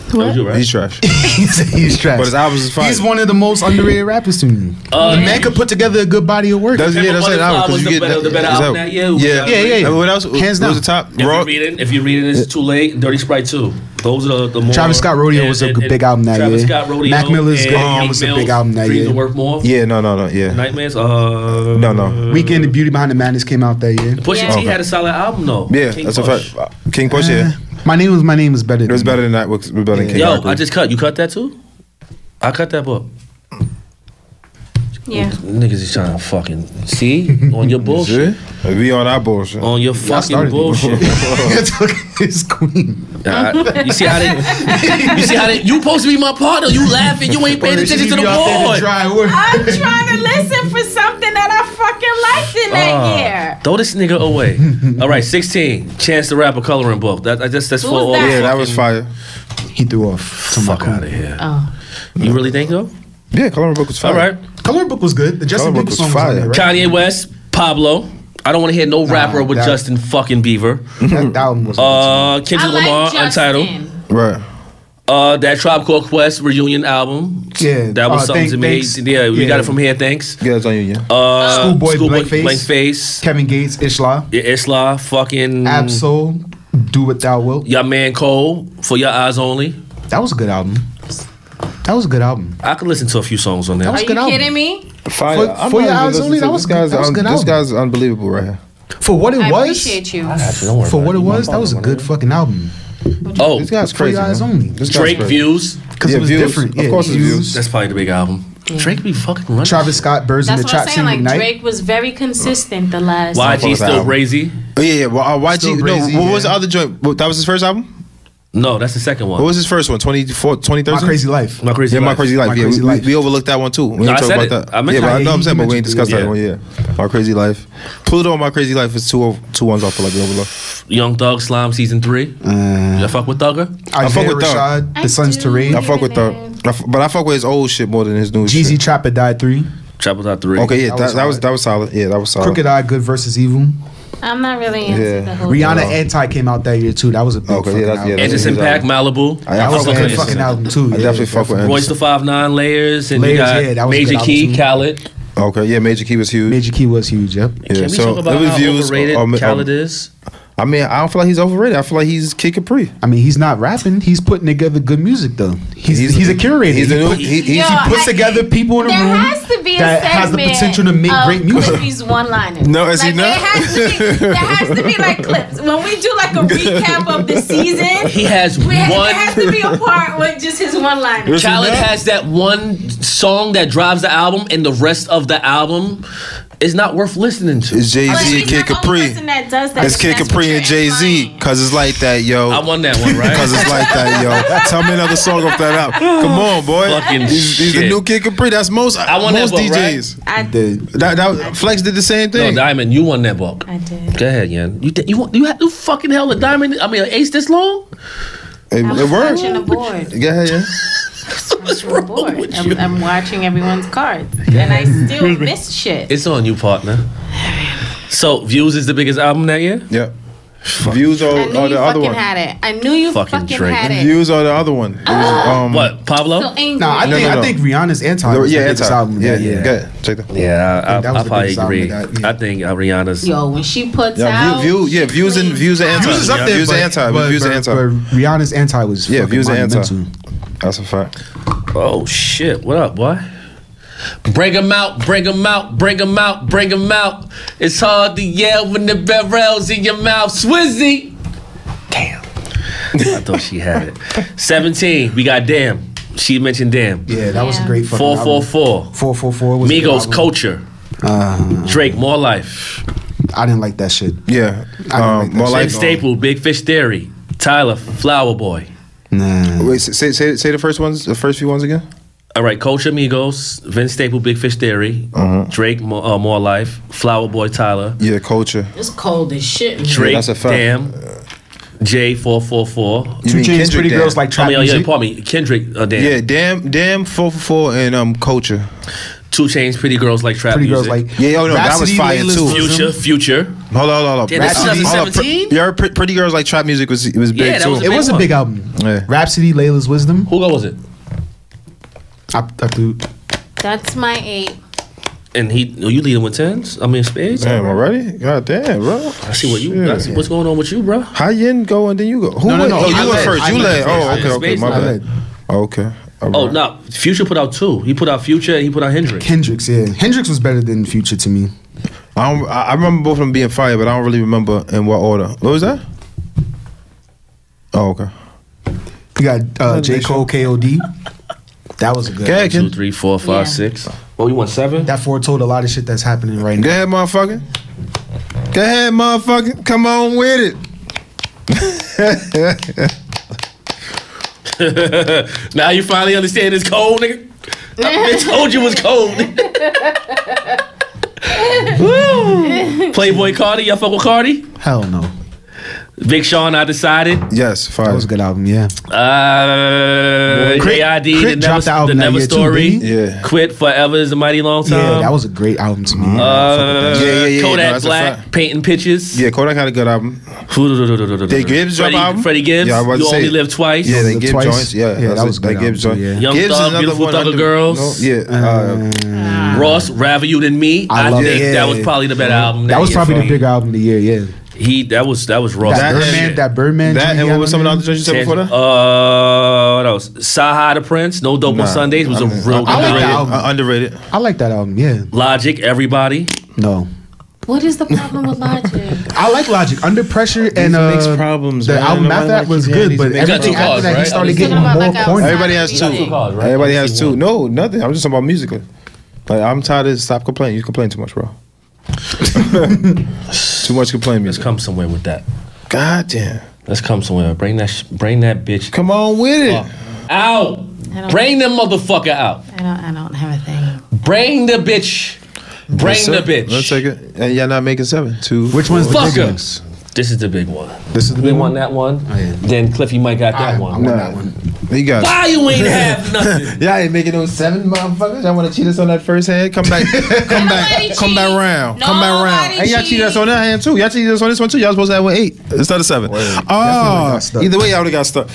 A: That was you, right?
B: He's trash.
D: he's, he's trash.
B: But his albums is fire.
D: He's one of the most underrated rappers to me.
A: Uh,
D: the man could put together a good body of work.
B: That's yeah, that's
A: Pimp a
B: an album
A: Butterfly was
B: because you
A: the
B: get
A: better- the better
B: it's
A: album
B: out.
A: that year. Yeah,
B: Yeah,
D: yeah, yeah.
B: And what else?
D: Hands
B: what was
D: down.
B: the top?
A: If
B: Raw-
A: you're reading, if you're reading this too late, Dirty Sprite 2. Those are the, the more.
D: Travis Scott Rodeo was a good- big album that
A: Travis
D: year.
A: Scott Rodeo.
D: Mac Miller's
A: and
D: Good Arm
A: Meek
D: was a
A: Mill's
D: big album that
A: Dreams
D: year.
A: of Worth More.
B: Yeah, no, no, no, yeah.
A: Nightmares. Uh,
B: No, no.
D: Weekend, The Beauty Behind the Madness came out that year.
A: Pusha
C: Yeah.
A: T had a solid album though.
B: Yeah,
A: King
B: that's
A: Push.
B: a fact. Uh, King Push, yeah.
D: Eh, My name was my name is better.
B: It was better than that. It was better than King
A: Yo,
B: Push.
A: I just cut. You cut that too? I cut that book.
C: Yeah.
A: Niggas is trying to fucking see on your bullshit.
B: See? We on our bullshit.
A: on your fucking
D: started it.
A: bullshit.
D: it's Queen.
A: Alright, you see how they? You see how they? You supposed to be my partner. You laughing? You ain't paying attention to the board.
C: I'm trying to listen for something that I fucking liked in that
A: Oh.
C: year.
A: Ah, Throw this nigga away. All right, sixteen. Chance to rap a coloring book. That I just that's for
C: Who's
A: all.
C: that?
B: Yeah, that was fire.
D: He threw off. To my
A: Fuck out of here.
C: Oh.
A: You really think though?
B: Yeah, Coloring Book was fire.
A: All right.
D: Color book was good. The Justin
B: Colour Book was
D: Bieber song was on
B: fire.
D: there, right?
A: Kanye West, Pablo. I don't want to hear no rapper with
D: that- Mm-hmm.
A: Justin fucking Bieber.
D: That, that album was.
A: Uh, Kendrick Lamar, Untitled.
B: Right.
A: Uh, that Tribe Called Quest reunion album.
D: yeah,
A: That was
D: uh,
A: something
D: thank-
A: to me.
D: thanks.
A: Yeah, we got it from here. Thanks.
B: Yeah, it's on you, yeah.
A: Uh,
D: Schoolboy Blankface.
A: Blankface.
D: Kevin Gates, Ishla,
A: Yeah, Isla, fucking
D: Absol, Do What Thou Wilt.
A: Your man Cole for your eyes only.
D: That was a good album. That was a good album.
A: I could listen to a few songs on
D: That
A: there.
D: was
C: Are
D: a
C: you
D: good album.
C: kidding me?
B: Fire.
D: For-
B: I'm not
D: for your
B: even
D: eyes
B: listening
D: only,
B: to
D: that
B: this
D: was-
B: guy's
D: that was
B: un-
D: good
B: This
D: album.
B: guy's unbelievable right here.
D: For what it
C: I
D: was,
C: appreciate you.
D: for what it was, that was a good fucking album.
A: Oh,
B: This guy's
D: For
B: crazy.
D: your eyes
B: man.
D: only.
B: This guy's
A: Drake
B: crazy.
A: Views.
D: Because
B: Yeah,
D: it was
B: views.
D: different.
B: Of course it's views.
A: That's probably the big album. Drake be fucking running.
D: Travis Scott, Birds in
C: That's
D: the
C: what I'm saying.
D: Trap, Sing
C: Like
D: Ignite.
C: Drake was very consistent the last.
A: YG still
B: album.
A: brazy.
B: Oh, yeah, yeah. Well, uh, YG.
D: Still
B: no,
D: Brazy,
B: what was
D: yeah.
B: the other joint? What, that was his first album?
A: No, that's the second one.
B: What was his first one? 24, 2013?
D: My Crazy Life.
A: my crazy?
B: Yeah, My
A: Life.
B: Crazy Life.
D: My
B: yeah,
D: Crazy
B: we, we-
D: Life.
B: we overlooked that one too. We
A: No, I
B: didn't
A: said
B: talk
A: it.
B: about
A: I
B: that.
A: meant
B: yeah,
A: to-
B: but I know I'm
D: Yeah,
B: saying,
D: you
B: but we ain't
D: mentioned
B: discussed
A: it.
B: that one. Yeah, My Crazy Life. Pluto, My Crazy Life is two of- two ones I feel like we overlooked.
A: Young Thug Slime season three.
B: Mm.
A: I fuck with Thugger.
D: I
B: fuck with Thug.
D: Rashad, The Sun's Terrain,
B: I fuck with that, I f- but I fuck with his old shit more than his new
D: Jeezy
B: shit.
D: Trapper Died 3,
A: Trouble Out three.
B: Okay, yeah,
D: That
B: that,
D: was
B: that was that
D: solid.
B: was solid. Yeah, that was solid.
D: Crooked Eye, Good versus Evil.
C: I'm not really into
B: Yeah.
C: the whole.
D: Rihanna Anti came out that year too. That was a big
B: Oh. Okay, yeah,
D: fucking
B: that's- yeah,
D: album.
B: that's-
A: Anderson
B: his
A: Pack,
B: album.
A: Malibu.
B: I, I
D: that was
B: fuck
D: a
B: with
D: good
A: Anderson.
B: Anderson.
D: fucking album too.
B: I definitely fuck with
A: Royce
B: Anderson.
A: the Five Nine Layers and
D: Layers,
A: you got
D: yeah, that was a
A: Major
D: good
A: Key,
D: album, too.
A: Khaled.
B: Okay, yeah, Major Key was huge.
D: Major Key was huge. Yep.
B: yeah,
A: Can we talk about
B: it was
A: how
B: views,
A: overrated
B: um, um,
A: Khaled is?
B: I mean, I don't feel like he's overrated. I feel like he's Kid Capri.
D: I mean, he's not rapping. He's putting together good music though. He's he's, a curator.
B: He's a
D: he,
B: new.
D: put-
B: He,
D: he
B: he's,
C: Yo,
D: puts
C: I-
D: together people in a
C: There
D: room
C: has to be a
D: that has the
C: segment
D: potential to make
C: of
D: great music.
C: Cliffy's one-liners.
B: No, is he
C: like,
B: not?
C: There has, to be, there has to be like clips when we do like a recap of the season.
A: He has
C: we- There has
A: one.
C: to be a part with just his one-liner.
A: Khaled has that one song that drives the album, and the rest of the album is not worth listening to.
B: it's Jay
C: But
B: Z
C: he's
B: and Kid
C: not the only
B: Capri.
C: person that does that.
B: It's Kid
C: That's what
B: Capri
C: you're
B: and Jay Z.
C: implying.
B: Cause it's like that, yo.
A: I won that one, right?
B: Cause it's like that, yo. Tell me another song off that album. Come on, boy.
A: Fucking
B: he's, he's the
A: shit.
B: new Kid Capri. That's most
A: I won that
B: most
A: vote, right?
B: DJs.
C: I
B: That, that Flex did the same
A: No,
B: thing.
A: Diamond, you won that ball.
C: I did.
A: Go ahead, Yen. You th- you want you had you fucking held a diamond? I mean, an ace this long?
C: I'm
B: it, it worked.
C: watching the board.
B: Yeah, yeah.
A: What's
C: The
A: wrong
C: board.
A: with you?
C: I'm, I'm watching everyone's cards, and I still miss shit.
A: It's on you, partner. So, Views is the biggest album that year.
B: Yep. Views or,
C: I knew
B: or
C: you
B: the other
C: fucking
B: one.
C: had it. I knew you
A: Fucking
C: fucking,
A: Drake.
C: had it. Uh-huh.
B: Views or the other one. It was, um,
A: What, Pablo?
C: So angry.
D: Nah, I
B: No,
D: think
B: no, no.
D: I think Rihanna's Anti
B: The-
D: was
B: yeah,
D: the biggest
B: anti.
D: album.
B: Yeah,
D: that
B: yeah.
D: year.
B: Good. Check that.
A: Yeah, I, I,
D: that was
A: I
D: the
A: probably
D: biggest album
A: agree.
D: that got- yeah.
A: I think Ariana's.
C: Yo, when she puts
B: Yeah,
C: out
B: view, view, yeah, views and views and anti.
D: Views is up there.
B: Views
D: but,
B: and anti.
D: But,
B: views and
D: but-
B: anti.
D: but Rihanna's anti was
B: Yeah,
D: fucking
B: views and anti.
D: monumental.
B: That's a fact.
A: Oh shit! What up, boy? Bring 'em out, bring 'em out, bring 'em out, bring 'em out. It's hard to yell when the barrel's in your mouth. Swizzy! Damn. I thought she had it. 17, we got Damn. She mentioned Damn.
D: Yeah, that was a
C: Yeah.
D: great fucking album.
A: 444.
D: 444 was a good
A: Migos,
D: album.
A: Culture.
D: Uh,
A: Drake, More Life.
D: I didn't like that shit.
B: Yeah.
D: like
B: Um,
D: that
B: more
A: Ben
D: shit.
B: like.
A: Staple, Big Fish Theory. Tyler, Flower Boy.
D: Nah.
B: Wait, say, say say the first ones, the first few ones again.
A: All right, Culture, Migos, Vince Staple, Big Fish Theory, Drake, More, uh, More Life, Flower Boy, Tyler,
B: Yeah, culture.
C: It's cold as shit. in here.
A: Drake,
B: that's a fact.
A: Damn, J four four four.
B: You
D: Two
B: mean
D: Chainz,
B: Kendrick
D: Pretty
B: Dam.
D: Girls Like Trap
A: I mean, oh, yeah,
D: Music.
A: pardon me, Kendrick, uh, Damn,
B: Yeah, damn, damn, four for four and um culture.
A: Two Chains, Pretty Girls Like Trap
D: Pretty Girls
A: Music,
D: Like
B: Yeah, oh, no, that was
D: Rhapsody,
B: fire,
D: Layla's
B: too.
D: Bosom.
A: Future, Future.
B: Hold on, hold on, hold on.
A: Yeah, that's
B: Rhapsody- hold on,
A: 2017?
B: pre- your pre- pretty girls like trap music was was big
A: Yeah, that
B: too.
A: was a
D: It
A: big
D: was a
A: one.
D: big album.
B: Yeah.
D: Rhapsody, Layla's Wisdom.
A: Who was it?
D: I, I threw
C: That's my eight.
A: And he, oh, you leading with tens? I mean spades.
B: damn, already? God damn, bro.
A: I see what you.
B: Shit.
A: I see what's going on with you, bro.
B: How Yin go and then you go? Who
D: No, no,
B: went?
D: no,
B: oh, you
D: I
B: went
D: led.
B: first.
D: I
B: You
D: led
B: led.
D: first.
B: Oh, okay,
A: It's
B: okay,
A: based
B: my
A: on- I
B: bad.
D: led.
B: Okay. all
A: Oh
B: right.
A: no, Future put out two. He put out Future. He put out Hendrix.
D: Kendrick's. Yeah, Hendrix was better than Future to me.
B: I don't, I I remember both of them being fire, but I don't really remember in what order. What was that? Oh, okay.
D: You got uh, J Cole, K.O.D. That was a good.
B: Go ahead,
A: Two,
B: Ken.
A: three, four, five,
C: Yeah.
A: six. Oh, you want seven?
D: That foretold a lot of shit that's happening right
B: Go
D: now.
B: ahead, motherfucker. Go ahead, motherfucker. Come on with it.
A: now you finally understand it's cold, nigga. I been told you it was cold. Woo. Playboy Cardi, y'all fuck with Cardi?
D: Hell no.
A: Big Sean, I decided.
B: Yes,
D: That
B: fire.
D: was a good album, yeah.
A: Uh,
D: Crit-
A: AID, the
D: Crit
A: Never,
D: dropped the album
A: the
D: that
A: never
D: year too,
A: Story.
D: didn't
B: he? Yeah.
A: Quit Forever is a Mighty Long Time.
D: Yeah, that was a great album to me. Yeah, I fuck with
A: Uh,
D: that.
B: Yeah, yeah, yeah, no,
A: Kodak
B: that's a
A: Black,
B: fact.
A: painting pictures.
B: Yeah, Kodak had a good album.
A: Freddie,
B: Did Gibbs drop album?
A: Freddie Gibbs.
B: Yeah, I was about
A: you
B: to say
A: only
B: it.
A: live twice.
B: Yeah, they
D: Live
B: give
D: Twice.
B: joints. Yeah,
D: Yeah, that
B: that's
D: was
B: a-
D: a good
B: they give
D: album,
B: joints.
D: too, yeah.
A: Young
B: Gibbs is
A: Thug,
B: another
A: Beautiful
B: one
A: Thugger
B: under-
A: Girls.
B: No, yeah, uh,
A: Ross, rather you than me. I,
D: Mm. I love
A: think
D: it.
A: that was probably the better album.
D: That was
A: year
D: probably
A: for
D: the
A: me.
D: bigger album of the year, yeah.
A: He that was that was Ross.
D: That Birdman,
A: shit.
D: that Birdman.
B: that and what was some of the other joints you said before that?
A: Uh, what else? Saha the Prince, No Dope
B: Nah,
A: on Sundays was a
B: I'm-
A: real
D: I
A: good
D: like that
A: record.
D: album.
B: Uh, underrated.
D: I like that album, yeah.
A: Logic, everybody.
D: No.
C: What is the problem with logic?
D: I like Logic. Under Pressure and uh,
B: mixed problems,
D: the
B: man.
D: album
B: Nobody
D: after that
B: likes
D: was
B: it. Yeah,
D: good,
B: these
D: but
B: mixed
D: everything
A: problems,
D: after that he
A: right?
D: started
A: He's
D: getting
C: talking about
D: more
C: like outside
D: corny.
B: Everybody has two. Everybody has two. No, nothing. I'm just talking about musically. Like I'm tired of stop complaining. You complain too much, bro. too much complain
A: Let's
B: music.
A: come somewhere with that.
B: God damn.
A: Let's come somewhere. Bring that sh- bring that bitch
B: Come on with it.
A: out.
C: don't-
A: Bring the motherfucker out.
C: I don't. I don't have a thing.
A: Bring the bitch. Bring
B: Let's
A: the
B: take-
A: bitch.
B: Let's take it. And y'all not making seven. Two.
D: Which one's the
A: Fuck
D: big
A: her.
D: one?
A: This is the big one.
D: This is the
A: We
D: big
A: want
D: one? Oh,
A: that one.
D: yeah.
A: Then Cliffy Mike got that
D: I- I
A: one.
D: want-
B: Nah.
D: that one.
B: He got.
A: Why you ain't have nothing?
B: Y'all ain't making no seven, motherfuckers. Y'all want to cheat us on that first hand? Come back, come back, come back round, come back round.
C: Nobody
B: And y'all cheated us
C: cheat.
B: on that hand too. Y'all cheated us on this one too. Y'all supposed to have one eight instead of seven.
D: would've
B: Oh,
D: got stuck.
B: either way, y'all would have got stuck.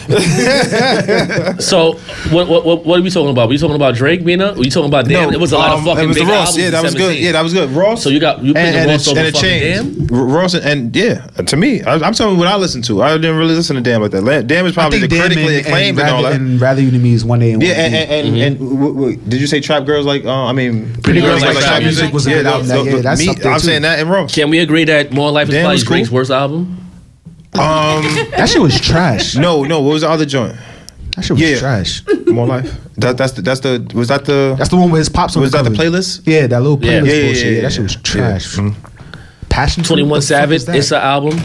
A: so what, what what what are we talking about? Were you talking about Drake being up? Were you talking about damn? it was a lot
B: um,
A: of fucking
B: it was the
A: big
B: Ross.
A: albums
B: Yeah,
A: in
B: that was good.
A: 17.
B: Yeah, that was good. Ross.
A: So you got you put
B: and,
A: the
B: and,
A: Ross
B: a,
A: over
B: and a
A: fucking
B: change.
A: damn.
B: R- Ross and, and yeah, uh, to me, I, I'm telling you what I listened to. I didn't really listen to Damn like that. La- Damn is
D: I
B: probably the
D: Damn
B: critically acclaimed and,
D: rather,
B: all that.
D: and Rather You to Me is one A and
B: yeah,
D: one
B: and
D: B.
B: and, and,
A: Mm-hmm.
B: and w- w- did you say trap girls like? Uh, I mean, pretty
A: Girls Like Trap Music
D: was a good album that
B: th-
D: year.
B: th-
D: That's
B: me-
D: up there,
B: I'm
D: too.
B: saying that and Ross.
A: Can we agree that More Life is
B: Damn
A: probably
B: was cool.
A: Drake's worst album?
B: Um,
D: That shit was trash.
B: no, no. What was the other joint?
D: That shit was
B: Yeah.
D: trash.
B: More life. That, that's the. That's the. Was that the?
D: That's the one where his pops on
B: was
D: the
B: that the
D: cover.
B: playlist?
D: Yeah, that little playlist
A: Yeah,
B: yeah,
D: bullshit. Yeah,
B: yeah,
D: that
B: yeah.
D: shit was trash.
B: Mhm.
D: Passion.
A: Twenty One Savage is
D: It's
A: an album.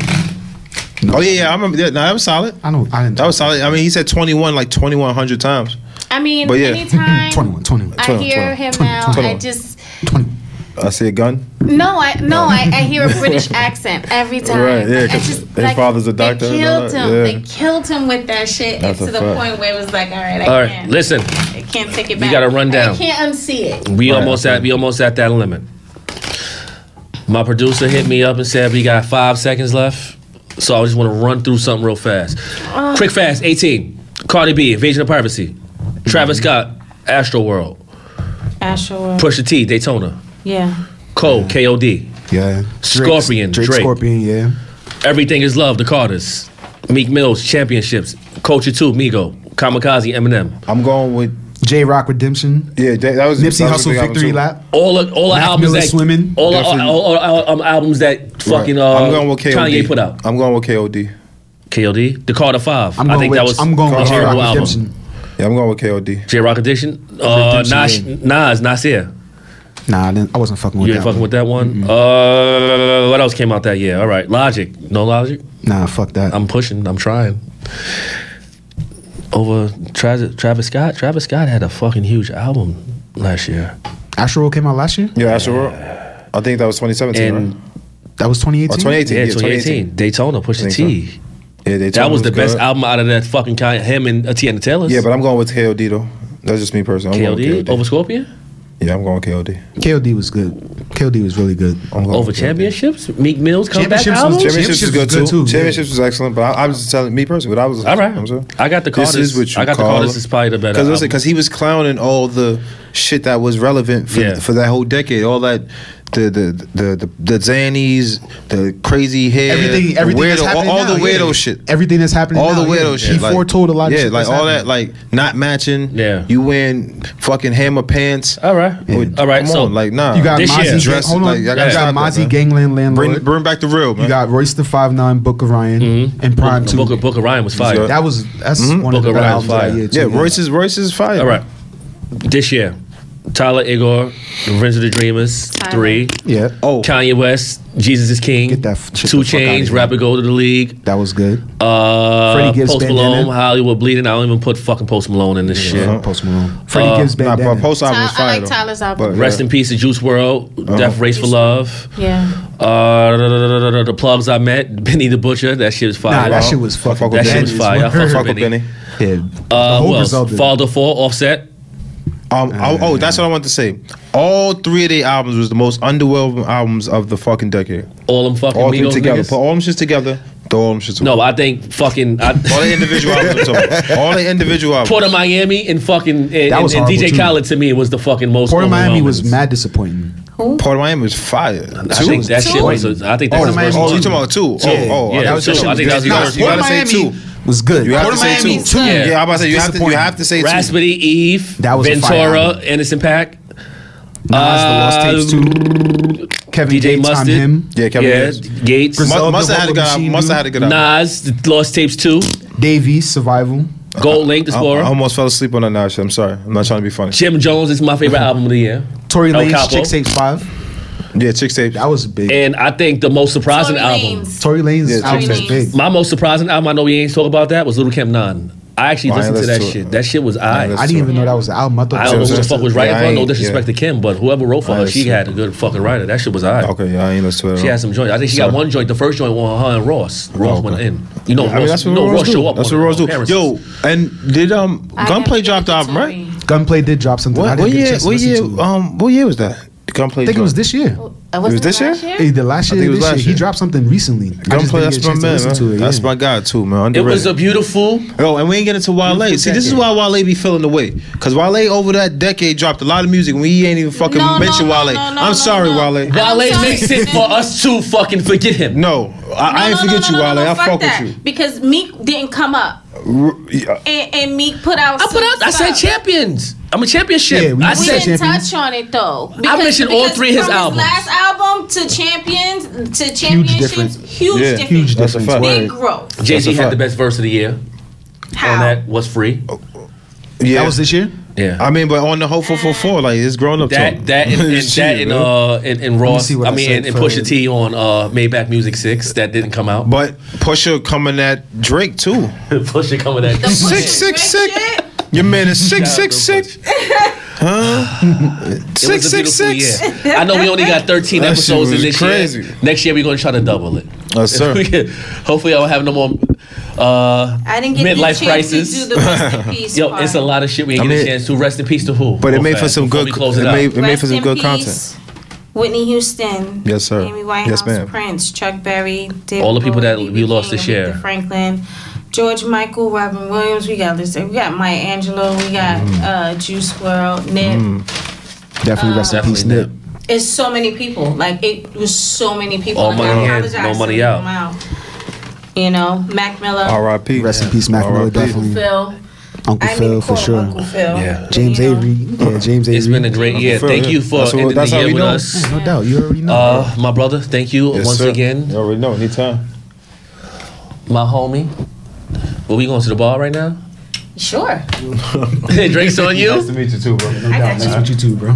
B: Oh yeah, yeah. I remember. Yeah, no, that was solid.
D: I don't. I didn't.
B: That was solid. I mean, he said twenty one like twenty one hundred times.
C: I mean,
B: But yeah.
C: anytime
D: 21, 21,
C: I
B: 21,
C: hear him
D: 21,
C: now, I
D: 21.
C: just
D: 20.
B: I see a gun.
C: no, I no, I, I hear a British accent every time.
B: Right, yeah,
C: Like, I
B: 'cause
C: just,
B: his father's a doctor
C: They
B: and all
C: killed
B: that,
C: him. They
B: yeah.
C: killed him with that shit
B: That's
C: to
B: a
C: the
B: fact.
C: point where it was like, all right, I
A: All right,
C: can't,
A: listen,
C: I can't take it back.
A: gotta run down.
C: I can't unsee it.
A: we almost at we almost at that limit. My producer hit me up and said we got five seconds left, so I just want to run through something real fast, quick, fast. Eighteen, Cardi B, Invasion of Privacy, Travis
B: Mm-hmm.
A: Scott, Astro World,
C: Ashore,
A: Pusha T, Daytona,
C: uh, yeah.
A: Cole, K.O.D.,
D: Yeah.
A: Scorpion,
D: Drake.
A: Drake.
D: Scorpion. Yeah.
A: Everything is Love, The Carters, Meek Mills, Championships, Culture Two, Migo, Kamikaze, Eminem.
B: I'm going with
D: J. Rock Redemption.
B: yeah. That, that was
D: Nipsey
B: that was a
D: Hustle
B: big album,
D: Victory
B: too.
D: Lap.
A: All the all the
D: Mac
A: albums
D: Miller
A: that
D: Swimming,
A: all, all,
B: definitely.
A: all, all, all um, albums that fucking
B: Right.
A: uh,
B: I'm going with KOD.
A: Kanye put out.
B: I'm going with KOD.
A: KLD, The Carter Five.
D: I'm
A: I
D: going
A: think
D: with,
A: that was
D: I'm going
A: a
D: with J.
A: terrible
D: Rock
A: album.
D: Redemption.
B: Yeah, I'm going with KOD.
A: J Rock Edition. Uh,
D: Redemption,
A: Nas, Nas, Nasir.
D: Nah, I, didn't, I wasn't fucking with
A: You
D: that.
A: ain't fucking
D: one.
A: with that one. Uh, what else came out that year? All right, Logic. No Logic.
D: Nah, fuck that.
A: I'm pushing. I'm trying. Over Travis, Travis Scott. Travis Scott had a fucking huge album last year.
D: Astro World came out last year.
B: Yeah, Astro World. I think that was 2017,
A: And
B: right?
D: That was 2018.
B: Or 2018.
A: yeah,
B: Yeah, 2018.
A: 2018. Daytona, Pusha
B: think so.
A: T.
B: Yeah, they told
A: That
B: me
A: was
B: it
A: the best
B: good.
A: album out of that fucking kind. Him and Atiana Taylor.
B: Yeah, but I'm going with KOD though. That's just me personally. I'm going
A: KLD
B: with
A: over Scorpion.
B: Yeah, I'm going with KOD.
D: KOD was good. KOD was really good.
B: I'm going
A: Over
B: with KOD.
A: championships, Meek Mill's comeback
D: Championships was
A: album.
D: champ-
B: Championships,
D: Championships
B: is good
D: was good,
B: too.
D: too, yeah.
B: Championships was excellent, but I, I'm just telling me personally what I was.
A: All right,
B: I'm sorry.
A: I got the Carters.
B: This is what you
A: I got
B: call-
A: the Carters. Is probably the better.
B: Because listen,
A: album.
B: because he was clowning all the shit that was relevant for,
A: Yeah.
B: for that whole decade. All that the the the the, the Zannies, the crazy hair,
D: Everything,
B: the
D: everything
B: weirdo,
D: that's
B: all,
D: happening
B: all the
D: now,
B: weirdo
D: yeah.
B: shit.
D: Everything that's happening.
B: All
D: now,
B: the weirdo
D: yeah.
B: shit.
D: He
B: like,
D: foretold a lot of
B: yeah,
D: shit.
B: like
D: that's
B: all
D: happening.
B: that, like not matching.
A: Yeah.
B: you wearing fucking hammer pants.
A: all right,
B: With-
A: all right.
B: come
A: So
B: on, like nah.
D: You got
A: This year.
D: Mozzie. Gang-
B: Dress-
D: Hold
B: like,
D: on.
B: I
D: You
B: gotta stop
D: got
B: that, man.
D: Mozzie Gangland Landlord.
B: bring bring back the real man.
D: You got Royce the Five Nine, Book of Ryan, and Prime Two.
A: Booker, Booker Ryan was fire.
B: He's
D: That was that's one
A: Book
D: of the
A: of
D: better
A: Ryan's
D: albums of
A: fire.
D: that year.
B: yeah,
D: too.
B: Royce is Royce is fire.
A: all right, this year, Tyler Igor, Revenge of the Dreamers,
E: Tyler.
A: three.
P: Yeah. Oh,
A: Kanye West, Jesus is King.
P: Get that f- shit
A: Two
P: the fuck outta
A: Chains,
P: here.
A: Rapper Go to the League.
P: that was good.
A: Uh,
P: Freddie Gibbs
A: Post
P: bandana. Uh-huh.
A: Malone, Hollywood Bleeding. I don't even put fucking Post Malone in this shit.
P: Post Malone. Freddie Gibbs
B: Nah,
P: bandana.
B: but post album is
C: Ty- I
B: fire.
C: like
B: though.
C: Tyler's album.
B: But,
A: Rest
B: yeah.
A: in peace to Juice World,
P: Uh-huh.
A: Death Race for Love.
C: Yeah.
A: Uh, da- da- da- da- da- the plugs I met, Benny the Butcher. That shit was fire.
P: Nah, that shit was
B: Fuck
P: fucking.
B: with
A: That
P: bad.
A: shit was
P: It's
A: fire. I
P: word.
A: fuck
B: Fuck
A: with
B: with
A: Benny.
B: Benny.
P: Yeah. the
A: Uh,
P: whole
A: who else?
P: result.
A: Fall to Four, Offset.
B: Um, oh, oh, that's what I wanted to say. All three of their albums was the most underwhelming albums of the fucking decade.
A: All them fucking
B: All three
A: Migos
B: together.
A: niggas?
B: Put all them shits together. Throw all them shits away.
A: No, I think fucking I,
B: all the individual albums. I'm talking. All the individual albums.
A: Port of Miami and fucking and,
P: That was
A: and- and
P: horrible,
A: DJ
P: too.
A: Khaled to me was the fucking most.
P: Port of Miami was
A: overwhelming.
P: mad disappointing.
B: Port of Miami was fire.
A: I think that shit was. a- I think that
B: Oh,
A: was.
P: Miami
B: oh, you
P: two.
B: talking about two? Oh, oh,
A: Yeah,
B: I
A: that
B: thought
A: was
B: you
A: two.
B: said-
A: I think that was
B: Nah,
A: yours.
B: You gotta
P: Port
B: say
P: of
B: two.
P: Miami was good.
B: You have
P: Port
B: to
P: of
B: say
P: Miami's
B: two.
P: good.
A: Yeah.
B: Yeah, I'm about to say you have to. You have to say two.
A: Raspity Eve,
P: That was a fire
A: Ventura,
P: album.
A: Innocent Pack,
P: Nas, the Lost Tapes too. Kevin
A: DJ
P: Gates on
A: Mustard,
P: him.
B: Yeah, Kevin Gates.
A: Gates,
P: Griselda,
B: Must, must have had a
P: What
B: good.
P: Would
B: album.
P: Machine
B: Must
P: Do?
B: have had a good. album.
A: Nas, the Lost Tapes Two,
P: Davies, Survival.
A: Gold Link, The
B: I, I
A: Scorer,
B: almost fell asleep on that now. shit. I'm sorry. I'm not trying to be funny.
A: Jim Jones is my favorite album of the year,
P: Tory
A: El
P: Lane's
A: Capo.
P: Chick Tapes Five.
B: Yeah, chicks tape.
P: That was big.
A: and I think the most surprising album.
P: Tory Lane's
B: Yeah, Chick
P: album was
B: Tapes.
P: big.
A: My most surprising album, I know we ain't talk about that, was Little Camp Nine. I actually
B: Oh, I ain't
A: listened to that
B: listened to it.
A: shit. That shit was I.
B: listened
P: I didn't even know that was an album. I thought that
A: I don't know
P: was
A: who the fuck was writing
B: Yeah,
A: for her.
B: I
A: No
B: ain't-
A: disrespect to Kim, but whoever wrote for her, she had a good fucking writer. That shit was I.
B: Okay, yeah, I ain't listen to it.
A: She had some joints. I think she got one joint. The first joint on her and Ross. Ross
B: okay.
A: went in. You know,
B: I mean,
A: Ross,
B: that's what
A: no,
B: Ross,
A: Ross
B: do.
A: show up.
B: That's
A: on
B: what Ross do.
A: appearances.
B: Yo, and did um Gunplay drop the album right?
P: Gunplay did drop something. I
B: What,
P: didn't
B: what
P: get a
B: year?
P: chance to
B: What
P: listen
B: year?
P: to it.
B: Um, what year was that? Gunplay.
P: I think it was this year.
C: Uh,
B: was this year?
P: Either last year,
B: think it
P: or
B: was
P: this
B: last
P: year. he
B: year.
P: dropped something recently. I just
B: Gunplay.
P: didn't get a
B: That's my
P: chance to
B: man.
P: listen to
B: man.
P: it.
B: That's
P: yeah.
B: my guy too, man.
A: it was
B: Underrated.
A: a beautiful.
B: Yo, and we ain't get into Wale. See, this is why Wale be feeling the way. Cause Wale over that decade dropped a lot of music. and We ain't even fucking
C: No, no,
B: mention
C: no,
B: Wale.
C: no, no,
B: I'm
C: no,
B: sorry,
C: no.
B: Wale.
A: Wale
C: I'm sorry.
A: makes it for us to fucking forget him.
B: No, I, I ain't forget you, Wale. I fuck with you.
C: Because Meek didn't come up,
B: R- yeah.
C: and, and Meek put out.
A: I put out. I said
C: champion.
A: champions. I'm a championship.
P: Yeah, we-
A: I
P: We
C: We
A: said
C: didn't
P: Champions.
C: touch on it though.
A: mentioned all three of his
C: from
A: albums.
C: last album to champions to championships,
P: difference.
C: huge
B: Yeah.
C: difference.
P: Huge
B: That's a
P: difference.
B: fact.
C: Big
P: Word.
C: growth.
A: Jay Z
B: That's a
A: had the
B: fact.
A: best verse of the year.
C: How?
A: On that was free.
B: yeah.
P: That was this year.
A: Yeah.
B: I mean, but on the whole 444, like it's grown up
A: That
B: talk.
A: that and, and
B: Shit,
A: that and
B: man.
A: uh and, and Ross.
P: see what
A: I
P: I
A: mean
P: said
A: and, and
P: for-
A: Pusha T on uh Maybach Music Six that didn't come out.
B: But Pusha coming at Drake too.
A: Pusha coming at
C: Pusha
B: Six
C: Drake
B: six six.
C: shit?
B: Your man is six six six.
A: It was
B: Six
A: a
B: six
A: beautiful
B: six.
A: year. I know we only got 13
B: That shit
A: episodes in
B: was
A: this
B: crazy.
A: year. Next year we're gonna try to double it.
B: Yes, sir.
A: We can- Hopefully I won't have no more uh
C: I didn't get
A: midlife
C: the chance
A: crisis.
C: to do the rest in peace
A: Yo,
C: part.
A: it's a lot of shit we ain't
B: I
A: get a
B: mean-
A: chance to. Rest in peace to who?
B: But it
A: Real
B: made for
A: fast,
B: some
A: before
B: good.
A: we
B: It
A: close it out.
B: made, it made
C: Rest
B: for some
C: in
B: good
C: peace,
B: content.
C: Whitney Houston.
B: Yes, sir.
C: Amy Winehouse,
B: Yes, ma'am.
C: Prince, Chuck Berry, David
A: All the people
C: Bowie,
A: that
C: B.B.
A: we lost
C: King,
A: this year.
C: Aretha Franklin, George Michael, Robin Williams. We got this. We got Maya Angelou. We got
A: Mm.
C: uh, Juice World. Nip.
P: Definitely rest in
A: Definitely
P: peace,
A: not.
P: Nip.
C: It's so many people. Like it was so many people.
A: All
C: Like,
A: money
C: I
A: in,
C: apologize
A: no
C: to
A: money
C: leave
A: out.
C: them You know, Mac Miller,
B: R.I.P.
P: Rest in peace, Mac Miller.
B: R.I.P.
P: Definitely
C: Phil.
P: Uncle
C: I
P: Phil
C: mean,
P: for sure.
C: Uncle Phil.
A: Yeah.
P: James
C: You know?
P: Avery. Yeah, James Avery.
A: It's been a great year.
B: Phil,
A: Thank
B: yeah.
A: you for
B: That's what-
A: ending the
B: that's how
A: year
B: we
A: with
B: know.
A: us.
P: No doubt. You already know.
A: Uh, my brother, thank you
B: Yes,
A: once
B: sir.
A: again.
B: You already know. Anytime.
A: My homie. Well, we going to the bar right now?
C: Sure.
A: Drinks on you.
B: to meet you too, bro.
C: I got
P: That's
C: you.
P: what you too, bro.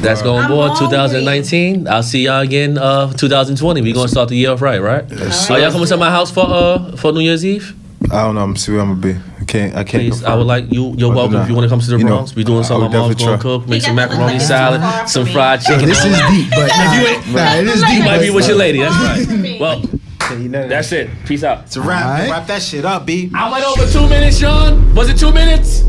A: That's going
C: I'm
A: board
C: hungry.
A: 2019. I'll see y'all again uh 2020. We gonna start the year off right, right?
B: Yes,
A: Are y'all coming to my house for uh for New Year's Eve?
B: I don't know. I'm see where I'm gonna be. I can't. I can't.
A: Please, I would like you. You're
B: Other
A: welcome
B: than
A: if you
B: that,
A: want to come to the
B: you know,
A: Bronx. we doing
B: I- I
A: something.
B: would
A: My mom's
B: definitely
A: gonna
B: try.
A: cook, make
C: He
A: some
C: doesn't look
A: macaroni
C: like he's too far
A: salad,
C: from
A: some
C: me.
A: fried
P: Yo,
A: chicken.
P: this is deep, but nah,
A: you ain't-
P: nah, it is
C: Like,
P: deep.
A: You might
P: but
A: be with your
P: it's
A: lady. That's
C: Far from
A: right.
C: me.
A: Well, that's it. Peace out.
B: To wrap,
P: Alright.
B: wrap that shit up, B.
A: I went over two minutes, Sean. Was it two minutes?